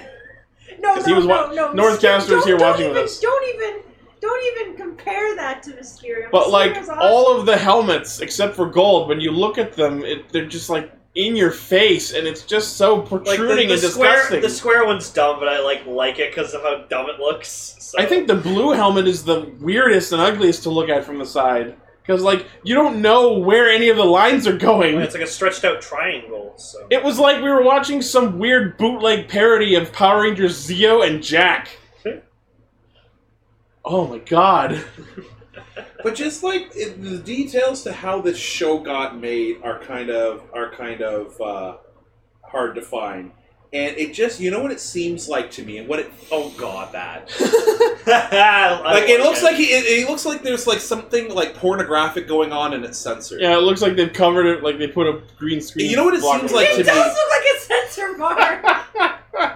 [SPEAKER 8] no,
[SPEAKER 1] 'cause he
[SPEAKER 8] no,
[SPEAKER 1] was wa-
[SPEAKER 8] no, no.
[SPEAKER 1] Northcaster
[SPEAKER 8] Mysterio-
[SPEAKER 1] was here
[SPEAKER 8] don't-
[SPEAKER 1] watching
[SPEAKER 8] don't
[SPEAKER 1] with
[SPEAKER 8] even-
[SPEAKER 1] us.
[SPEAKER 8] Don't even, don't even compare that to Mysterio.
[SPEAKER 1] But like
[SPEAKER 8] Mysterio's
[SPEAKER 1] all of the helmets except for Gold, when you look at them, it, they're just like in your face, and it's just so
[SPEAKER 4] Like the,
[SPEAKER 1] protruding
[SPEAKER 4] the
[SPEAKER 1] and
[SPEAKER 4] square,
[SPEAKER 1] disgusting.
[SPEAKER 4] the square one's dumb, but I like like it because of how dumb it looks. So.
[SPEAKER 1] I think the blue helmet is the weirdest and ugliest to look at from the side because like you don't know where any of the lines are going.
[SPEAKER 4] it's like a stretched out triangle. So
[SPEAKER 1] It was like we were watching some weird bootleg parody of Power Rangers Zeo and Jack. Oh my god.
[SPEAKER 2] But just like it, the details to how this show got made are kind of are kind of uh, hard to find, and it just you know what it seems like to me, and what it oh god that like it looks like he, it, it looks like there's like something like pornographic going on and it's censored.
[SPEAKER 1] Yeah, it looks like they've covered it, like they put a green screen.
[SPEAKER 2] You know what it
[SPEAKER 1] block
[SPEAKER 2] seems
[SPEAKER 1] over
[SPEAKER 2] like
[SPEAKER 1] it.
[SPEAKER 2] to
[SPEAKER 8] It
[SPEAKER 2] me?
[SPEAKER 8] does look like a censor bar.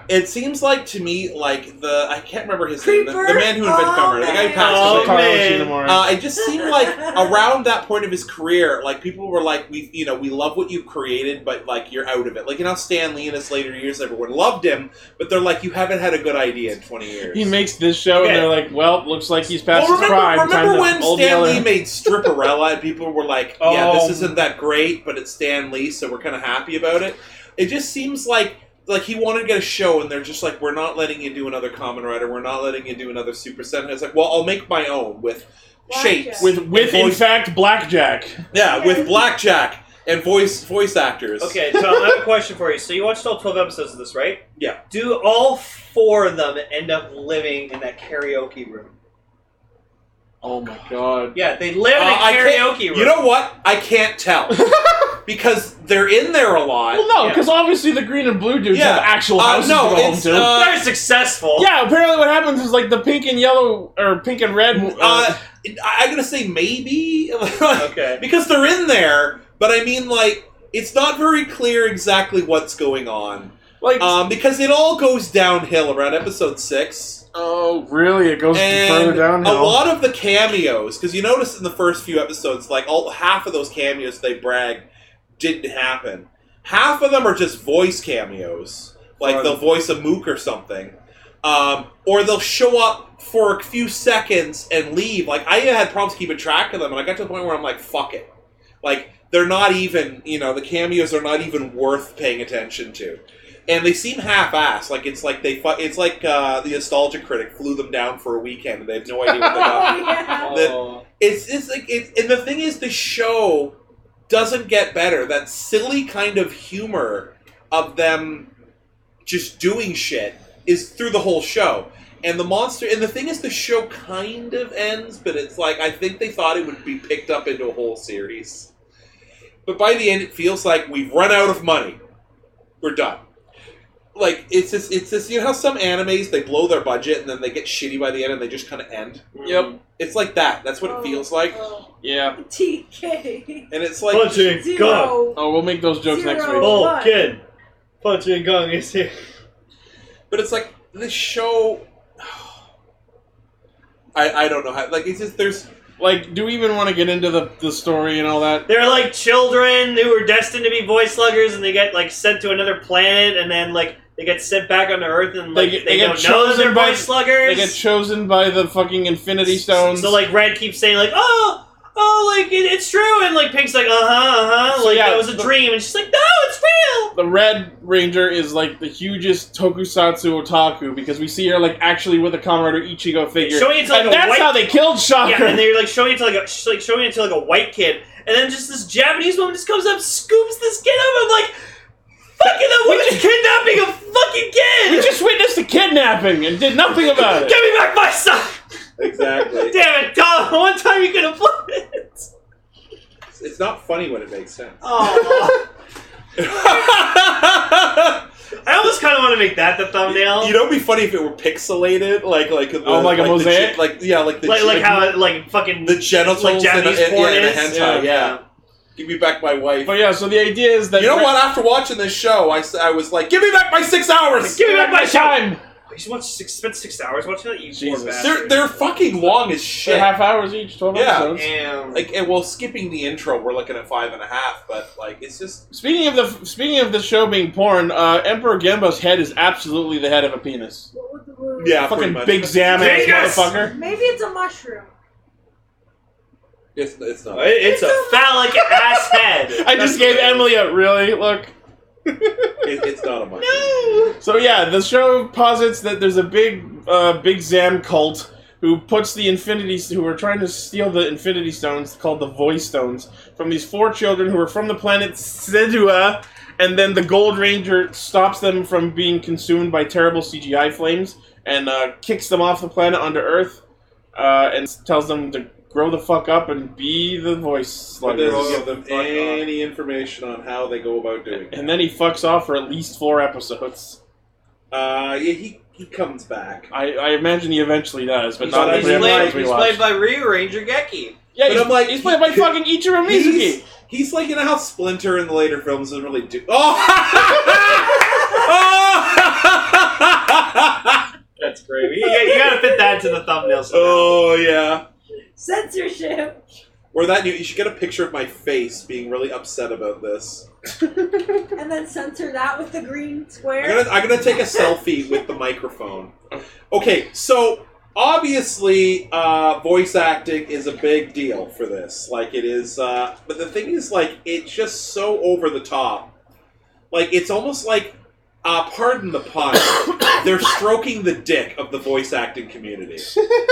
[SPEAKER 2] It seems like to me like the I can't remember his name, the,
[SPEAKER 8] Creeper?
[SPEAKER 2] the man who invented
[SPEAKER 8] Oh,
[SPEAKER 2] Cover, the guy who
[SPEAKER 8] man.
[SPEAKER 2] passed
[SPEAKER 4] Oh,
[SPEAKER 2] away.
[SPEAKER 1] Carl
[SPEAKER 4] man.
[SPEAKER 1] Shinemura.
[SPEAKER 2] Uh, it just seemed like around that point of his career, like people were like, "We, you know, we love what you've created, but like you're out of it." Like you know, Stan Lee in his later years, everyone loved him, but they're like, "You haven't had a good idea in 20 years."
[SPEAKER 1] he makes this show, and
[SPEAKER 4] Okay.
[SPEAKER 1] they're like, "Well, looks like he's
[SPEAKER 2] well,
[SPEAKER 1] past
[SPEAKER 2] remember,
[SPEAKER 1] his prime." time
[SPEAKER 2] remember
[SPEAKER 1] to
[SPEAKER 2] when
[SPEAKER 1] Old
[SPEAKER 2] Stan
[SPEAKER 1] Yeller.
[SPEAKER 2] Lee made Stripperella, and people were like, "Yeah,
[SPEAKER 10] Oh.
[SPEAKER 2] this isn't that great, but it's Stan Lee, so we're kind of happy about it." It just seems like like he wanted to get a show, and they're just like, "We're not letting you do another Common Rider. We're not letting you do another Super Sentai." It's like, "Well, I'll make my own with." Shapes
[SPEAKER 1] with with in
[SPEAKER 2] Voice-
[SPEAKER 1] fact blackjack?
[SPEAKER 2] Yeah,
[SPEAKER 8] Yeah.
[SPEAKER 2] with blackjack and voice voice actors.
[SPEAKER 4] Okay, Tom, I have a question for you. So you watched all twelve episodes of this, right?
[SPEAKER 2] Yeah.
[SPEAKER 4] Do all four of them end up living in that karaoke room?
[SPEAKER 1] Oh my god!
[SPEAKER 4] Yeah, they live
[SPEAKER 2] Uh,
[SPEAKER 4] in a
[SPEAKER 2] I can't-
[SPEAKER 4] karaoke room.
[SPEAKER 2] You know what? I can't tell because they're in there a lot.
[SPEAKER 1] Well, no,
[SPEAKER 4] Yeah.
[SPEAKER 1] because obviously the green and blue dudes
[SPEAKER 2] Yeah.
[SPEAKER 1] have actual
[SPEAKER 2] Uh,
[SPEAKER 1] houses
[SPEAKER 2] no,
[SPEAKER 1] to go home
[SPEAKER 2] it's,
[SPEAKER 1] to.
[SPEAKER 2] uh,
[SPEAKER 4] they're successful.
[SPEAKER 1] yeah, apparently what happens is like the pink and yellow or pink and red. Uh,
[SPEAKER 2] Uh, I- I'm gonna say maybe
[SPEAKER 4] Okay.
[SPEAKER 2] because they're in there, but I mean like it's not very clear exactly what's going on
[SPEAKER 1] like
[SPEAKER 2] um, because it all goes downhill around episode six.
[SPEAKER 1] oh, really? It goes
[SPEAKER 2] and
[SPEAKER 1] further downhill.
[SPEAKER 2] a lot of the cameos because you notice in the first few episodes like all half of those cameos they brag didn't happen half of them are just voice cameos like
[SPEAKER 1] Right.
[SPEAKER 2] they'll voice a mook or something um, or they'll show up for a few seconds and leave like i had problems keeping track of them and i got to the point where i'm like fuck it like they're not even you know the cameos are not even worth paying attention to and they seem half-assed. Like it's like they fu- it's like uh, the nostalgia critic flew them down for a weekend and they have no idea what they
[SPEAKER 8] Oh
[SPEAKER 2] got.
[SPEAKER 8] yeah.
[SPEAKER 2] That-
[SPEAKER 10] Oh.
[SPEAKER 2] It's it's like it, and the thing is, the show doesn't get better. That silly kind of humor of them just doing shit is through the whole show. And the monster and the thing is, the show kind of ends, but it's like I think they thought it would be picked up into a whole series. But by the end, it feels like we've run out of money. We're done. Like it's this, it's this. You know how some animes they blow their budget and then they get shitty by the end and they just kind of end.
[SPEAKER 1] Yep.
[SPEAKER 2] It's like that. That's what it feels like.
[SPEAKER 8] Oh,
[SPEAKER 1] yeah.
[SPEAKER 8] TK.
[SPEAKER 2] And it's like
[SPEAKER 4] Punching gun.
[SPEAKER 8] Zero.
[SPEAKER 1] Oh, we'll make those jokes next
[SPEAKER 8] Zero.
[SPEAKER 1] week.
[SPEAKER 4] Oh, kid. Punching gun is here.
[SPEAKER 2] but it's like this show I, I don't know how like it's just there's
[SPEAKER 1] Like, do we even want to get into the, the story and all that?
[SPEAKER 4] They're like children who were destined to be voice sluggers, and they get like sent to another planet, and then like they get sent back on Earth, and like
[SPEAKER 1] They
[SPEAKER 4] they,
[SPEAKER 1] get- they get
[SPEAKER 4] don't know that
[SPEAKER 1] chosen
[SPEAKER 4] they're
[SPEAKER 1] by-
[SPEAKER 4] voice
[SPEAKER 1] They
[SPEAKER 4] sluggers.
[SPEAKER 1] get chosen by the fucking Infinity Stones.
[SPEAKER 4] So like Red keeps saying like, oh, oh, like it, it's true, and like Pink's like, uh huh, uh huh,
[SPEAKER 1] So,
[SPEAKER 4] like
[SPEAKER 1] yeah,
[SPEAKER 4] that was a
[SPEAKER 1] the-
[SPEAKER 4] dream, and she's like, no, it's real.
[SPEAKER 1] the Red Ranger is like the hugest tokusatsu otaku because we see her like actually with a Kamen Rider Ichigo figure.
[SPEAKER 4] Showing it to like
[SPEAKER 1] and
[SPEAKER 4] a
[SPEAKER 1] that's
[SPEAKER 4] white,
[SPEAKER 1] how they killed Shocker.
[SPEAKER 4] yeah, and they're like showing it to like a, she's like showing it to like a white kid, and then just this Japanese woman just comes up, scoops this kid up, and like, fucking that woman's kidnapping a fucking
[SPEAKER 1] we
[SPEAKER 4] kid.
[SPEAKER 1] just witnessed a kidnapping and did nothing about it.
[SPEAKER 4] Give me back my son.
[SPEAKER 2] exactly
[SPEAKER 4] Damn it, Tom! One time you could have put it.
[SPEAKER 2] it's, it's not funny when it makes sense.
[SPEAKER 4] Oh, I almost kind of want to to make that the thumbnail.
[SPEAKER 2] You know, it'd be funny if it were pixelated, like like the,
[SPEAKER 1] Oh, like a
[SPEAKER 2] the
[SPEAKER 1] mosaic?
[SPEAKER 2] gen- like yeah, like the
[SPEAKER 4] like,
[SPEAKER 2] gen-
[SPEAKER 4] like how it, like fucking
[SPEAKER 2] the genitals
[SPEAKER 4] like Japanese
[SPEAKER 2] in a, in-
[SPEAKER 4] porn
[SPEAKER 2] yeah, in a
[SPEAKER 4] is.
[SPEAKER 2] hentai, yeah.
[SPEAKER 4] Yeah.
[SPEAKER 2] Give me back my wife.
[SPEAKER 1] But yeah, so the idea is that
[SPEAKER 2] you know what? After watching this show, I, s- I was like, give me back my six hours.
[SPEAKER 4] Give me back my time.
[SPEAKER 1] time.
[SPEAKER 4] You just watch six, spent six hours watching that. You
[SPEAKER 1] Jesus.
[SPEAKER 4] poor bastard.
[SPEAKER 2] They're they're fucking long as shit.
[SPEAKER 1] They're half hours each, twelve
[SPEAKER 2] Yeah.
[SPEAKER 1] episodes.
[SPEAKER 4] Damn.
[SPEAKER 2] like and well, skipping the intro, we're looking at five and a half. But like, it's just
[SPEAKER 1] Speaking of the speaking of the show being porn, uh, Emperor Gemba's head is absolutely the head of a penis.
[SPEAKER 8] What would the word?
[SPEAKER 2] yeah, pretty
[SPEAKER 1] Fucking
[SPEAKER 2] much.
[SPEAKER 1] big Zam ass
[SPEAKER 4] Dingus!
[SPEAKER 1] motherfucker.
[SPEAKER 8] Maybe it's a mushroom.
[SPEAKER 2] It's, it's not.
[SPEAKER 4] It- it's a phallic ass head.
[SPEAKER 1] I just gave Emily a really look.
[SPEAKER 2] it- it's not a mushroom.
[SPEAKER 1] So yeah, the show posits that there's a big uh, big Zam cult who puts the Infinity who are trying to steal the Infinity Stones called the Voice Stones from these four children who are from the planet Sedua, and then the Gold Ranger stops them from being consumed by terrible CGI flames and uh, kicks them off the planet onto Earth, uh, and tells them to grow the fuck up and be the voice
[SPEAKER 2] But they
[SPEAKER 1] sluggers.
[SPEAKER 2] don't give them any information on how they go about doing. it.
[SPEAKER 1] And then he fucks off for at least four episodes.
[SPEAKER 2] Uh, yeah, he he comes back.
[SPEAKER 1] I, I imagine he eventually does, but
[SPEAKER 2] He's
[SPEAKER 1] not
[SPEAKER 2] played-
[SPEAKER 1] every
[SPEAKER 4] He's
[SPEAKER 2] Every
[SPEAKER 1] episode
[SPEAKER 4] played,
[SPEAKER 1] we
[SPEAKER 4] he's
[SPEAKER 1] watch.
[SPEAKER 4] played by Ryu Ranger Geki.
[SPEAKER 1] yeah,
[SPEAKER 2] but
[SPEAKER 1] he's,
[SPEAKER 2] I'm like,
[SPEAKER 1] he's played by
[SPEAKER 2] he-
[SPEAKER 1] fucking Ichiro
[SPEAKER 2] He's,
[SPEAKER 1] Mizuki.
[SPEAKER 2] he's like you know how Splinter in the later films doesn't really do. Oh!
[SPEAKER 4] That's great. You, you gotta fit that into the thumbnail. somehow.
[SPEAKER 2] oh yeah.
[SPEAKER 8] Censorship.
[SPEAKER 2] Or that you, you should get a picture of my face being really upset about this.
[SPEAKER 8] And then censor that with the green
[SPEAKER 2] I'm
[SPEAKER 8] square.
[SPEAKER 2] gonna, I'm gonna take a selfie with the microphone. Okay, so obviously, uh, voice acting is a big deal for this. Like it is, uh, but the thing is, like it's just so over the top. Like it's almost like, uh, pardon the pun, they're stroking the dick of the voice acting community.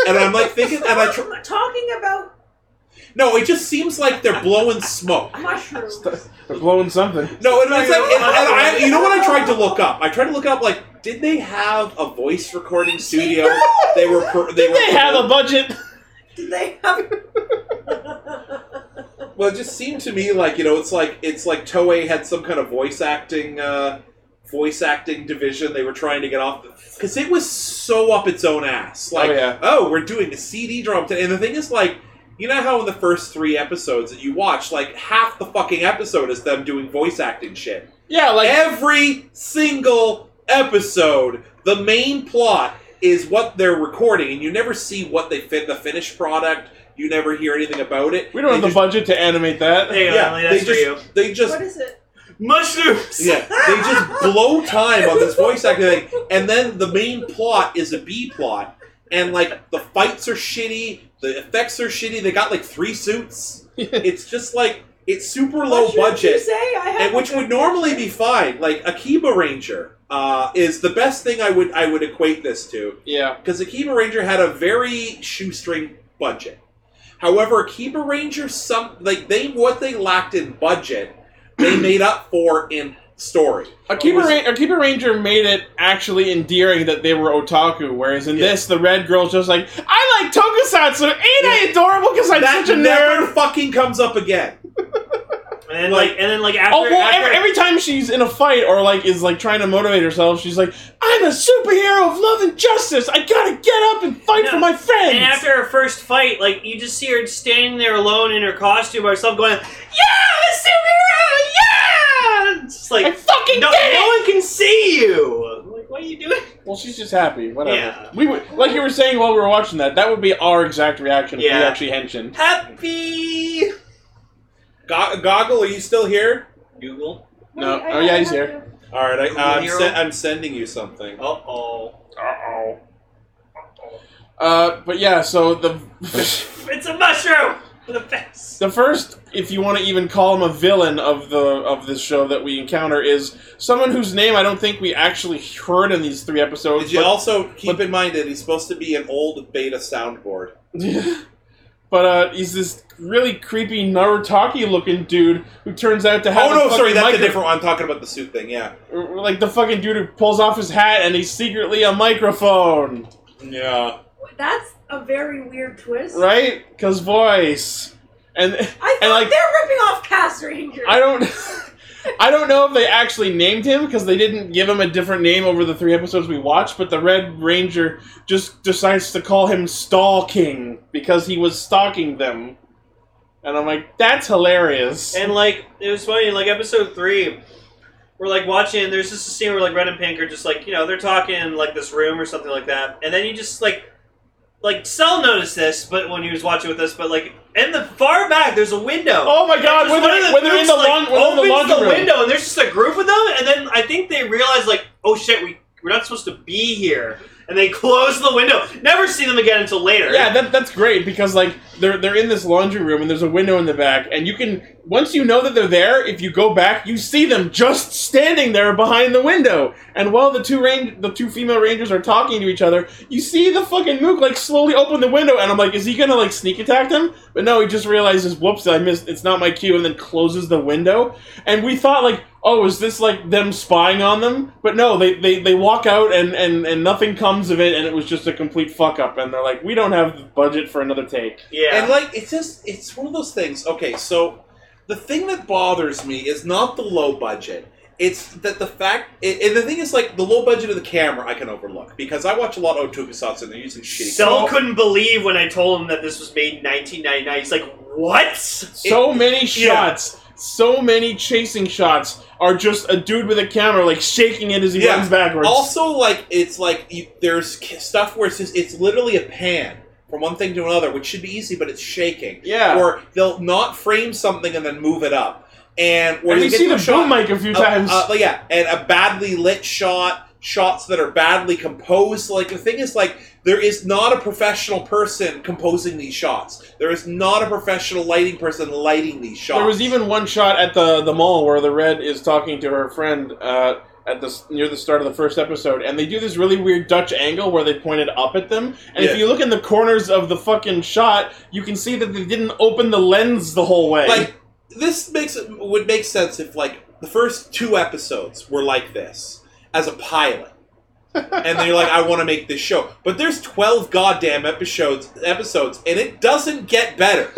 [SPEAKER 2] And I'm like thinking, and I tr-
[SPEAKER 8] Talking about
[SPEAKER 2] no, it just seems like they're blowing smoke.
[SPEAKER 8] mushrooms.
[SPEAKER 1] They're blowing something.
[SPEAKER 2] No, and it's like, and, and I, you know what I tried to look up? I tried to look up like, did they have a voice recording studio? They were, per, they
[SPEAKER 1] Did
[SPEAKER 2] were.
[SPEAKER 1] they have a budget?
[SPEAKER 8] Did they have?
[SPEAKER 2] Well, it just seemed to me like you know, it's like it's like Toei had some kind of voice acting, uh, voice acting division. They were trying to get off because it was so up its own ass. Like,
[SPEAKER 1] Oh, yeah.
[SPEAKER 2] oh, we're doing a CD drama today, and the thing is like. You know how in the first three episodes that you watch, like half the fucking episode is them doing voice acting shit.
[SPEAKER 1] Yeah, like
[SPEAKER 2] every single episode, the main plot is what they're recording, and you never see what they fit the finished product. You never hear anything about it.
[SPEAKER 1] we don't
[SPEAKER 2] They
[SPEAKER 1] have the
[SPEAKER 2] just-
[SPEAKER 1] budget to animate that.
[SPEAKER 4] Hang on,
[SPEAKER 2] Yeah,
[SPEAKER 4] Emily,
[SPEAKER 2] they
[SPEAKER 4] that's for you.
[SPEAKER 2] just they just
[SPEAKER 8] What is it?
[SPEAKER 4] Mushrooms.
[SPEAKER 2] yeah they just blow time on this voice acting thing, and then the main plot is a B plot, and like the fights are shitty, the effects are shitty. They got like three suits. It's just like it's super low
[SPEAKER 8] Mushrooms, You
[SPEAKER 2] budget.
[SPEAKER 8] say I have
[SPEAKER 2] and which would normally be fine. Like Akiba Ranger uh, is the best thing I would I would equate this to
[SPEAKER 1] Yeah,
[SPEAKER 2] because Akiba Ranger had a very shoestring budget. However, Akiba Ranger some like they what they lacked in budget, they made up for in story.
[SPEAKER 1] Akiba,
[SPEAKER 2] Was-
[SPEAKER 1] Ra- Akiba Ranger made it actually endearing that they were otaku, whereas in
[SPEAKER 2] Yeah.
[SPEAKER 1] this, the red girl's just like, I like tokusatsu, ain't I adorable? Because I'm
[SPEAKER 2] That
[SPEAKER 1] such a nerd.
[SPEAKER 2] never fucking comes up again.
[SPEAKER 4] And then like, and then like after,
[SPEAKER 1] Oh well,
[SPEAKER 4] after
[SPEAKER 1] every, every time she's in a fight or like is like trying to motivate herself, she's like, "I'm a superhero of love and justice. I gotta get up and fight
[SPEAKER 4] No.
[SPEAKER 1] for my friends."
[SPEAKER 4] and after her first fight, like you just see her standing there alone in her costume by herself, going, "Yeah, I'm a superhero! Yeah!" It's just like
[SPEAKER 1] I fucking
[SPEAKER 4] no,
[SPEAKER 1] did
[SPEAKER 4] no
[SPEAKER 1] it.
[SPEAKER 4] one can see you. I'm like, what are you doing?
[SPEAKER 1] Well, she's just happy. Whatever.
[SPEAKER 4] Yeah.
[SPEAKER 1] We would, like you were saying while we were watching that. That would be our exact reaction if
[SPEAKER 4] Yeah.
[SPEAKER 1] we actually henshin.
[SPEAKER 4] Happy
[SPEAKER 2] Go- Goggle, are you still here?
[SPEAKER 4] Google.
[SPEAKER 1] No. Oh yeah, he's here.
[SPEAKER 2] All right, I, I'm,
[SPEAKER 4] Hero.
[SPEAKER 2] se- I'm sending you something.
[SPEAKER 4] Uh oh.
[SPEAKER 1] Uh, but yeah. So the
[SPEAKER 4] It's a mushroom with a face.
[SPEAKER 1] the first, if you want to even call him a villain of the of this show that we encounter, is someone whose name I don't think we actually heard in these three episodes.
[SPEAKER 2] Did you
[SPEAKER 1] but-
[SPEAKER 2] also keep in mind that he's supposed to be an old beta soundboard?
[SPEAKER 1] But uh, he's this really creepy Narutaki looking dude who turns out to have.
[SPEAKER 2] Oh
[SPEAKER 1] a
[SPEAKER 2] no,
[SPEAKER 1] fucking
[SPEAKER 2] sorry, that's
[SPEAKER 1] micro-
[SPEAKER 2] a different one. I'm talking about the suit thing. Yeah.
[SPEAKER 1] or, Like the fucking dude who pulls off his hat and he's secretly a microphone,
[SPEAKER 2] Yeah.
[SPEAKER 8] That's a very weird twist.
[SPEAKER 1] right? Cause voice, and
[SPEAKER 8] I
[SPEAKER 1] and
[SPEAKER 8] thought
[SPEAKER 1] like
[SPEAKER 8] they're ripping off Cast Ranger.
[SPEAKER 1] I don't, I don't know if they actually named him because they didn't give him a different name over the three episodes we watched, but the Red Ranger just decides to call him Stalking because he was stalking them. And I'm like, that's hilarious.
[SPEAKER 4] And like it was funny, like episode three, we're like watching. There's just a scene where like Red and Pink are just like you know they're talking in like this room or something like that, and then you just like like Cell noticed this, but when he was watching with us, but like in the far back there's a window.
[SPEAKER 1] Oh my God,
[SPEAKER 4] And just
[SPEAKER 1] when
[SPEAKER 4] one
[SPEAKER 1] they're-
[SPEAKER 4] of
[SPEAKER 1] when they're in
[SPEAKER 4] groups,
[SPEAKER 1] the
[SPEAKER 4] like,
[SPEAKER 1] laun- when they're in the
[SPEAKER 4] opens
[SPEAKER 1] laundry room.
[SPEAKER 4] window and there's just a group of them, and then I think they realize like oh shit we we're not supposed to be here, and they close the window. Never see them again until later.
[SPEAKER 1] Yeah, that, that's great because like they're they're in this laundry room and there's a window in the back and you can once you know that they're there, if you go back, you see them just standing there behind the window. And while the two range the two female rangers are talking to each other, you see the fucking mook like slowly open the window and I'm like, is he gonna like sneak attack them? But no, he just realizes, whoops, I missed it's not my cue and then closes the window. And we thought like Oh, is this like them spying on them? But no, they, they, they walk out and, and, and nothing comes of it, and it was just a complete fuck up. And they're like, we don't have the budget for another take.
[SPEAKER 4] yeah.
[SPEAKER 2] And like it's just it's one of those things. Okay, so the thing that bothers me is not the low budget. It's that the fact, it, and the thing is, like the low budget of the camera, I can overlook because I watch a lot of Otokusatsu and they're using shitty.
[SPEAKER 4] Cell
[SPEAKER 2] cameras.
[SPEAKER 4] couldn't believe when I told him that this was made in 1999. He's like, "What?"
[SPEAKER 1] So many shots, so many chasing shots are just a dude with a camera like shaking it as he runs backwards.
[SPEAKER 2] Also, like it's like you, there's k- stuff where it's just, it's literally a pan from one thing to another, which should be easy, but it's shaking.
[SPEAKER 1] Yeah.
[SPEAKER 2] Or they'll not frame something and then move it up, and or
[SPEAKER 1] and
[SPEAKER 2] you
[SPEAKER 1] we see the boom
[SPEAKER 2] shot,
[SPEAKER 1] mic a few
[SPEAKER 2] uh,
[SPEAKER 1] times.
[SPEAKER 2] uh, like, yeah, and a badly lit shot, shots that are badly composed. Like the thing is, like there is not a professional person composing these shots. There is not a professional lighting person lighting these shots.
[SPEAKER 1] There was even one shot at the the mall where the red is talking to her friend uh, at the s- near the start of the first episode, and they do this really weird Dutch angle where they pointed up at them. And if
[SPEAKER 2] Yeah.
[SPEAKER 1] you look in the corners of the fucking shot, you can see that they didn't open the lens the whole way.
[SPEAKER 2] like this makes it would make sense if like the first two episodes were like this as a pilot and they're like i want to make this show but there's 12 goddamn episodes episodes and it doesn't get better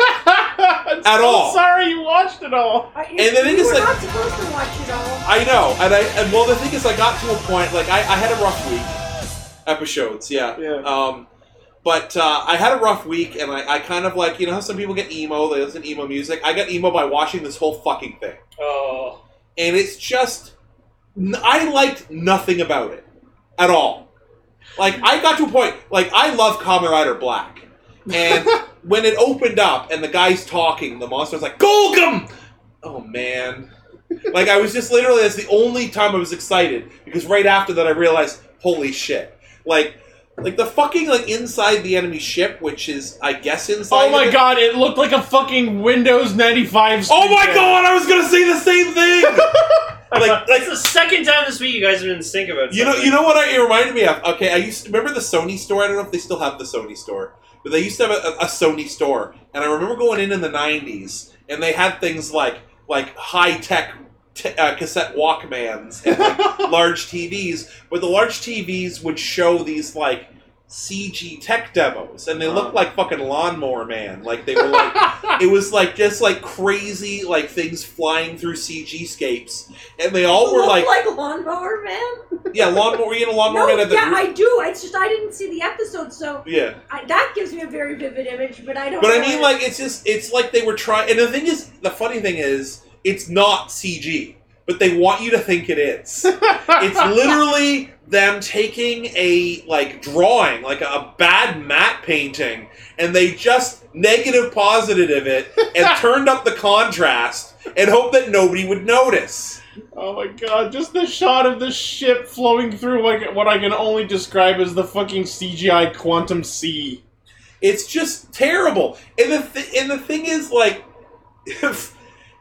[SPEAKER 1] I'm
[SPEAKER 2] at
[SPEAKER 1] so
[SPEAKER 2] all.
[SPEAKER 1] Sorry, you watched it all.
[SPEAKER 8] I,
[SPEAKER 2] And the thing
[SPEAKER 8] you
[SPEAKER 2] is,
[SPEAKER 8] were
[SPEAKER 2] like-
[SPEAKER 8] not supposed to watch it all.
[SPEAKER 2] i know and i and well the thing is i got to a point like i, I had a rough week episodes yeah,
[SPEAKER 1] Yeah.
[SPEAKER 2] um but uh, I had a rough week, and I, I kind of like you know how some people get emo, they listen to emo music. I got emo by watching this whole fucking thing.
[SPEAKER 4] Oh,
[SPEAKER 2] and it's just n- I liked nothing about it at all. Like I got to a point like I love Kamen Rider Black, and when it opened up and the guy's talking, the monster's like Golgum. Oh man, like I was just literally that's the only time I was excited because right after that I realized holy shit, like. Like the fucking like inside the enemy ship, which is I guess inside.
[SPEAKER 1] Oh
[SPEAKER 2] of
[SPEAKER 1] my
[SPEAKER 2] it.
[SPEAKER 1] god, it looked like a fucking Windows 95.
[SPEAKER 2] Oh my
[SPEAKER 1] screen.
[SPEAKER 2] god! I was gonna say the same thing. like like
[SPEAKER 4] that's the second time this week you guys have been in sync about.
[SPEAKER 2] You know, you
[SPEAKER 4] something.
[SPEAKER 2] know what I, it reminded me of. Okay, I used to remember the Sony store. I don't know if they still have the Sony store, but they used to have a, a Sony store, and I remember going in in the '90s, and they had things like like high tech t- uh, cassette Walkmans and like, large TVs, but the large TVs would show these like CG tech demos, and they looked like fucking lawnmower man. Like they were like it was like just like crazy like things flying through CG scapes, and they all Oh, were
[SPEAKER 8] Look
[SPEAKER 2] like
[SPEAKER 8] like lawnmower man.
[SPEAKER 2] yeah, lawnmower. You know, lawnmower
[SPEAKER 8] No,
[SPEAKER 2] man had the
[SPEAKER 8] yeah, I do. It's just I didn't see the episode, so
[SPEAKER 2] yeah.
[SPEAKER 8] I, that gives me a very vivid image. But I don't.
[SPEAKER 2] But I
[SPEAKER 8] know
[SPEAKER 2] mean,
[SPEAKER 8] it.
[SPEAKER 2] like it's just it's like they were trying. And the thing is, the funny thing is, it's not CG, but they want you to think it is. it's literally them taking a like drawing, like a bad matte painting, and they just negative positive it and turned up the contrast and hope that nobody would notice.
[SPEAKER 1] Oh my god, just the shot of the ship flowing through like what I can only describe as the fucking CGI quantum sea.
[SPEAKER 2] It's just terrible. And the th- and the thing is like,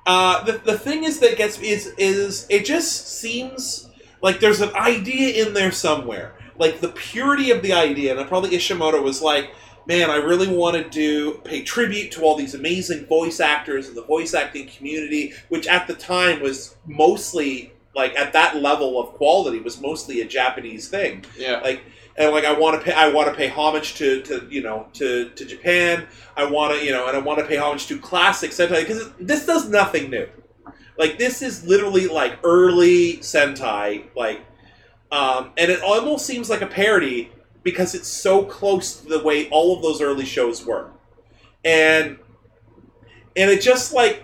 [SPEAKER 2] uh, the the thing is that gets me is is it just seems like there's an idea in there somewhere. Like the purity of the idea, and probably Ishimoto was like, "Man, I really want to do pay tribute to all these amazing voice actors and the voice acting community, which at the time was mostly like at that level of quality was mostly a Japanese thing."
[SPEAKER 1] Yeah.
[SPEAKER 2] like and like I want to pay I want to pay homage to, to you know to, to Japan I want to you know and I want to pay homage to classic Sentai because this does nothing new Like this is literally like early Sentai, like, um, and it almost seems like a parody because it's so close to the way all of those early shows were, and and it just like,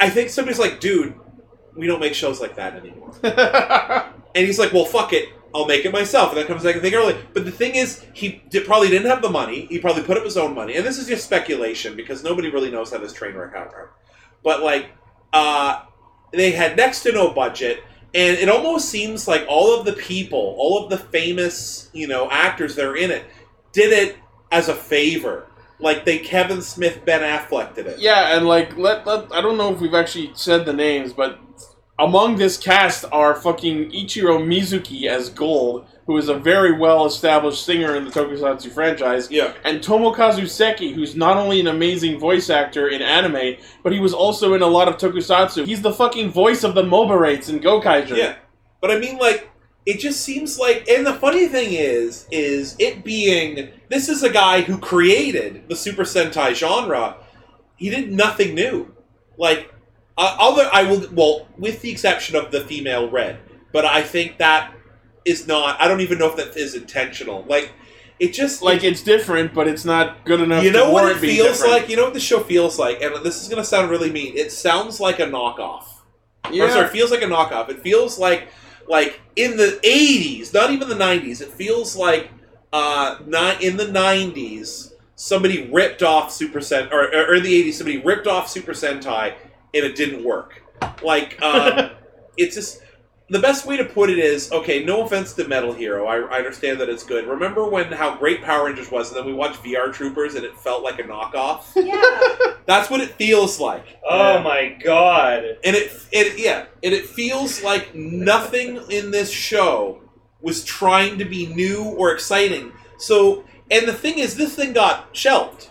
[SPEAKER 2] I think somebody's like, dude, we don't make shows like that anymore. And he's like, well, fuck it. I'll make it myself. And that comes back, I think, early. But the thing is, he did, probably didn't have the money. He probably put up his own money. And this is just speculation because nobody really knows how this train wreck happened. But, like, uh, they had next to no budget. And it almost seems like all of the people, all of the famous, you know, actors that are in it, did it as a favor. Like, they Kevin Smith, Ben Affleck did it.
[SPEAKER 1] Yeah, and like let, let I don't know if we've actually said the names, but among this cast are fucking Ichiro Mizuki as Gold, who is a very well established singer in the Tokusatsu franchise.
[SPEAKER 2] Yeah.
[SPEAKER 1] And Tomokazu Seki, who's not only an amazing voice actor in anime, but he was also in a lot of Tokusatsu. He's the fucking voice of the Mobarates in Gokaiger.
[SPEAKER 2] Yeah, but I mean, like, it just seems like, and the funny thing is, is it being this is a guy who created the Super Sentai genre. He did nothing new, like uh, other. I will well, with the exception of the female red, but I think that is not. I don't even know if that is intentional. Like, it just
[SPEAKER 1] Like it's different, but it's not good enough.
[SPEAKER 2] you
[SPEAKER 1] to
[SPEAKER 2] know what
[SPEAKER 1] warrant
[SPEAKER 2] it
[SPEAKER 1] being
[SPEAKER 2] feels
[SPEAKER 1] different.
[SPEAKER 2] like. You know what the show feels like, and this is gonna sound really mean. It sounds like a knockoff. Or, sorry,
[SPEAKER 1] Yeah.
[SPEAKER 2] it feels like a knockoff. It feels like like in the '80s, not even the '90s. It feels like uh, not in the '90s. Somebody ripped off Super Sentai, or, or in the '80s, somebody ripped off Super Sentai, and it didn't work. Like um, it's just the best way to put it is okay. No offense to Metal Hero, I, I understand that it's good. Remember when how great Power Rangers was, and then we watched VR Troopers, and it felt like a knockoff.
[SPEAKER 8] Yeah.
[SPEAKER 2] That's what it feels like
[SPEAKER 4] Oh my god.
[SPEAKER 2] and it, it yeah and it feels like nothing in this show was trying to be new or exciting so and the thing is this thing got shelved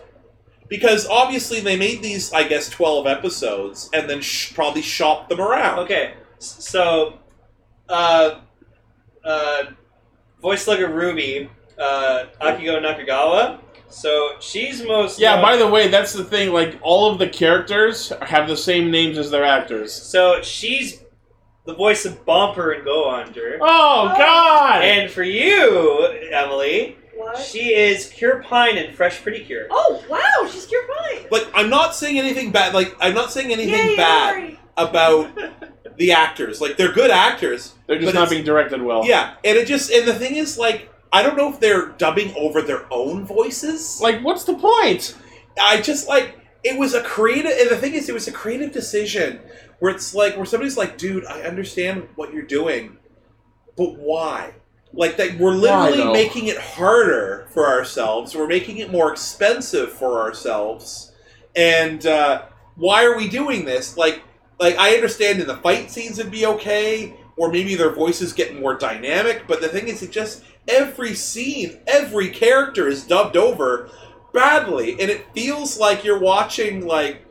[SPEAKER 2] because obviously they made these i guess 12 episodes and then sh- probably shopped them around
[SPEAKER 4] Okay, s- so, uh, uh, voice slugger Ruby, uh, Akigo Nakagawa. So she's most.
[SPEAKER 1] Yeah,
[SPEAKER 4] known-
[SPEAKER 1] by the way, that's the thing. Like, all of the characters have the same names as their actors.
[SPEAKER 4] So she's the voice of Bumper and Go Under.
[SPEAKER 1] Oh, God!
[SPEAKER 4] And for you, Emily,
[SPEAKER 8] what?
[SPEAKER 4] she is Cure Pine and Fresh Pretty Cure.
[SPEAKER 8] Oh wow, she's your fine.
[SPEAKER 2] like i'm not saying anything bad like i'm not saying anything
[SPEAKER 8] Yay,
[SPEAKER 2] bad
[SPEAKER 8] Lori.
[SPEAKER 2] about the actors like they're good actors
[SPEAKER 1] They're just
[SPEAKER 2] but
[SPEAKER 1] not
[SPEAKER 2] it's-
[SPEAKER 1] being directed well.
[SPEAKER 2] yeah and it just and the thing is like i don't know if they're dubbing over their own voices
[SPEAKER 1] Like, what's the point?
[SPEAKER 2] I just like it was a creative, and the thing is, it was a creative decision where it's like where somebody's like, "Dude, I understand what you're doing, but why?" Like that, we're literally
[SPEAKER 1] though?
[SPEAKER 2] making it harder for ourselves. We're making it more expensive for ourselves, and uh, why are we doing this? Like, like I understand in the fight scenes it'd be okay, or maybe their voices get more dynamic. But the thing is, it just every scene, every character is dubbed over badly, and it feels like you're watching like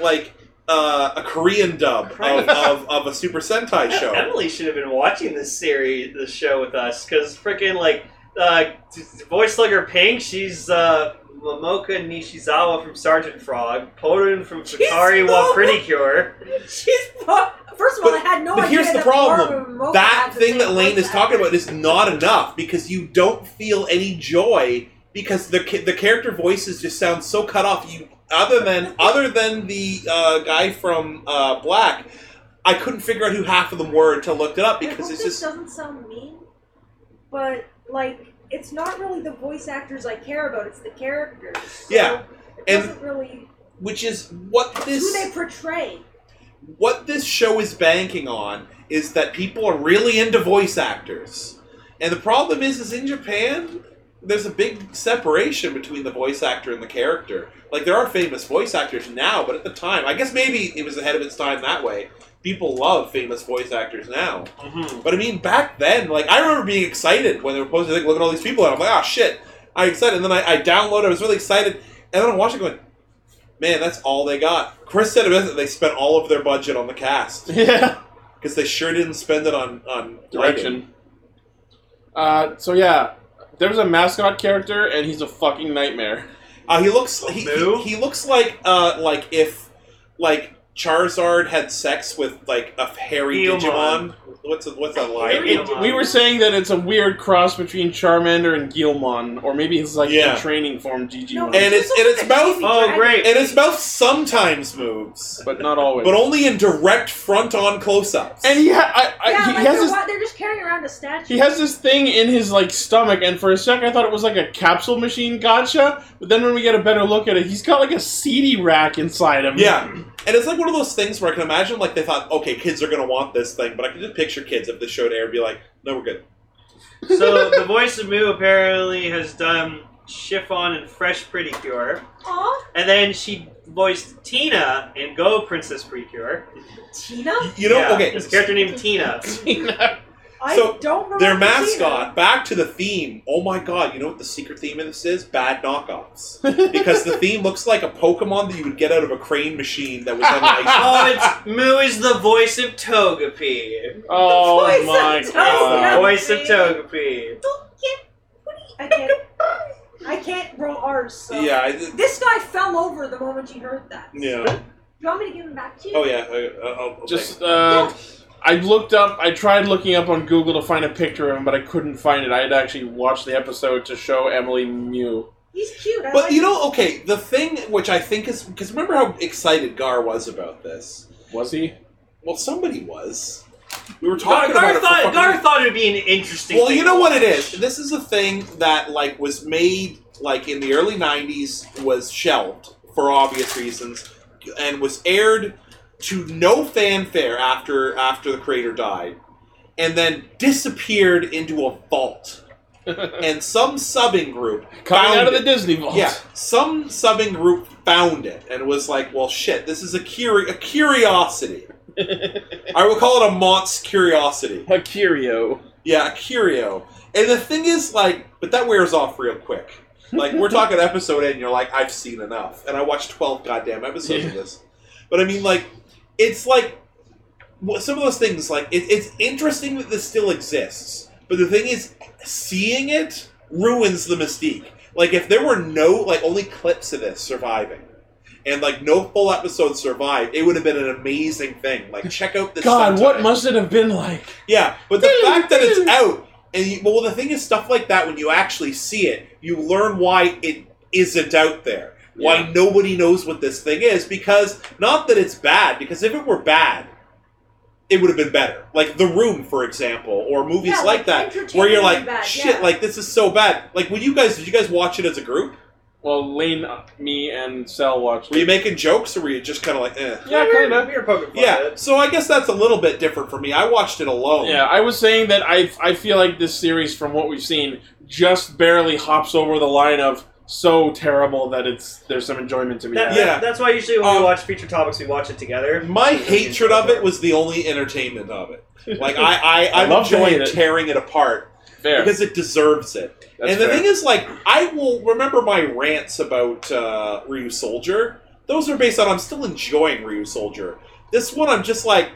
[SPEAKER 2] like uh, a Korean dub of, of, of a Super Sentai show.
[SPEAKER 4] Emily should have been watching this series, this show with us, because freaking like uh, voice slugger Pink, she's uh, Momoka Nishizawa from Sergeant Frog, Porun from Sakari wa
[SPEAKER 8] so-
[SPEAKER 4] Pretty Cure.
[SPEAKER 8] She's fu- first of all,
[SPEAKER 2] But-
[SPEAKER 8] I had no
[SPEAKER 2] but
[SPEAKER 8] idea.
[SPEAKER 2] here's the
[SPEAKER 8] that
[SPEAKER 2] problem.
[SPEAKER 8] Barbara Momoa
[SPEAKER 2] That
[SPEAKER 8] had the
[SPEAKER 2] thing
[SPEAKER 8] same
[SPEAKER 2] that Lane
[SPEAKER 8] voice
[SPEAKER 2] is talking
[SPEAKER 8] actor.
[SPEAKER 2] about is not enough because you don't feel any joy because the ca- the character voices just sound so cut off. You other than other than the uh, guy from uh, Black, I couldn't figure out who half of them were until I looked it up
[SPEAKER 8] I
[SPEAKER 2] because
[SPEAKER 8] hope
[SPEAKER 2] it's
[SPEAKER 8] this
[SPEAKER 2] just
[SPEAKER 8] doesn't sound mean, but like it's not really the voice actors I care about; it's the characters. So
[SPEAKER 2] Yeah,
[SPEAKER 8] it
[SPEAKER 2] and-
[SPEAKER 8] doesn't really
[SPEAKER 2] which is what
[SPEAKER 8] it's
[SPEAKER 2] this
[SPEAKER 8] who they portray.
[SPEAKER 2] what this show is banking on is that people are really into voice actors. And the problem is is in Japan there's a big separation between the voice actor and the character. Like there are famous voice actors now, but at the time, I guess maybe it was ahead of its time that way. People love famous voice actors now. But I mean, back then, like I remember being excited when they were posting, like, look at all these people, and I'm like, oh shit, I'm excited. And then I, I downloaded, I was really excited, and then I watched it going, man, that's all they got. Chris said it was that they spent all of their budget on the cast
[SPEAKER 1] Yeah.
[SPEAKER 2] because they sure didn't spend it on on writing.
[SPEAKER 1] Direction. Uh, so yeah, there's a mascot character, and he's a fucking nightmare.
[SPEAKER 2] Uh, he looks he,
[SPEAKER 4] Moo?
[SPEAKER 2] he, he looks like uh like if like Charizard had sex with like a hairy
[SPEAKER 4] Guillemon.
[SPEAKER 2] Digimon. What's what's that
[SPEAKER 1] It-
[SPEAKER 2] line?
[SPEAKER 1] it- we were saying that it's a weird cross between Charmander and Gilmon, or maybe it's like
[SPEAKER 2] Yeah.
[SPEAKER 1] the training form GG.
[SPEAKER 8] No,
[SPEAKER 2] and it's and its mouth.
[SPEAKER 4] Oh, great.
[SPEAKER 2] And its mouth sometimes moves,
[SPEAKER 1] but not always.
[SPEAKER 2] but only in direct front-on close-ups.
[SPEAKER 1] and he, ha- I, I,
[SPEAKER 8] yeah,
[SPEAKER 1] he
[SPEAKER 8] like
[SPEAKER 1] has
[SPEAKER 8] they're,
[SPEAKER 1] this
[SPEAKER 8] wa- they're just carrying around a statue.
[SPEAKER 1] He has this thing in his like stomach, and for a second I thought it was like a capsule machine gotcha. But then when we get a better look at it, he's got like a CD rack inside him.
[SPEAKER 2] Yeah, and it's like one of those things where I can imagine like they thought, okay, kids are gonna want this thing, but I can just picture kids if this showed air, be like, no, we're good.
[SPEAKER 4] So the voice of Moo apparently has done Chiffon and Fresh Pretty Cure,
[SPEAKER 8] Aw,
[SPEAKER 4] and then she voiced Tina in Go Princess Precure.
[SPEAKER 8] Tina.
[SPEAKER 2] You know,
[SPEAKER 4] Yeah,
[SPEAKER 2] okay.
[SPEAKER 4] This character named Tina.
[SPEAKER 8] I
[SPEAKER 2] So,
[SPEAKER 8] don't remember
[SPEAKER 2] Their
[SPEAKER 8] Tina.
[SPEAKER 2] mascot. Back to the theme. Oh my god! You know what the secret theme of this is? Bad knockoffs. Because the theme looks like a Pokemon that you would get out of a crane machine that was unlicensed.
[SPEAKER 4] oh, it's Moo is the voice of Togepi.
[SPEAKER 1] Oh
[SPEAKER 8] The voice
[SPEAKER 1] my god.
[SPEAKER 8] of Talia.
[SPEAKER 4] Voice of Togepi.
[SPEAKER 8] Don't get. What do you- I can't. I can't roll R's. So.
[SPEAKER 2] yeah. I,
[SPEAKER 8] This guy fell over the moment he heard that. Do
[SPEAKER 2] yeah.
[SPEAKER 8] you want me to give him back to you?
[SPEAKER 2] Oh yeah. I, I'll, I'll take
[SPEAKER 1] Just uh, I looked up. I tried looking up on Google to find a picture of him, but I couldn't find it. I had actually watched the episode to show Emily Mew.
[SPEAKER 8] He's cute. I
[SPEAKER 2] But
[SPEAKER 8] like
[SPEAKER 2] you
[SPEAKER 8] him.
[SPEAKER 2] know, okay, the thing which I think is because remember how excited Gar was about this.
[SPEAKER 1] Was he?
[SPEAKER 2] Well, somebody was. We were
[SPEAKER 4] Gar,
[SPEAKER 2] talking
[SPEAKER 4] Gar,
[SPEAKER 2] about it.
[SPEAKER 4] thought,
[SPEAKER 2] for fucking-
[SPEAKER 4] Gar thought it would be an interesting
[SPEAKER 2] well,
[SPEAKER 4] thing
[SPEAKER 2] you know
[SPEAKER 4] to
[SPEAKER 2] what it is.
[SPEAKER 4] watch.
[SPEAKER 2] This is a thing that like was made like in the early '90s was shelved for obvious reasons, and was aired to no fanfare after after the creator died, and then disappeared into a vault. and some subbing group
[SPEAKER 1] Coming
[SPEAKER 2] found
[SPEAKER 1] out of the
[SPEAKER 2] it.
[SPEAKER 1] Disney vault.
[SPEAKER 2] Yeah, some subbing group found it and was like, "Well, shit, this is a, curi- a curiosity." I would call it a Mott's curiosity.
[SPEAKER 1] A curio.
[SPEAKER 2] Yeah, a curio. And the thing is, like, but that wears off real quick. Like, we're talking episode eight, and you're like, "I've seen enough," and I watched twelve goddamn episodes of this. But I mean, like, it's like wh- some of those things. Like, it, it's interesting that this still exists, but the thing is, seeing it ruins the mystique. Like if there were no like only clips of this surviving, and like no full episode survived, it would have been an amazing thing. Like check out this.
[SPEAKER 1] God,
[SPEAKER 2] stunt on
[SPEAKER 1] what
[SPEAKER 2] it.
[SPEAKER 1] must it have been like?
[SPEAKER 2] Yeah, but the fact that it's out and you, well, the thing is, stuff like that when you actually see it, you learn why it isn't out there. Why
[SPEAKER 1] Yeah.
[SPEAKER 2] nobody knows what this thing is because not that it's bad because if it were bad, it would have been better. Like The Room, for example, or movies
[SPEAKER 8] Yeah,
[SPEAKER 2] like,
[SPEAKER 8] like
[SPEAKER 2] that, where you're
[SPEAKER 8] entertainingly
[SPEAKER 2] like,
[SPEAKER 8] bad,
[SPEAKER 2] shit,
[SPEAKER 8] yeah.
[SPEAKER 2] like this is so bad. Like, when you guys did you guys watch it as a group?
[SPEAKER 1] Well, Lane, uh, me, and Sal watched.
[SPEAKER 2] Were you
[SPEAKER 1] It.
[SPEAKER 2] making jokes or were you just kind of like, eh?
[SPEAKER 1] Yeah, kind of.
[SPEAKER 4] We were poking fun at
[SPEAKER 2] Yeah,
[SPEAKER 4] it.
[SPEAKER 2] so I guess that's a little bit different for me. I watched it alone.
[SPEAKER 1] Yeah, I was saying that I I feel like this series, from what we've seen, just barely hops over the line of so terrible that it's there's some enjoyment to be
[SPEAKER 4] That,
[SPEAKER 1] had.
[SPEAKER 2] Yeah.
[SPEAKER 4] that- that's why usually when
[SPEAKER 2] Um,
[SPEAKER 4] we watch feature topics, we watch it together.
[SPEAKER 2] My hatred of it was the only entertainment of it. Like I, I,
[SPEAKER 1] I
[SPEAKER 2] I'm
[SPEAKER 1] love to hate
[SPEAKER 2] enjoying
[SPEAKER 1] it.
[SPEAKER 2] tearing it apart
[SPEAKER 1] Fair.
[SPEAKER 2] because it deserves it.
[SPEAKER 1] That's
[SPEAKER 2] and the
[SPEAKER 1] fair.
[SPEAKER 2] thing is, like, I will remember my rants about uh, Ryu Soldier. Those are based on I'm still enjoying Ryu Soldier. This one, I'm just like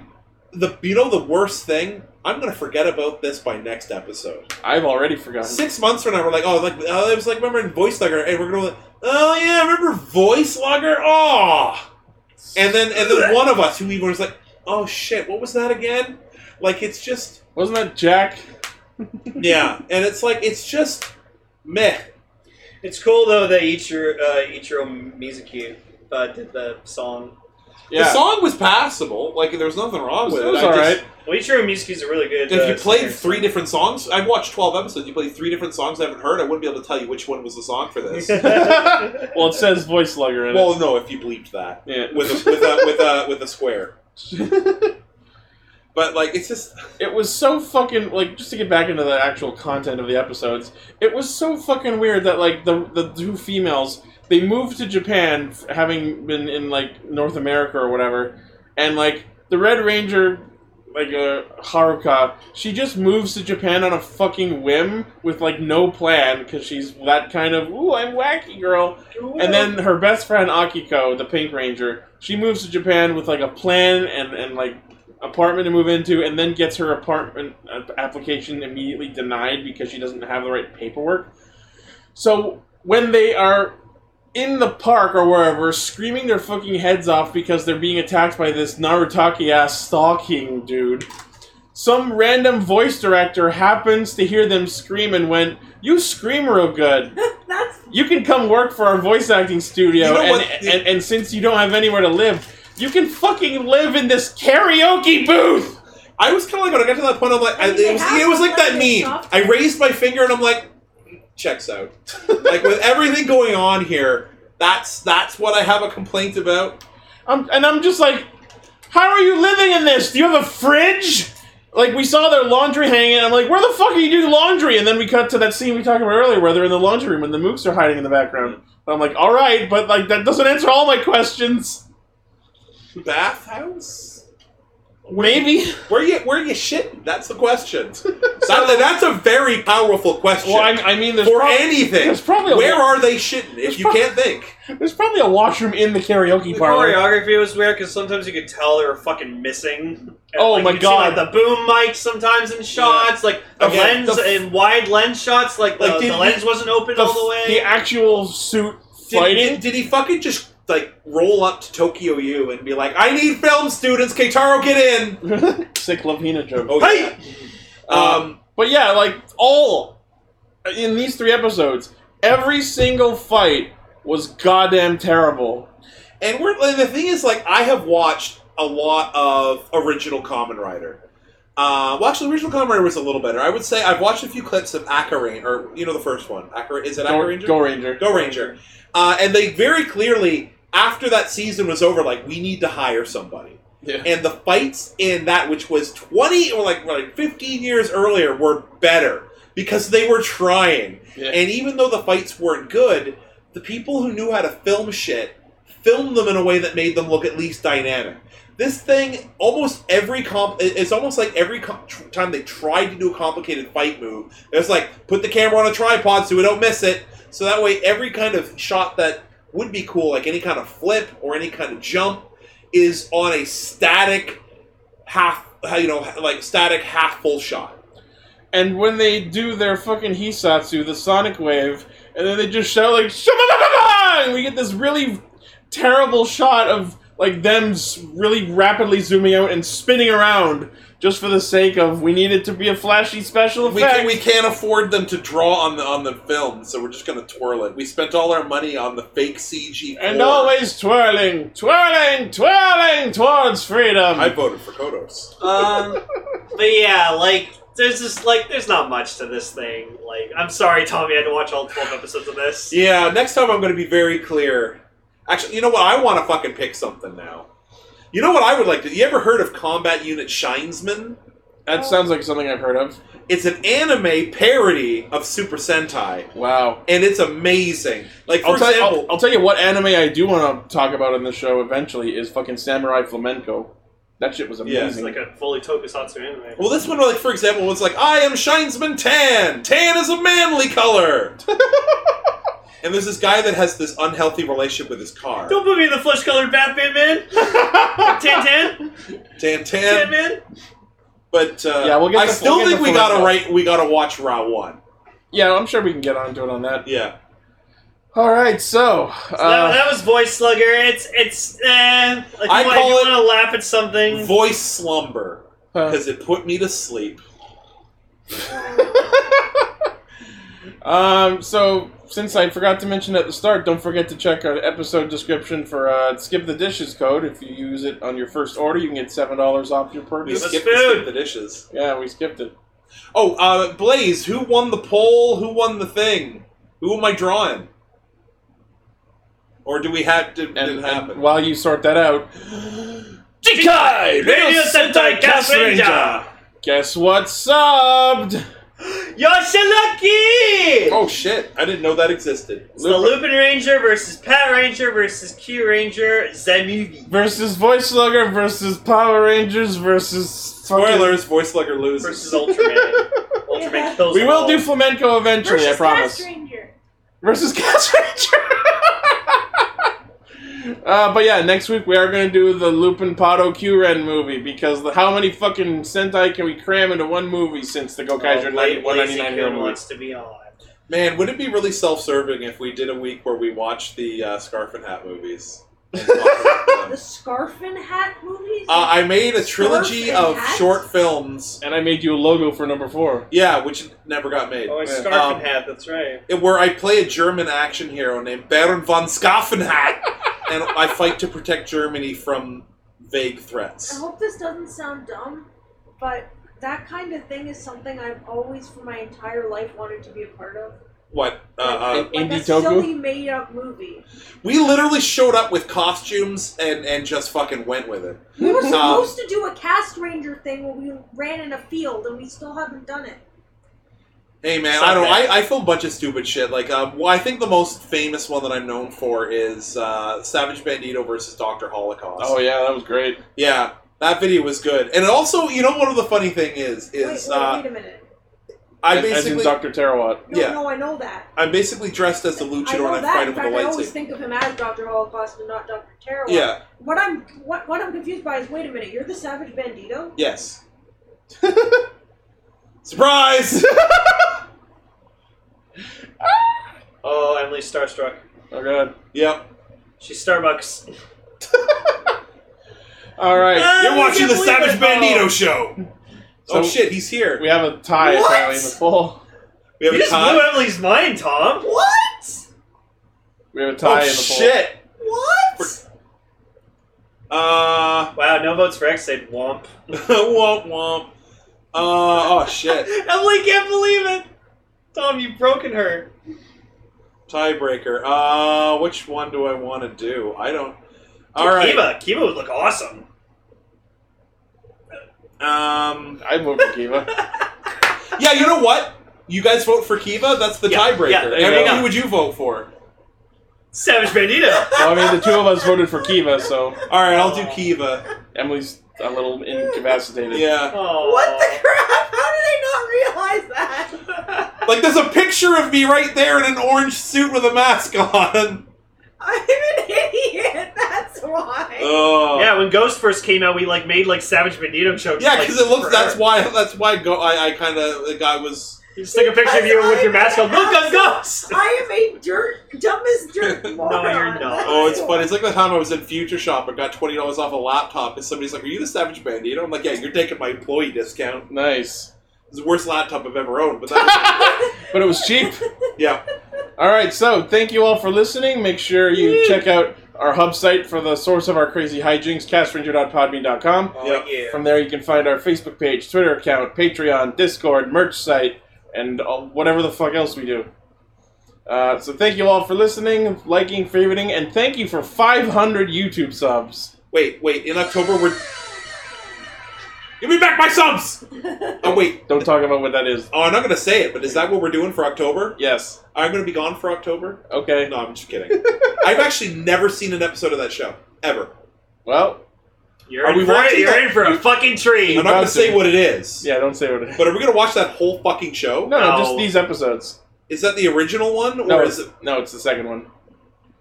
[SPEAKER 2] the you know the worst thing. I'm gonna forget about this by next episode.
[SPEAKER 1] I've already forgotten.
[SPEAKER 2] Six months from now, we're like, oh, like oh, it was like remember in Voice Logger, and we're gonna, be like, oh yeah, remember Voice Logger? Oh, and then and then one of us who even was like, oh shit, what was that again? Like it's just
[SPEAKER 1] Wasn't that Jack?
[SPEAKER 2] yeah, and it's like it's just meh.
[SPEAKER 4] It's cool though that Ichiro, uh, Ichiro Mizuki uh, did the song.
[SPEAKER 1] Yeah.
[SPEAKER 2] The song was passable. Like there was nothing wrong with
[SPEAKER 1] It
[SPEAKER 2] it.
[SPEAKER 1] was
[SPEAKER 2] I just-
[SPEAKER 1] alright.
[SPEAKER 4] Well, Ichiro Mizuki's a really good.
[SPEAKER 2] If
[SPEAKER 4] uh,
[SPEAKER 2] you played
[SPEAKER 4] singer.
[SPEAKER 2] three different songs, I've watched twelve episodes. You played three different songs I haven't heard. I wouldn't be able to tell you which one was the song for this.
[SPEAKER 1] Well, it says voice lugger in
[SPEAKER 2] well, no, if you bleeped that.
[SPEAKER 1] it. Yeah.
[SPEAKER 2] with a, with a with a with a square. but like it's just
[SPEAKER 1] It was so fucking like just to get back into the actual content of the episodes. It was so fucking weird that like the the two females they moved to Japan f- having been in like North America or whatever, and like the Red Ranger like uh, Haruka, she just moves to Japan on a fucking whim with like no plan because she's that kind of ooh I'm wacky girl. And then her best friend Akiko, the Pink Ranger, she moves to Japan with like a plan and and like apartment to move into, and then gets her apartment uh, application immediately denied because she doesn't have the right paperwork. So when they are in the park or wherever, screaming their fucking heads off because they're being attacked by this Narutaki ass stalking dude. Some random voice director happens to hear them scream and went, "You scream real good.
[SPEAKER 8] That's
[SPEAKER 1] You can come work for our voice acting studio,
[SPEAKER 2] You know
[SPEAKER 1] and,
[SPEAKER 2] what-
[SPEAKER 1] and and since you don't have anywhere to live, you can fucking live in this karaoke booth."
[SPEAKER 2] I was kind of like when I got to that point, I'm like, I,
[SPEAKER 8] I mean, they
[SPEAKER 2] it, was,
[SPEAKER 8] have
[SPEAKER 2] it was
[SPEAKER 8] to
[SPEAKER 2] like
[SPEAKER 8] play
[SPEAKER 2] that
[SPEAKER 8] the
[SPEAKER 2] meme.
[SPEAKER 8] soft-
[SPEAKER 2] I raised my finger and I'm like, checks out. like with everything going on here, that's that's what I have a complaint about.
[SPEAKER 1] I'm, and I'm just like, how are you living in this? Do you have a fridge? Like, we saw their laundry hanging, and I'm like, where the fuck are you doing laundry? And then we cut to that scene we talked about earlier where they're in the laundry room and the mooks are hiding in the background. And I'm like, all right, but, like, that doesn't answer all my questions.
[SPEAKER 2] Bathhouse?
[SPEAKER 1] Maybe.
[SPEAKER 2] Where you where you shitting? That's the question. That- that's a very powerful question.
[SPEAKER 1] Well, I, I mean, there's,
[SPEAKER 2] for
[SPEAKER 1] prob-
[SPEAKER 2] anything,
[SPEAKER 1] there's probably a
[SPEAKER 2] where
[SPEAKER 1] wa-
[SPEAKER 2] are they shitting? If you
[SPEAKER 1] prob-
[SPEAKER 2] can't think,
[SPEAKER 1] there's probably a washroom in the karaoke
[SPEAKER 4] The
[SPEAKER 1] parlor.
[SPEAKER 4] choreography was weird because sometimes you could tell they were fucking missing. And,
[SPEAKER 1] Oh
[SPEAKER 4] like,
[SPEAKER 1] my
[SPEAKER 4] you'd
[SPEAKER 1] God.
[SPEAKER 4] See, like the boom mics sometimes in shots, like the
[SPEAKER 2] Again,
[SPEAKER 4] lens
[SPEAKER 2] the f-
[SPEAKER 4] in wide lens shots, like the,
[SPEAKER 2] Like, did
[SPEAKER 4] the lens wasn't open all the way.
[SPEAKER 1] the actual suit
[SPEAKER 2] did,
[SPEAKER 1] fighting.
[SPEAKER 2] did, did he fucking just like roll up to Tokyo U and be like, I need film students, Keitaro, get in.
[SPEAKER 1] Sick Lovina joke.
[SPEAKER 2] Oh, yeah. Um,
[SPEAKER 1] But yeah, like all in these three episodes, every single fight was goddamn terrible.
[SPEAKER 2] And we're and the thing is, like, I have watched a lot of original Common Rider. Uh, well, actually, original Common Rider was a little better. I would say I've watched a few clips of Akarain, or you know, the first one. Akarain is it
[SPEAKER 1] Go,
[SPEAKER 2] Akaranger?
[SPEAKER 1] Go Ranger.
[SPEAKER 2] Go Ranger. Uh, and they very clearly, after that season was over, like we need to hire somebody.
[SPEAKER 1] Yeah.
[SPEAKER 2] And the fights in that, which was twenty or like like fifteen years earlier, were better because they were trying.
[SPEAKER 1] Yeah.
[SPEAKER 2] And even though the fights weren't good, the people who knew how to film shit filmed them in a way that made them look at least dynamic. This thing, almost every comp, it- it's almost like every com- tr- time they tried to do a complicated fight move, it's like put the camera on a tripod so we don't miss it. So that way, every kind of shot that would be cool, like any kind of flip or any kind of jump, is on a static half, you know, like static half full shot.
[SPEAKER 1] And when they do their fucking Hisatsu, the Sonic Wave, and then they just shout like "Shabba-ba-ba-ba!" and we get this really terrible shot of like them s- really rapidly zooming out and spinning around just for the sake of we need it to be a flashy special
[SPEAKER 2] We,
[SPEAKER 1] effect.
[SPEAKER 2] can, we can't afford them to draw on the on the film, so we're just gonna twirl it. We spent all our money on the fake CG.
[SPEAKER 1] and
[SPEAKER 2] floor.
[SPEAKER 1] always twirling, twirling, twirling towards freedom.
[SPEAKER 2] I voted for Kodos.
[SPEAKER 4] Um, but yeah, like there's just like there's not much to this thing. Like I'm sorry, Tommy, I had to watch all 12 episodes of this.
[SPEAKER 2] Yeah, next time I'm gonna be very clear. Actually, you know what? I want to fucking pick something now. You know what I would like to? You ever heard of Combat Unit Shinesman?
[SPEAKER 1] that sounds like something I've heard of.
[SPEAKER 2] It's an anime parody of Super Sentai,
[SPEAKER 1] Wow.
[SPEAKER 2] and it's amazing. Like for
[SPEAKER 1] I'll tell,
[SPEAKER 2] example,
[SPEAKER 1] I'll, I'll tell you what anime I do want to talk about on the show eventually is fucking Samurai Flamenco. That shit was
[SPEAKER 2] Yeah,
[SPEAKER 4] It's
[SPEAKER 1] amazing.
[SPEAKER 4] like a fully tokusatsu anime.
[SPEAKER 2] Well, this one, like for example, was like, "I am Shinesman Tan. Tan is a manly color." and there's this guy that has this unhealthy relationship with his car.
[SPEAKER 4] Don't put me in the flesh-colored Batman, man. Tantan,
[SPEAKER 2] Tan Tan.
[SPEAKER 4] Tanman.
[SPEAKER 2] But uh,
[SPEAKER 1] Yeah, we'll get
[SPEAKER 2] I
[SPEAKER 1] the-
[SPEAKER 2] still
[SPEAKER 1] we'll get
[SPEAKER 2] think
[SPEAKER 1] the
[SPEAKER 2] we
[SPEAKER 1] full
[SPEAKER 2] gotta
[SPEAKER 1] info.
[SPEAKER 2] right. We gotta watch Raw One.
[SPEAKER 1] yeah, I'm sure we can get onto it on that.
[SPEAKER 2] Yeah.
[SPEAKER 1] All right, so
[SPEAKER 4] that,
[SPEAKER 1] uh,
[SPEAKER 4] that was Voice Slugger. It's it's. Eh, if you
[SPEAKER 2] I
[SPEAKER 4] want,
[SPEAKER 2] call it
[SPEAKER 4] to laugh at
[SPEAKER 1] Mm.
[SPEAKER 4] something.
[SPEAKER 2] Voice slumber
[SPEAKER 1] uh,
[SPEAKER 2] because it put me to sleep.
[SPEAKER 1] um, so since I forgot to mention at the start, don't forget to check our episode description for uh, skip the dishes code. If you use it on your first order, you can get seven dollars off your
[SPEAKER 2] We
[SPEAKER 1] purchase.
[SPEAKER 4] Yes.
[SPEAKER 2] skipped,
[SPEAKER 4] food.
[SPEAKER 2] skipped the dishes.
[SPEAKER 1] Yeah, we skipped it.
[SPEAKER 2] Oh, uh, Blaze, who won the poll? Who won the thing? Who am I drawing? Or do we have to?
[SPEAKER 1] And,
[SPEAKER 2] did it happen?
[SPEAKER 1] and while you sort that out, Jikai
[SPEAKER 4] Radio Sentai Cast Ranger.
[SPEAKER 1] Guess what subbed?
[SPEAKER 4] Yoshilucky.
[SPEAKER 2] Oh shit! I didn't know that existed.
[SPEAKER 4] It's the Lupin Ranger versus Pat Ranger versus Q Ranger Zemuvi
[SPEAKER 1] versus Voice Slugger versus Power Rangers versus fucking-
[SPEAKER 2] Spoilers: Voice Slugger loses.
[SPEAKER 4] versus Ultraman. Ultraman kills.
[SPEAKER 1] We
[SPEAKER 4] them
[SPEAKER 1] will
[SPEAKER 4] all.
[SPEAKER 1] do flamenco eventually,
[SPEAKER 8] versus
[SPEAKER 1] I promise.
[SPEAKER 8] Cast Ranger.
[SPEAKER 1] Versus Cast Ranger. Uh, but yeah, next week we are going to do the Lupin Pato Kyuren movie because the, how many fucking Sentai can we cram into one movie since the
[SPEAKER 4] Oh,
[SPEAKER 1] Gokaiger 9199
[SPEAKER 4] Blade- Blazing
[SPEAKER 1] hero
[SPEAKER 4] Kun
[SPEAKER 1] movie?
[SPEAKER 4] wants to be on.
[SPEAKER 2] Man, would it be really self-serving if we did a week where we watched the uh, Scarf and Hat movies? And talked about
[SPEAKER 8] The
[SPEAKER 2] them?
[SPEAKER 8] scarf and hat movies.
[SPEAKER 2] uh, I made a trilogy
[SPEAKER 8] Scarf and
[SPEAKER 2] of
[SPEAKER 8] Hat?
[SPEAKER 2] short films.
[SPEAKER 1] And I made you a logo for number four.
[SPEAKER 2] Yeah, which never got made.
[SPEAKER 4] Oh, a scarf
[SPEAKER 2] Um,
[SPEAKER 4] and hat. That's right.
[SPEAKER 2] it- where I play a German action hero named Baron von Schaffenhat, and I fight to protect Germany from vague
[SPEAKER 8] I
[SPEAKER 2] threats.
[SPEAKER 8] hope this doesn't sound dumb, but that kind of thing is something I've always, for my entire life, wanted to be a part of.
[SPEAKER 2] What? Uh, uh,
[SPEAKER 8] Like
[SPEAKER 1] Indie
[SPEAKER 8] a
[SPEAKER 1] Toku?
[SPEAKER 8] silly made-up movie.
[SPEAKER 2] we literally showed up with costumes and, and just fucking went with it.
[SPEAKER 8] We were
[SPEAKER 2] Um,
[SPEAKER 8] supposed to do a cast ranger thing where we ran in a field, and we still haven't done it.
[SPEAKER 2] Hey man, I don't. I, I film a bunch of stupid shit. Like, um, well, I think the most famous one that I'm known for is uh, Savage Bandito versus Doctor Holocaust.
[SPEAKER 1] Oh yeah, that was great.
[SPEAKER 2] yeah, that video was good. And it also, you know, one of the funny thing is,
[SPEAKER 8] Wait,
[SPEAKER 2] is
[SPEAKER 8] wait,
[SPEAKER 2] uh,
[SPEAKER 8] wait a minute.
[SPEAKER 1] As-
[SPEAKER 2] I
[SPEAKER 1] as in
[SPEAKER 2] basically,
[SPEAKER 1] Doctor Terawat.
[SPEAKER 8] No,
[SPEAKER 2] yeah.
[SPEAKER 8] no, I know that.
[SPEAKER 2] I'm basically dressed as the
[SPEAKER 8] I
[SPEAKER 2] luchador
[SPEAKER 8] know
[SPEAKER 2] and I fight him
[SPEAKER 8] that. In
[SPEAKER 2] with a
[SPEAKER 8] fact, I always
[SPEAKER 2] lightsaber.
[SPEAKER 8] think of him as Doctor Holocaust and not Doctor Terror.
[SPEAKER 2] Yeah.
[SPEAKER 8] What I'm what what I'm confused by is wait a minute, you're the Savage Bandito.
[SPEAKER 2] Yes. Surprise!
[SPEAKER 4] Oh, Emily's starstruck.
[SPEAKER 1] Oh god.
[SPEAKER 2] yep.
[SPEAKER 4] She's Starbucks.
[SPEAKER 1] All right.
[SPEAKER 2] You're watching the
[SPEAKER 4] can't believe
[SPEAKER 2] Savage
[SPEAKER 4] it. Oh.
[SPEAKER 2] Bandito show.
[SPEAKER 1] So-
[SPEAKER 2] oh shit, he's here.
[SPEAKER 1] We have a tie
[SPEAKER 4] What?
[SPEAKER 1] apparently in the fall.
[SPEAKER 2] We have
[SPEAKER 4] You
[SPEAKER 2] a
[SPEAKER 4] just blew
[SPEAKER 2] tie.
[SPEAKER 4] Emily's mind, Tom.
[SPEAKER 8] What?
[SPEAKER 1] We have a tie
[SPEAKER 2] Oh
[SPEAKER 1] in the fall.
[SPEAKER 2] shit.
[SPEAKER 8] What?
[SPEAKER 2] Uh,
[SPEAKER 4] Wow, no votes for X said womp.
[SPEAKER 2] womp womp. Uh, oh shit.
[SPEAKER 4] Emily can't believe it. Tom, you've broken her.
[SPEAKER 2] Tiebreaker. Uh, which one do I want to do? I don't. All
[SPEAKER 4] Dude,
[SPEAKER 2] right.
[SPEAKER 4] Kiva. Kiva would look awesome.
[SPEAKER 2] Um.
[SPEAKER 1] I vote for Kiva.
[SPEAKER 2] Yeah. You know what? You guys vote for Kiva. That's the
[SPEAKER 4] Yeah,
[SPEAKER 2] tiebreaker.
[SPEAKER 4] yeah, there you
[SPEAKER 2] Emily,
[SPEAKER 4] go.
[SPEAKER 2] who would you vote for?
[SPEAKER 4] Savage Bandito.
[SPEAKER 1] well, I mean, the two of us voted for Kiva, so
[SPEAKER 2] All right, I'll do Kiva.
[SPEAKER 1] Emily's a little incapacitated.
[SPEAKER 2] Yeah.
[SPEAKER 4] Oh.
[SPEAKER 3] What the crap? How did I not realize that?
[SPEAKER 2] Like, there's a picture of me right there in an orange suit with a mask on.
[SPEAKER 3] I'm an idiot. That's why.
[SPEAKER 2] Oh.
[SPEAKER 4] Yeah, when Ghost first came out, we like made like Savage Bandito jokes.
[SPEAKER 2] Yeah,
[SPEAKER 4] like,
[SPEAKER 2] because it looks.
[SPEAKER 4] for
[SPEAKER 2] That's
[SPEAKER 4] her.
[SPEAKER 2] why. That's why. Go. I. I kind of. The guy was.
[SPEAKER 4] You Just take a picture of you with your mask on. Look, I'm Ghost.
[SPEAKER 3] I am a dirt, dumbest dirt moron.
[SPEAKER 4] you're not.
[SPEAKER 2] Oh, it's funny. It's like the time I was in Future Shop and got twenty dollars off a laptop, and somebody's like, "Are you the Savage Bandito?" I'm like, "Yeah, you're taking my employee discount."
[SPEAKER 1] Nice.
[SPEAKER 2] It's the worst laptop I've ever owned, but that
[SPEAKER 1] But it was cheap.
[SPEAKER 2] was, yeah.
[SPEAKER 1] All right, so thank you all for listening. Make sure you check out our hub site for the source of our crazy hijinks, castranger.podbean.com.
[SPEAKER 2] yeah.
[SPEAKER 1] From there, you can find our Facebook page, Twitter account, Patreon, Discord, merch site, and all, whatever the fuck else we do. Uh, so thank you all for listening, liking, favoriting, and thank you for 500 YouTube subs.
[SPEAKER 2] Wait, wait. In October, we're. Give me back my subs. oh wait.
[SPEAKER 1] Don't talk about what that is.
[SPEAKER 2] Oh, I'm not gonna say it, but is that what we're doing for October?
[SPEAKER 1] Yes.
[SPEAKER 2] I'm gonna be gone for October.
[SPEAKER 1] Okay.
[SPEAKER 2] No, I'm just kidding. I've actually never seen an episode of that show ever.
[SPEAKER 1] Well,
[SPEAKER 4] You're
[SPEAKER 2] Are
[SPEAKER 4] in
[SPEAKER 2] we
[SPEAKER 4] for it.
[SPEAKER 2] watching
[SPEAKER 4] You're
[SPEAKER 2] that?
[SPEAKER 4] in for a fucking treat.
[SPEAKER 2] I'm not gonna
[SPEAKER 1] about
[SPEAKER 2] say
[SPEAKER 1] to.
[SPEAKER 2] what it is.
[SPEAKER 1] yeah, don't say what it is.
[SPEAKER 2] But are we gonna watch that whole fucking show?
[SPEAKER 1] No, no, just
[SPEAKER 4] No.
[SPEAKER 1] these episodes.
[SPEAKER 2] Is that the original one, or
[SPEAKER 1] No,
[SPEAKER 2] is
[SPEAKER 1] it's,
[SPEAKER 2] it
[SPEAKER 1] no, it's the second one.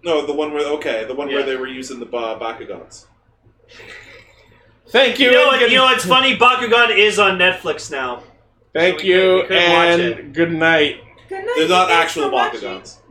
[SPEAKER 2] no the one where okay the one where
[SPEAKER 4] Yeah.
[SPEAKER 2] they were using the uh, Bakugans?
[SPEAKER 1] Thank you.
[SPEAKER 4] You know,
[SPEAKER 1] and
[SPEAKER 4] what,
[SPEAKER 1] good-
[SPEAKER 4] you know what's funny? Bakugan is on Netflix now.
[SPEAKER 1] Thank
[SPEAKER 4] We could-
[SPEAKER 1] you,
[SPEAKER 4] we could watch
[SPEAKER 1] and good night.
[SPEAKER 8] Good night.
[SPEAKER 2] They're not
[SPEAKER 8] Thanks
[SPEAKER 2] actual
[SPEAKER 8] for watching.
[SPEAKER 2] Bakugans.